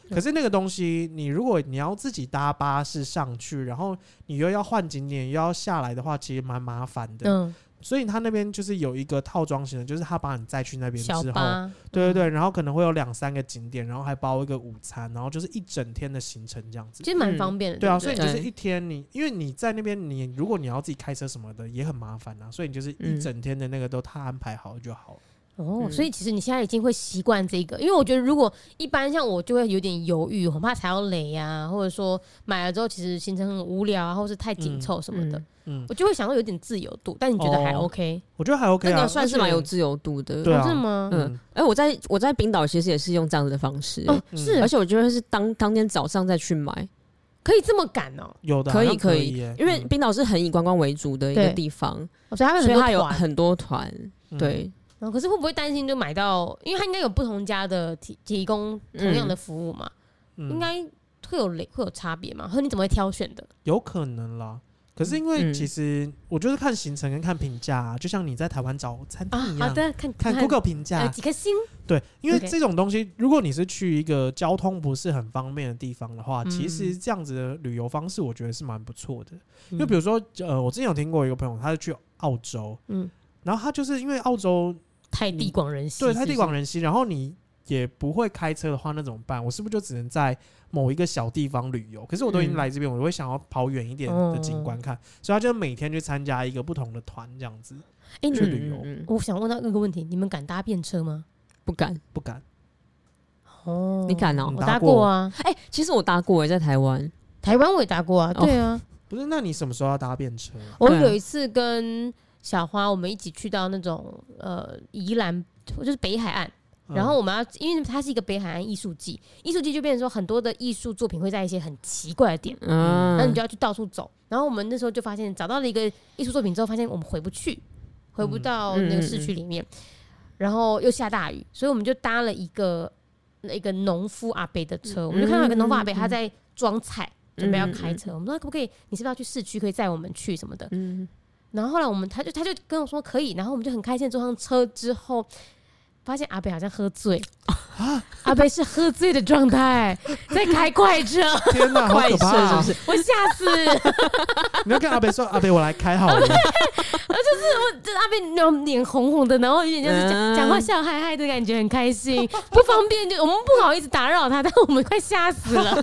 [SPEAKER 3] 可是那个东西，你如果你要自己搭巴士上去，然后你又要换景点，又要下来的话，其实蛮麻烦的。
[SPEAKER 1] 嗯，
[SPEAKER 3] 所以他那边就是有一个套装型的，就是他把你载去那边之
[SPEAKER 1] 小
[SPEAKER 3] 后，
[SPEAKER 1] 巴，
[SPEAKER 3] 对对
[SPEAKER 1] 嗯，
[SPEAKER 3] 对，然后可能会有两三个景点，然后还包一个午餐，然后就是一整天的行程这样子
[SPEAKER 1] 其。实蛮
[SPEAKER 2] 嗯
[SPEAKER 1] 方便的。
[SPEAKER 3] 对啊，
[SPEAKER 1] 不
[SPEAKER 3] 所以你就是
[SPEAKER 2] 对
[SPEAKER 3] 一天你，因为你在那边你，如果你要自己开车什么的也很麻烦啊，所以你就是一
[SPEAKER 2] 嗯
[SPEAKER 3] 整天的那个都他安排好就好了。
[SPEAKER 1] 哦，
[SPEAKER 2] 嗯
[SPEAKER 1] 所以其实你现在已经会习惯这个，因为我觉得如果一般像我就会有点犹豫，很怕踩到雷啊，或者说买了之后其实行程很无聊啊，或是太紧凑什么的，
[SPEAKER 2] 嗯
[SPEAKER 3] 嗯，
[SPEAKER 1] 我就会想要有点自由度。但你觉得还
[SPEAKER 3] 哦
[SPEAKER 1] OK？、
[SPEAKER 3] 我觉得还 OK
[SPEAKER 2] 那
[SPEAKER 3] 啊
[SPEAKER 2] 个，算是蛮有自由度的。
[SPEAKER 3] 对啊
[SPEAKER 1] 哦真的吗？
[SPEAKER 2] 嗯
[SPEAKER 3] 嗯，
[SPEAKER 2] 哎，我在我在冰岛其实也是用这样子的方式，
[SPEAKER 1] 哦，
[SPEAKER 3] 嗯
[SPEAKER 1] 是
[SPEAKER 2] 而且我觉得是当当天早上再去买，
[SPEAKER 1] 可以这么赶哦、
[SPEAKER 3] 有的
[SPEAKER 2] 可
[SPEAKER 3] 好
[SPEAKER 2] 以
[SPEAKER 3] 像可
[SPEAKER 2] 以
[SPEAKER 3] 耶，
[SPEAKER 2] 因为
[SPEAKER 3] 嗯
[SPEAKER 2] 冰岛是很以观光为主的一个
[SPEAKER 1] 对
[SPEAKER 2] 地方，
[SPEAKER 1] 哦所以他们
[SPEAKER 2] 所以它
[SPEAKER 1] 很
[SPEAKER 2] 有
[SPEAKER 3] [LAUGHS]
[SPEAKER 1] 多团。
[SPEAKER 2] 很多团，，
[SPEAKER 3] 嗯
[SPEAKER 2] 对，
[SPEAKER 1] 然后可是会不会担心就买到？因为他应该有不同家的提提供同样的服务嘛，
[SPEAKER 3] 嗯
[SPEAKER 1] 应
[SPEAKER 3] 嗯
[SPEAKER 1] 该会有雷会有差别嘛？或者你怎么会挑选的？
[SPEAKER 3] 有可能啦。可是因为
[SPEAKER 2] 嗯
[SPEAKER 3] 其实我就是看行程跟看评价啊，就像你在台湾找餐
[SPEAKER 1] 啊
[SPEAKER 3] 厅一，
[SPEAKER 1] 好
[SPEAKER 3] 样，
[SPEAKER 1] 的，看呃
[SPEAKER 3] 看 Google 啊评价
[SPEAKER 2] 呃
[SPEAKER 1] 有，几颗星，
[SPEAKER 3] 对，因为
[SPEAKER 1] OK
[SPEAKER 3] 这种东西，如果你是去一个交通不是很方便的地方的话，
[SPEAKER 1] 嗯
[SPEAKER 3] 其实这样子的旅游方式，我觉得是蛮不错的。
[SPEAKER 1] 嗯
[SPEAKER 3] 就比如说，呃，我之前有听过一个朋友，他是去澳洲，
[SPEAKER 1] 嗯，
[SPEAKER 3] 然后他就是因为澳洲
[SPEAKER 1] 太地广人稀，
[SPEAKER 3] 对
[SPEAKER 1] 是
[SPEAKER 3] 他
[SPEAKER 1] 不
[SPEAKER 3] 地
[SPEAKER 1] 是
[SPEAKER 3] 广人稀，然后你也不会开车的话，那怎么办？我是不是就只能在某一个小地方旅游？可是我都已经
[SPEAKER 2] 嗯
[SPEAKER 3] 来这边，我会想要跑远一点的景观看，所以他就每天去参加一个不同的团，这样子
[SPEAKER 1] 哎、你
[SPEAKER 3] 去旅游
[SPEAKER 2] 嗯嗯嗯
[SPEAKER 1] 我想问到一个问题：你们敢搭便车吗？
[SPEAKER 2] 不敢，
[SPEAKER 3] 不敢。
[SPEAKER 1] 哦
[SPEAKER 2] 你？敢哦
[SPEAKER 3] 嗯？
[SPEAKER 1] 我
[SPEAKER 3] 搭
[SPEAKER 1] 搭
[SPEAKER 3] 过
[SPEAKER 1] 过啊，
[SPEAKER 2] 哎，其实我搭过哎，在台湾，
[SPEAKER 1] 台湾我也搭过啊。
[SPEAKER 2] 哦
[SPEAKER 1] 对啊，
[SPEAKER 3] 不是，那你什么时候要搭便车？
[SPEAKER 1] 我
[SPEAKER 2] 对啊
[SPEAKER 1] 有一次跟小花我们一起去到那种呃宜兰，就是北海岸。
[SPEAKER 2] 嗯
[SPEAKER 3] 嗯
[SPEAKER 1] 然后我们要，因为它是一个北海岸艺术季，艺术季就变成说很多的艺术作品会在一些很奇怪的点，
[SPEAKER 2] 嗯，
[SPEAKER 1] 那你就要去到处走。然后我们那时候就发现，找到了一个艺术作品之后，发现我们回不去，回不到那个市区里面，然后又下大雨，所以我们就搭了一个那一个农夫阿伯的车，我们就看到一个农夫阿伯他在装菜，准备要开车，我们说可不可以？你是不是要去市区？可以载我们去什么的？
[SPEAKER 2] 嗯，
[SPEAKER 1] 然后后来我们他就他就跟我说可以，然后我们就很开心地坐上车之后，发现阿北好像喝醉，阿北是喝醉的状态在开快车， [LAUGHS]
[SPEAKER 3] 天哪，好
[SPEAKER 2] 快
[SPEAKER 3] 可怕、
[SPEAKER 2] 射
[SPEAKER 3] 啊！
[SPEAKER 2] 是不是？
[SPEAKER 1] 我吓死！
[SPEAKER 3] 你要跟阿北说，阿北我来开好了。
[SPEAKER 1] 这阿北那种脸红红的，然后有点像是讲、
[SPEAKER 2] 嗯
[SPEAKER 1] 讲话笑嗨嗨的感觉，很开心， [LAUGHS] 不方便就我们不好意思打扰他，但我们快吓
[SPEAKER 3] [LAUGHS]
[SPEAKER 1] 死了。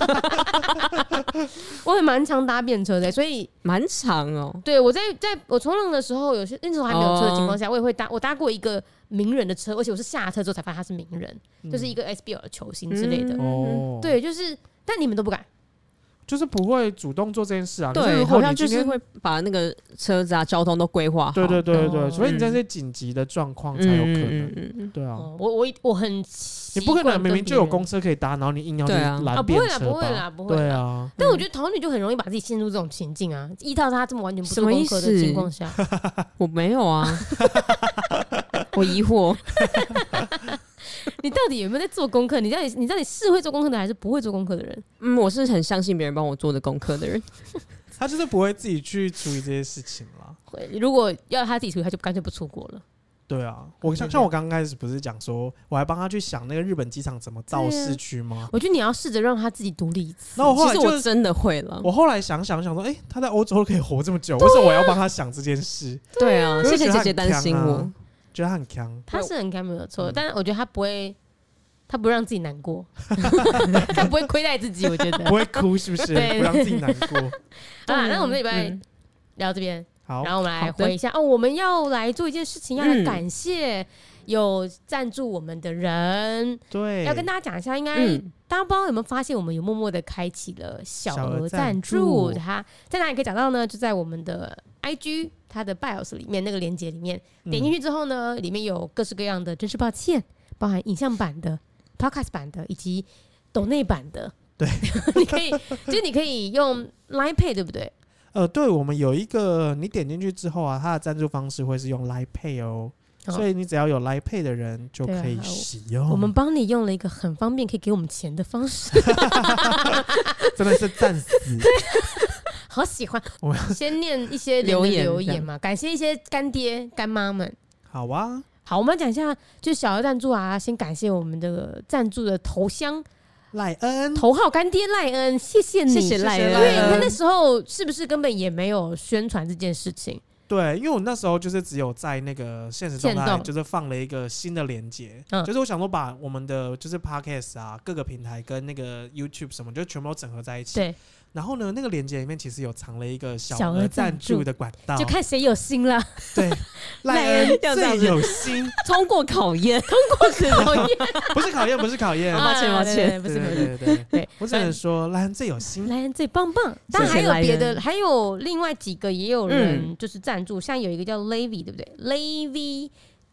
[SPEAKER 1] 我也蛮常搭便车的，所以
[SPEAKER 2] 蛮长哦，
[SPEAKER 1] 对，我在在我冲浪的时候，有些那时候还没有车的
[SPEAKER 3] 哦
[SPEAKER 1] 情况下，我也会搭我搭过一个名人的车，而且我是下车之后才发现他是名人，
[SPEAKER 3] 嗯
[SPEAKER 1] 就是一个 SBL 的球星之类的。
[SPEAKER 2] 嗯
[SPEAKER 3] 哦，，
[SPEAKER 1] 对，就是但你们都不敢，
[SPEAKER 3] 就是不会主动做这件事啊。可是
[SPEAKER 2] 对，
[SPEAKER 3] 如果
[SPEAKER 2] 好像
[SPEAKER 3] 你
[SPEAKER 2] 就
[SPEAKER 3] 今
[SPEAKER 2] 是
[SPEAKER 3] 天
[SPEAKER 2] 会把那个车子啊、交通都规划好，
[SPEAKER 3] 对对对对
[SPEAKER 1] 哦
[SPEAKER 3] 对，所以你在这紧急的状况才有可
[SPEAKER 2] 嗯
[SPEAKER 3] 能。
[SPEAKER 2] 嗯嗯嗯
[SPEAKER 3] 对啊，
[SPEAKER 1] 哦、我我一我很习
[SPEAKER 3] 你不可
[SPEAKER 1] 惯
[SPEAKER 3] 能明明
[SPEAKER 1] 跟
[SPEAKER 3] 就有
[SPEAKER 1] 别人
[SPEAKER 3] 公车可以搭，然后你硬要去
[SPEAKER 2] 对啊
[SPEAKER 1] 啊，
[SPEAKER 3] 拦
[SPEAKER 1] 不
[SPEAKER 3] 别
[SPEAKER 1] 会
[SPEAKER 3] 人
[SPEAKER 1] 啦，
[SPEAKER 3] 车
[SPEAKER 1] 不会
[SPEAKER 3] 吧？
[SPEAKER 1] 啦，不会
[SPEAKER 3] 对
[SPEAKER 1] 啦。
[SPEAKER 3] 啊，
[SPEAKER 1] 但
[SPEAKER 2] 嗯
[SPEAKER 1] 我觉得桃女就很容易把自己陷入这种情境啊，依照她这么完全不
[SPEAKER 2] 什
[SPEAKER 1] 做
[SPEAKER 2] 么
[SPEAKER 1] 功
[SPEAKER 2] 意
[SPEAKER 1] 课的
[SPEAKER 2] 思
[SPEAKER 1] 情况下，
[SPEAKER 2] 我没有
[SPEAKER 3] [LAUGHS]
[SPEAKER 2] 啊，我疑惑，
[SPEAKER 1] 你到底有没有在做功课？你到底你到底是会做功课的还是不会做功课的人？
[SPEAKER 2] 嗯，我是很相信别人帮我做的功课的人，
[SPEAKER 3] 他就是不会自己去处理这些事情啦。
[SPEAKER 1] 会如果要她自己处理，她就干脆不出国了。
[SPEAKER 3] 对啊，我像像我刚开始不是讲说，我还帮他去想那个日本机场怎么到
[SPEAKER 1] 对啊
[SPEAKER 3] 市区吗？
[SPEAKER 1] 我觉得你要试着让她自己独立一次。
[SPEAKER 3] 那我哦后
[SPEAKER 2] 其
[SPEAKER 3] 来
[SPEAKER 2] 实
[SPEAKER 3] 就
[SPEAKER 2] 我真的会了，
[SPEAKER 3] 我后来想想想说，哎，他在欧洲可以活这么
[SPEAKER 1] 啊
[SPEAKER 3] 久，为什么我要帮他想这件事？
[SPEAKER 2] 对啊，
[SPEAKER 3] 可是
[SPEAKER 2] 谢
[SPEAKER 3] 觉
[SPEAKER 2] 谢
[SPEAKER 3] 得
[SPEAKER 2] 姐
[SPEAKER 3] 他
[SPEAKER 2] 姐
[SPEAKER 3] 很
[SPEAKER 2] 担心
[SPEAKER 3] 强啊
[SPEAKER 2] 我，
[SPEAKER 3] 觉得他很强，
[SPEAKER 1] 他是很开明没有错，
[SPEAKER 3] 嗯
[SPEAKER 1] 但是我觉得他不会，他不让自己难
[SPEAKER 2] [LAUGHS]
[SPEAKER 1] 过，他不会亏待自己。我觉得
[SPEAKER 3] 不会哭是不是？
[SPEAKER 1] 对
[SPEAKER 3] 不让自己难过。
[SPEAKER 1] 啊，那我们这礼拜
[SPEAKER 2] 嗯
[SPEAKER 1] 聊这边，
[SPEAKER 3] 好，
[SPEAKER 1] 然后我们来
[SPEAKER 2] 好的
[SPEAKER 1] 回一下哦，我们要来做一件事情，要来
[SPEAKER 2] 嗯
[SPEAKER 1] 感谢有赞助我们的人，
[SPEAKER 3] 对，
[SPEAKER 1] 要跟大家讲一下，应该
[SPEAKER 2] 嗯，
[SPEAKER 1] 大家不知道有没有发现，我们有默默的开启了小
[SPEAKER 3] 小
[SPEAKER 1] 额
[SPEAKER 3] 额
[SPEAKER 1] 赞
[SPEAKER 3] 赞
[SPEAKER 1] 助，
[SPEAKER 3] 助
[SPEAKER 1] 它在哪里可以找到呢？就在我们的 IG 它的 bios 里面那个链接里面，点进
[SPEAKER 3] 去，
[SPEAKER 1] 去之后呢，里面有各式各样的，真是抱歉，包含影像版的、podcast 版的以及抖内版的。
[SPEAKER 3] 对，
[SPEAKER 1] [LAUGHS] 你可以，就是你可以用 Line Pay，对不对？
[SPEAKER 3] 呃，对我们有一个，你点进去之后啊，它的赞助方式会是用 Line Pay 哦，
[SPEAKER 1] 哦
[SPEAKER 3] 所以你只要有 Line Pay 的人就
[SPEAKER 1] 对啊
[SPEAKER 3] 可以
[SPEAKER 1] 我
[SPEAKER 3] 使用。
[SPEAKER 1] 我们帮你用了一个很方便可以给我们钱的方式，
[SPEAKER 3] 真的是战死，
[SPEAKER 1] 好喜欢
[SPEAKER 3] 我。
[SPEAKER 1] 先念一些人的
[SPEAKER 2] 留言
[SPEAKER 1] 留
[SPEAKER 2] 这
[SPEAKER 1] 言
[SPEAKER 2] 样
[SPEAKER 1] 嘛，感谢一些干爹干妈们。
[SPEAKER 3] 好啊，
[SPEAKER 1] 好，我们要讲一下，就是小额赞助啊，先感谢我们这个赞助的头香
[SPEAKER 3] 赖恩，
[SPEAKER 1] 头号干爹赖恩，谢谢你，
[SPEAKER 2] 嗯谢谢赖
[SPEAKER 1] 因为你看那
[SPEAKER 2] 恩，
[SPEAKER 1] 时候是不是根本也没有宣传这件事情？
[SPEAKER 3] 对，因为我那时候就是只有在那个现实
[SPEAKER 1] 限
[SPEAKER 3] 中态，
[SPEAKER 1] 动
[SPEAKER 3] 就是放了一个新的连接，
[SPEAKER 1] 嗯
[SPEAKER 3] 就是我想说把我们的就是 Podcast 啊各个平台跟那个 YouTube 什么，就全部都整合在一起。
[SPEAKER 1] 对，
[SPEAKER 3] 然后呢，那个连接里面其实有藏了一个
[SPEAKER 1] 小
[SPEAKER 3] 小额
[SPEAKER 1] 额赞
[SPEAKER 3] 赞
[SPEAKER 1] 助
[SPEAKER 3] 助的管道，
[SPEAKER 1] 就看谁有心
[SPEAKER 2] [LAUGHS]
[SPEAKER 1] 了。
[SPEAKER 3] 对赖
[SPEAKER 2] 赖
[SPEAKER 3] 恩
[SPEAKER 2] 恩要这样
[SPEAKER 3] 最
[SPEAKER 2] 子
[SPEAKER 3] 有心， [LAUGHS]
[SPEAKER 2] 通过考验，通过考验，
[SPEAKER 3] 不是考验，不是考
[SPEAKER 1] [LAUGHS]
[SPEAKER 3] 验，
[SPEAKER 1] 啊
[SPEAKER 2] 哎抱歉抱歉嗯
[SPEAKER 1] 对对对
[SPEAKER 3] 对
[SPEAKER 1] 不是不是。
[SPEAKER 3] 对对对，
[SPEAKER 1] 对，
[SPEAKER 3] 我只能说莱恩最有心。
[SPEAKER 1] 莱恩最棒棒。但
[SPEAKER 2] 谢
[SPEAKER 1] 还
[SPEAKER 2] 谢
[SPEAKER 1] 有
[SPEAKER 2] 莱
[SPEAKER 1] 别的，
[SPEAKER 2] 恩嗯
[SPEAKER 1] 还有另外几个也有人就是赞助，像有一个叫 Levy，对不对？Levy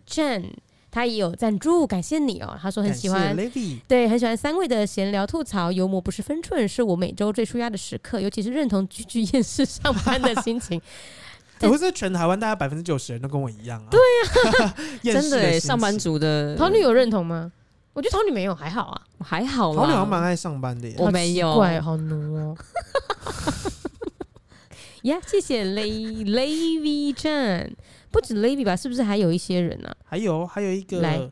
[SPEAKER 1] Chen，他也有赞助，感谢你哦。他说很喜欢
[SPEAKER 3] l e v y
[SPEAKER 1] 对，很喜欢三位的闲聊吐槽，幽默不是分寸，是我每周最舒压的时刻，尤其是认同居居厌世上班的心 [LAUGHS] 情。对
[SPEAKER 3] 我是全台湾大概百分之九十人都跟我一样啊。对 [LAUGHS] 呀，
[SPEAKER 2] 真的耶
[SPEAKER 3] 耶，
[SPEAKER 2] 上班族的
[SPEAKER 1] 桃女有认同吗？我觉得桃女没有，还好啊。
[SPEAKER 2] 还好
[SPEAKER 3] 桃女好像蛮
[SPEAKER 2] 啦，
[SPEAKER 3] 爱上班的耶。
[SPEAKER 2] 我
[SPEAKER 1] 好
[SPEAKER 2] 没
[SPEAKER 1] 奇
[SPEAKER 2] 有
[SPEAKER 1] 怪，好奴哦。 [LAUGHS] 呀、谢谢 Lay Lady 站，不止 Lady 吧？是不是还有一些人啊呢、
[SPEAKER 3] 还有还有一个
[SPEAKER 1] 来，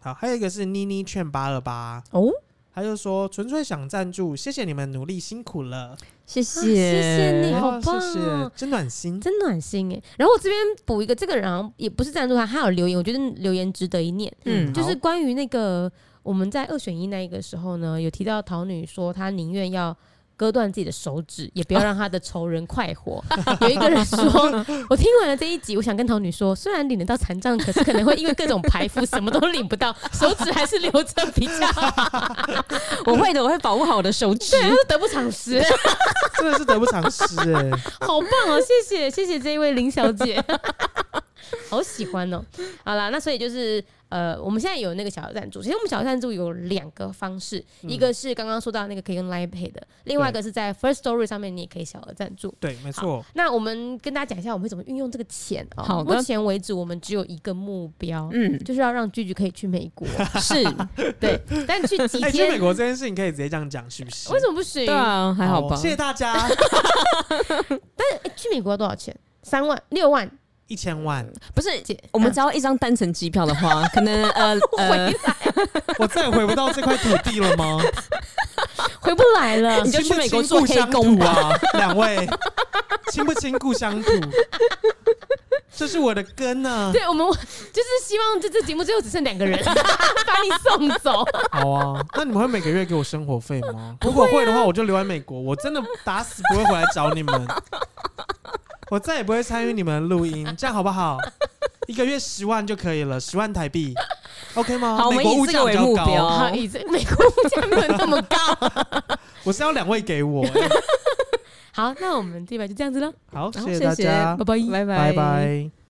[SPEAKER 3] 好，还有一个是妮妮劝八二八，
[SPEAKER 1] 啊？哦，
[SPEAKER 3] 他就说纯粹想赞助，谢谢你们努力辛苦了，
[SPEAKER 2] 谢
[SPEAKER 1] 啊谢谢你
[SPEAKER 2] 谢，
[SPEAKER 1] 好
[SPEAKER 3] 啊
[SPEAKER 1] 棒
[SPEAKER 3] 谢
[SPEAKER 1] 哦
[SPEAKER 3] 谢，真暖心。
[SPEAKER 1] 真暖心哎。然后我这边补一个，这个人好像也不是赞助他，他有留言，我觉得留言值得一念。
[SPEAKER 2] 嗯
[SPEAKER 1] 就
[SPEAKER 3] 好
[SPEAKER 1] 是关于那个我们在二选一那一个时候呢，有提到桃女说她宁愿要。割断自己的手指，也不要让她的仇人快 [LAUGHS] 活。有一个人说：“我听完了这一集，我想跟桃女说，虽然领得到残障，可是可能会因为各种 [LAUGHS] 排夫什么都领不到，手指还是留着比较好，
[SPEAKER 2] 我会的，我会保护好我的手指，
[SPEAKER 3] 啊
[SPEAKER 1] 得不偿失。 [LAUGHS]
[SPEAKER 3] 真的是得不偿失哎、”
[SPEAKER 1] 好棒哦！谢谢谢谢这一位林小姐。 [LAUGHS] 好喜欢哦、好啦，那所以就是呃，我们现在有那个小额赞助，其实我们小额赞助有两个方式，
[SPEAKER 3] 嗯
[SPEAKER 1] 一个是刚刚说到那个可以用 Line Pay 的，另外一个是在 First Story 上面你也可以小额赞助。
[SPEAKER 3] 对，没错，
[SPEAKER 1] 那我们跟大家讲一下我们会怎么运用这个钱哦、
[SPEAKER 2] 好的
[SPEAKER 1] 目前为止我们只有一个目标，
[SPEAKER 2] 嗯，
[SPEAKER 1] 就是要让聚聚可以去美
[SPEAKER 2] [LAUGHS]
[SPEAKER 1] 国，
[SPEAKER 2] 是，
[SPEAKER 1] 对，但去几
[SPEAKER 3] 哎，去
[SPEAKER 1] 天
[SPEAKER 3] 美国这件事情可以直接这样讲，是不是？
[SPEAKER 1] 为什么不行？
[SPEAKER 2] 对啊，还好吧。
[SPEAKER 3] 谢谢大
[SPEAKER 1] [LAUGHS]
[SPEAKER 3] 家，
[SPEAKER 1] 哎去美国要多少钱？三万、六万，
[SPEAKER 3] 一千万，
[SPEAKER 2] 不是，
[SPEAKER 1] 姐
[SPEAKER 2] 我们只要一张单程机票的
[SPEAKER 3] [LAUGHS]
[SPEAKER 2] 话，可能呃呃，
[SPEAKER 3] 我再也回不到这块土地了
[SPEAKER 2] [LAUGHS]
[SPEAKER 3] 吗？
[SPEAKER 1] 回不来了。
[SPEAKER 2] 你就去美国
[SPEAKER 3] 亲
[SPEAKER 2] 做
[SPEAKER 3] 不
[SPEAKER 2] 黑
[SPEAKER 3] 亲故乡
[SPEAKER 2] 工
[SPEAKER 3] 土
[SPEAKER 2] 吧。
[SPEAKER 3] 啊，两位亲不亲故乡土？这是我的根啊呢、
[SPEAKER 1] [LAUGHS]
[SPEAKER 2] [LAUGHS] 啊
[SPEAKER 1] 对我们就是希望这这节目最后只剩两个人，把你送走。
[SPEAKER 3] 好啊，那你们会每个月给我生活费吗？如
[SPEAKER 2] 啊
[SPEAKER 3] 果会的话，我就留在美国，我真的打死不会回来找你们，我再也不会参与你们的录音，这样好不好？一个月十万就可以了，十万台币，OK 吗？
[SPEAKER 2] 好我
[SPEAKER 3] 美
[SPEAKER 2] 们
[SPEAKER 3] 国
[SPEAKER 2] 以
[SPEAKER 3] 物
[SPEAKER 2] 这
[SPEAKER 3] 价
[SPEAKER 2] 个
[SPEAKER 3] 比
[SPEAKER 2] 为
[SPEAKER 3] 较
[SPEAKER 2] 目
[SPEAKER 3] 高
[SPEAKER 2] 标
[SPEAKER 1] 好，以这美国物价没有那么高。
[SPEAKER 3] 我是要两位给我、哎
[SPEAKER 1] 好，那我们这边就这样子了，
[SPEAKER 3] 好，谢
[SPEAKER 2] 好
[SPEAKER 3] 大家，
[SPEAKER 1] 拜拜。
[SPEAKER 2] 拜
[SPEAKER 3] 拜
[SPEAKER 2] 拜
[SPEAKER 3] 拜